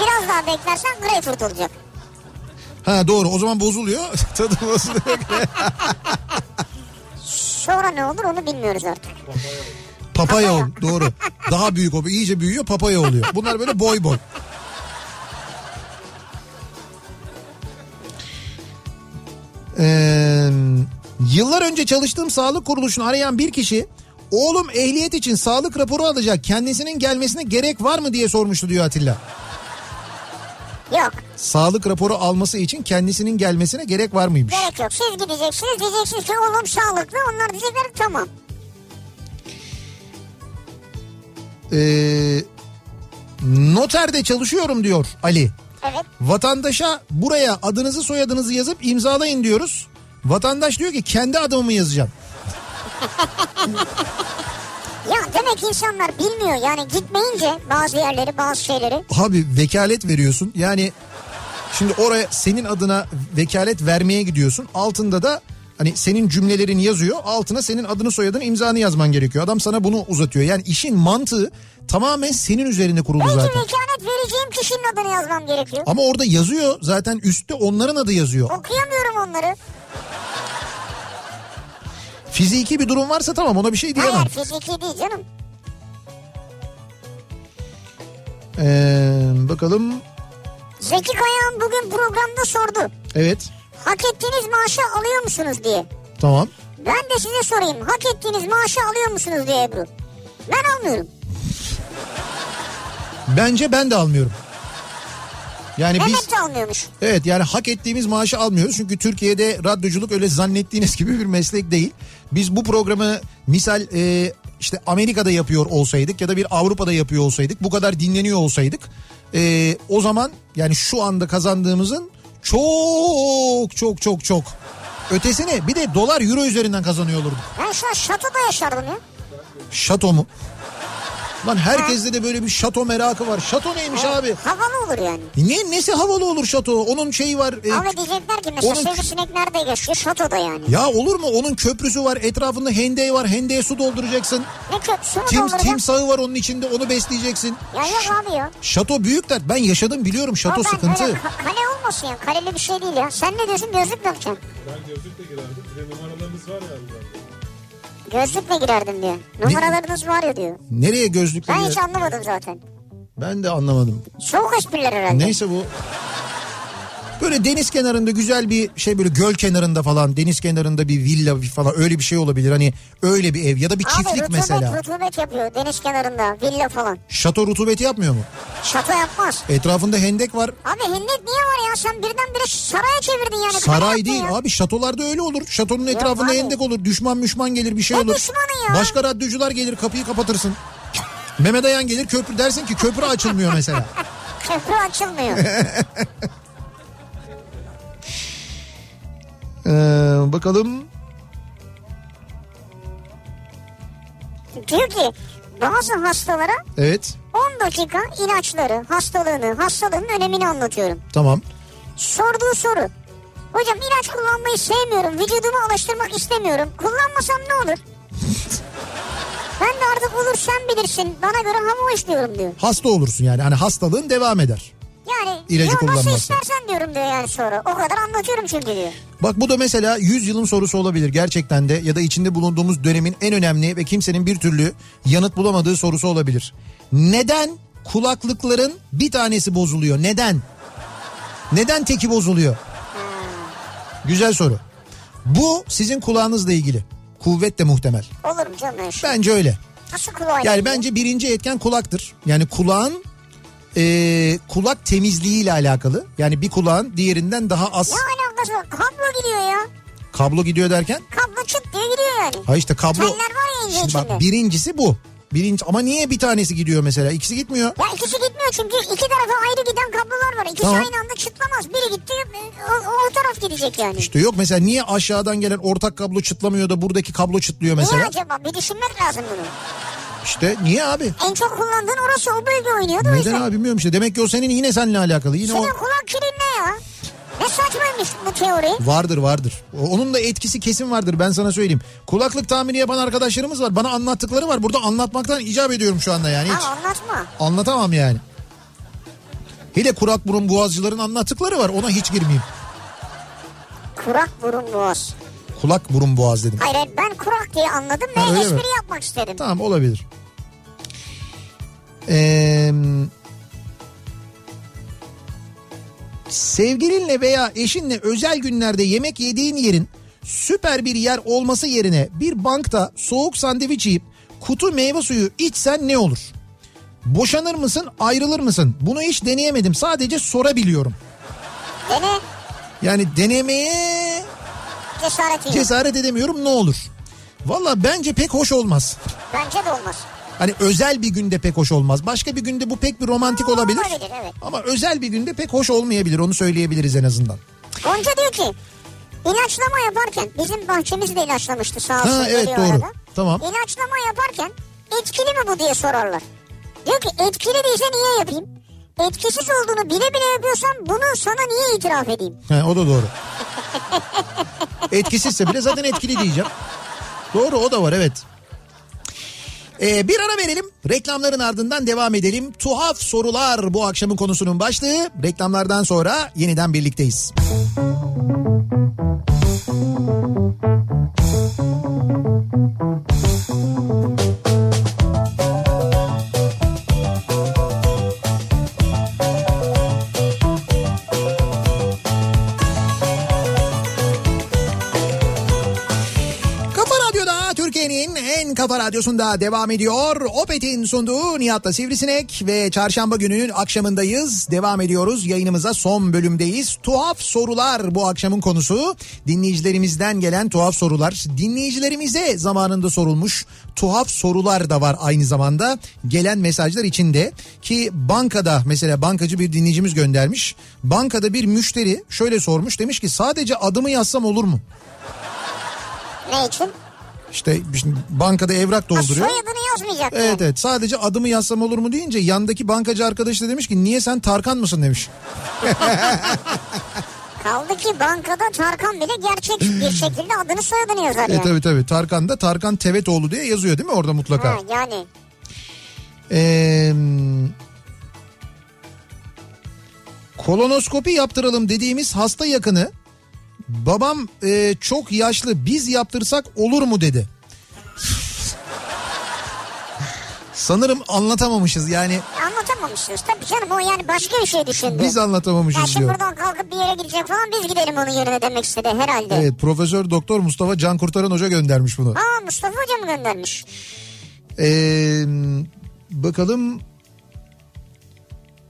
Speaker 2: Biraz daha beklersen greyfurt olacak.
Speaker 1: Ha doğru o zaman bozuluyor, (laughs) tadı bozuluyor.
Speaker 2: Sonra ne olur onu bilmiyoruz artık.
Speaker 1: papaya ol, doğru. Daha büyük oluyor, iyice büyüyor papaya oluyor. Bunlar böyle boy boy. Ee, yıllar önce çalıştığım sağlık kuruluşunu arayan bir kişi oğlum ehliyet için sağlık raporu alacak kendisinin gelmesine gerek var mı diye sormuştu diyor Atilla.
Speaker 2: Yok.
Speaker 1: sağlık raporu alması için kendisinin gelmesine gerek var mıymış?
Speaker 2: Gerek yok. Siz gideceksiniz. Diyeceksiniz ki oğlum sağlıklı. Onlar diyecekler ki tamam.
Speaker 1: Ee, noterde çalışıyorum diyor Ali.
Speaker 2: Evet.
Speaker 1: Vatandaşa buraya adınızı soyadınızı yazıp imzalayın diyoruz. Vatandaş diyor ki kendi adımı mı yazacağım?
Speaker 2: Ya demek ki insanlar bilmiyor yani gitmeyince bazı yerleri bazı şeyleri.
Speaker 1: Abi vekalet veriyorsun. Yani şimdi oraya senin adına vekalet vermeye gidiyorsun. Altında da hani senin cümlelerini yazıyor. Altına senin adını soyadını imzanı yazman gerekiyor. Adam sana bunu uzatıyor. Yani işin mantığı tamamen senin üzerine kurulu
Speaker 2: Belki
Speaker 1: zaten.
Speaker 2: vekalet vereceğim kişinin adını yazmam gerekiyor.
Speaker 1: Ama orada yazıyor zaten üstte onların adı yazıyor.
Speaker 2: Okuyamıyorum onları.
Speaker 1: Fiziki bir durum varsa tamam ona bir şey diyemem.
Speaker 2: Hayır fiziki değil canım.
Speaker 1: Ee, bakalım
Speaker 2: Zeki Kayağan bugün programda sordu.
Speaker 1: evet
Speaker 2: Hak ettiğiniz maaşı alıyor musunuz diye.
Speaker 1: tamam.
Speaker 2: Ben de size sorayım. Hak ettiğiniz maaşı alıyor musunuz diye Ebru. Ben almıyorum.
Speaker 1: Bence ben de almıyorum. Yani biz
Speaker 2: Mehmet de almıyormuş.
Speaker 1: Evet yani hak ettiğimiz maaşı almıyoruz. Çünkü Türkiye'de radyoculuk öyle zannettiğiniz gibi bir meslek değil. Biz bu programı misal e, işte Amerika'da yapıyor olsaydık ya da bir Avrupa'da yapıyor olsaydık bu kadar dinleniyor olsaydık e, o zaman yani şu anda kazandığımızın çok çok çok çok ötesini bir de dolar euro üzerinden kazanıyor olurduk.
Speaker 2: Ben şu an şatoda yaşardım ya.
Speaker 1: Şato mu? Lan herkeste de böyle bir şato merakı var. Şato neymiş abi?
Speaker 2: Havalı olur yani.
Speaker 1: Ne, nesi havalı olur şato? Onun şeyi var. e,
Speaker 2: Ama diyecekler ki mesela
Speaker 1: Oğlum-
Speaker 2: sivrisinek nerede yaşıyor? Şatoda yani.
Speaker 1: Ya olur mu? Onun köprüsü var, etrafında hendeği var. Hendeye su dolduracaksın.
Speaker 2: Ne kötüsü mü
Speaker 1: Tim,
Speaker 2: olur ya?
Speaker 1: timsahı var onun içinde, onu besleyeceksin.
Speaker 2: Ya yok abi ya.
Speaker 1: Şato büyük dert. Ben yaşadım biliyorum şato
Speaker 2: Ama ben
Speaker 1: sıkıntı.
Speaker 2: öyle ka- kale olmasın ya. Kaleli bir şey değil ya. Sen ne diyorsun? Gözlük mü yapacaksın?
Speaker 4: Ben gözlük de girerdim. Bir de numaralarımız var ya. abi.
Speaker 2: Gözlükle girerdim diyor. Numaralarınız var ya diyor.
Speaker 1: Nereye gözlükle
Speaker 2: Ben
Speaker 1: girer?
Speaker 2: hiç anlamadım zaten.
Speaker 1: Ben de anlamadım.
Speaker 2: Soğuk espriler herhalde.
Speaker 1: Neyse bu. Böyle deniz kenarında güzel bir şey böyle göl kenarında falan deniz kenarında bir villa falan öyle bir şey olabilir. Hani öyle bir ev ya da bir
Speaker 2: Abi
Speaker 1: çiftlik
Speaker 2: rutubet
Speaker 1: mesela.
Speaker 2: rutubet yapıyor deniz kenarında villa falan.
Speaker 1: Şato rutubeti yapmıyor mu?
Speaker 2: Şato yapmaz.
Speaker 1: Etrafında hendek var.
Speaker 2: Abi hendet niye var ya sen birdenbire saraya çevirdin yani. Kale
Speaker 1: Saray
Speaker 2: yaptın
Speaker 1: değil
Speaker 2: ya.
Speaker 1: abi şatolarda öyle olur. Şatonun etrafında
Speaker 2: abi.
Speaker 1: hendek olur. Düşman müşman gelir bir şey
Speaker 2: Ne
Speaker 1: olur.
Speaker 2: düşmanı ya?
Speaker 1: Başka radyocular gelir kapıyı kapatırsın. Mehmet Ayan gelir köprü dersin ki köprü açılmıyor mesela.
Speaker 2: Köprü açılmıyor.
Speaker 1: (laughs) Ee, bakalım.
Speaker 2: diyor ki bazı hastalara
Speaker 1: Evet
Speaker 2: 10 dakika ilaçları, hastalığını, hastalığın önemini anlatıyorum.
Speaker 1: tamam.
Speaker 2: Sorduğu soru. Hocam ilaç kullanmayı sevmiyorum. Vücudumu alıştırmak istemiyorum. Kullanmasam ne olur? (laughs) ben de artık olur sen bilirsin. Bana göre hava hoş diyorum diyor.
Speaker 1: Hasta olursun yani. Hani hastalığın devam eder.
Speaker 2: Yani
Speaker 1: İlacı
Speaker 2: ya
Speaker 1: kullanmazsan.
Speaker 2: nasıl istersen diyorum diyor yani sonra. O kadar anlatıyorum çünkü diyor.
Speaker 1: Bak bu da mesela 100 yılın sorusu olabilir gerçekten de ya da içinde bulunduğumuz dönemin en önemli ve kimsenin bir türlü yanıt bulamadığı sorusu olabilir. Neden kulaklıkların bir tanesi bozuluyor? Neden? Neden teki bozuluyor? Güzel soru. Bu sizin kulağınızla ilgili. Kuvvet de muhtemel.
Speaker 2: Olur mu canım öyle şey?
Speaker 1: Bence öyle.
Speaker 2: Nasıl kulağa
Speaker 1: Yani
Speaker 2: geliyor?
Speaker 1: bence birinci etken kulaktır. Yani kulağın eee, kulak temizliği ile alakalı. Yani bir kulağın diğerinden daha az
Speaker 2: Ne alakası var? Kablo gidiyor ya.
Speaker 1: kablo gidiyor derken
Speaker 2: Kablo çıt diye gidiyor yani.
Speaker 1: Ha işte kablo.
Speaker 2: Teller var ya ince
Speaker 1: Şimdi bak
Speaker 2: içinde.
Speaker 1: birincisi bu. Birinci ama niye bir tanesi gidiyor mesela? İkisi gitmiyor.
Speaker 2: Ya ikisi gitmiyor çünkü iki tarafa ayrı giden kablolar var. İkisi
Speaker 1: Tamam.
Speaker 2: aynı anda çıtlamaz. Biri gitti e, o, o taraf gidecek yani.
Speaker 1: İşte yok mesela niye aşağıdan gelen ortak kablo çıtlamıyor da buradaki kablo çıtlıyor mesela?
Speaker 2: Niye acaba? Bir düşünmek lazım bunu.
Speaker 1: İşte niye abi?
Speaker 2: En çok kullandığın orası o bölge oynuyor da o
Speaker 1: Neden
Speaker 2: yüzden.
Speaker 1: abi bilmiyorum işte. Demek ki o senin yine seninle alakalı. Yine o
Speaker 2: Senin kulak kirin ne ya? Ne saçmaymış bu teori.
Speaker 1: vardır vardır. O- Onun da etkisi kesin vardır ben sana söyleyeyim. Kulaklık tamiri yapan arkadaşlarımız var. Bana anlattıkları var. Burada anlatmaktan icap ediyorum şu anda yani. Hiç
Speaker 2: Ha, anlatma.
Speaker 1: anlatamam yani. Hele kurak burun boğazcıların anlattıkları var. Ona hiç girmeyeyim.
Speaker 2: Kurak burun boğaz.
Speaker 1: Kulak burun boğaz dedim.
Speaker 2: Hayır hayır, ben kurak diye anladım ve
Speaker 1: Ha, öyle mi?
Speaker 2: espri yapmak istedim.
Speaker 1: Tamam olabilir. Ee, sevgilinle veya eşinle özel günlerde yemek yediğin yerin süper bir yer olması yerine bir bankta soğuk sandviç yiyip kutu meyve suyu içsen ne olur? Boşanır mısın ayrılır mısın? Bunu hiç deneyemedim sadece sorabiliyorum.
Speaker 2: Dene
Speaker 1: Yani denemeye
Speaker 2: cesaret iyi.
Speaker 1: cesaret edemiyorum ne olur. Valla bence pek hoş olmaz.
Speaker 2: Bence de olmaz.
Speaker 1: Hani özel bir günde pek hoş olmaz. Başka bir günde bu pek bir romantik olabilir.
Speaker 2: Olabilir, evet.
Speaker 1: Ama özel bir günde pek hoş olmayabilir onu söyleyebiliriz en azından.
Speaker 2: Gonca diyor ki ilaçlama yaparken bizim bahçemizi de ilaçlamıştı sağ olsun.
Speaker 1: Ha, evet,
Speaker 2: geliyor
Speaker 1: doğru.
Speaker 2: arada.
Speaker 1: Tamam.
Speaker 2: İlaçlama yaparken etkili mi bu diye sorarlar. Diyor ki etkili değilse niye yapayım? Etkisiz olduğunu bile bile yapıyorsam bunu sana niye itiraf edeyim?
Speaker 1: He, o da doğru. Etkisizse bile zaten etkili diyeceğim. Doğru o da var evet. Ee, bir ara verelim. Reklamların ardından devam edelim. Tuhaf sorular bu akşamın konusunun başlığı. Reklamlardan sonra yeniden birlikteyiz. Kafa Radyo'da Türkiye'nin en kafa radyosunda devam ediyor. Opet'in sunduğu Nihat'la Sivrisinek ve çarşamba gününün akşamındayız. Devam ediyoruz yayınımıza son bölümdeyiz. Tuhaf sorular bu akşamın konusu. Dinleyicilerimizden gelen tuhaf sorular. Dinleyicilerimize zamanında sorulmuş tuhaf sorular da var aynı zamanda. Gelen mesajlar içinde ki bankada mesela bankacı bir dinleyicimiz göndermiş. Bankada bir müşteri şöyle sormuş demiş ki sadece adımı yazsam olur mu?
Speaker 2: Ne için?
Speaker 1: İşte şimdi bankada evrak
Speaker 2: Ha,
Speaker 1: dolduruyor.
Speaker 2: soyadını yazmayacak. diyor.
Speaker 1: Evet evet sadece adımı yazsam olur mu deyince yandaki bankacı arkadaş da demiş ki niye sen Tarkan mısın demiş.
Speaker 2: Kaldı ki bankada Tarkan
Speaker 1: (clears throat)
Speaker 2: bile gerçek bir şekilde adını soyadını yazar
Speaker 1: E
Speaker 2: yani.
Speaker 1: tabi tabi Tarkan da Tarkan Tevetoğlu diye yazıyor değil mi orada mutlaka.
Speaker 2: Ha, yani
Speaker 1: Ee, kolonoskopi yaptıralım dediğimiz hasta yakını babam e, çok yaşlı biz yaptırsak olur mu dedi. (laughs) Sanırım anlatamamışız yani
Speaker 2: anlatamamışsınız. Tabii canım o yani başka bir şey düşündü.
Speaker 1: biz
Speaker 2: Ya
Speaker 1: anlatamamışız
Speaker 2: şimdi
Speaker 1: diyor.
Speaker 2: buradan kalkıp bir yere gidecek falan biz gidelim onun yerine demek istedi herhalde.
Speaker 1: Evet Profesör Doktor Mustafa Can Kurtaran Hoca göndermiş bunu.
Speaker 2: Aa Mustafa Hoca mı göndermiş?
Speaker 1: Ee, bakalım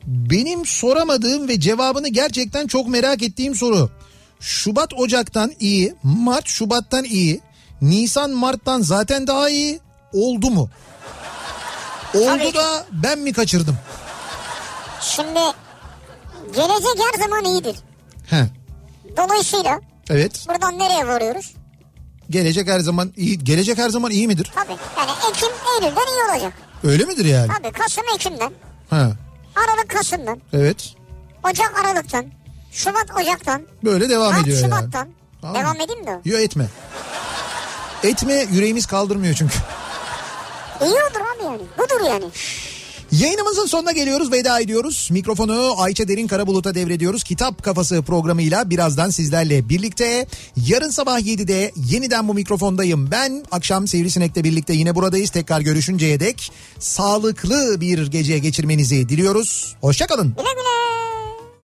Speaker 1: benim soramadığım ve cevabını gerçekten çok merak ettiğim soru. Şubat Ocak'tan iyi, Mart Şubat'tan iyi, Nisan Mart'tan zaten daha iyi oldu mu? Oldu
Speaker 2: Tabii.
Speaker 1: da ben mi kaçırdım?
Speaker 2: Şimdi gelecek her zaman iyidir.
Speaker 1: He.
Speaker 2: Dolayısıyla
Speaker 1: Evet.
Speaker 2: buradan nereye varıyoruz?
Speaker 1: Gelecek her zaman iyi. Gelecek her zaman iyi midir?
Speaker 2: Tabii yani Ekim Eylül'den iyi olacak.
Speaker 1: Öyle midir yani?
Speaker 2: Tabii Kasım Ekim'den,
Speaker 1: Ha.
Speaker 2: Aralık Kasım'dan,
Speaker 1: Evet.
Speaker 2: Ocak Aralık'tan, Şubat Ocak'tan,
Speaker 1: Böyle devam
Speaker 2: Mart
Speaker 1: ediyor yani.
Speaker 2: Şubat'tan.
Speaker 1: Tamam.
Speaker 2: Devam edeyim de.
Speaker 1: Yok etme. Etme yüreğimiz kaldırmıyor çünkü.
Speaker 2: İyi olur abi yani. Budur yani.
Speaker 1: Yayınımızın sonuna geliyoruz veda ediyoruz. Mikrofonu Ayça Derin Karabulut'a devrediyoruz. Kitap Kafası programıyla birazdan sizlerle birlikte. Yarın sabah 7'de yeniden bu mikrofondayım. Ben akşam Sivrisinek'le birlikte yine buradayız. Tekrar görüşünceye dek sağlıklı bir gece geçirmenizi diliyoruz. Hoşçakalın.
Speaker 2: Güle güle.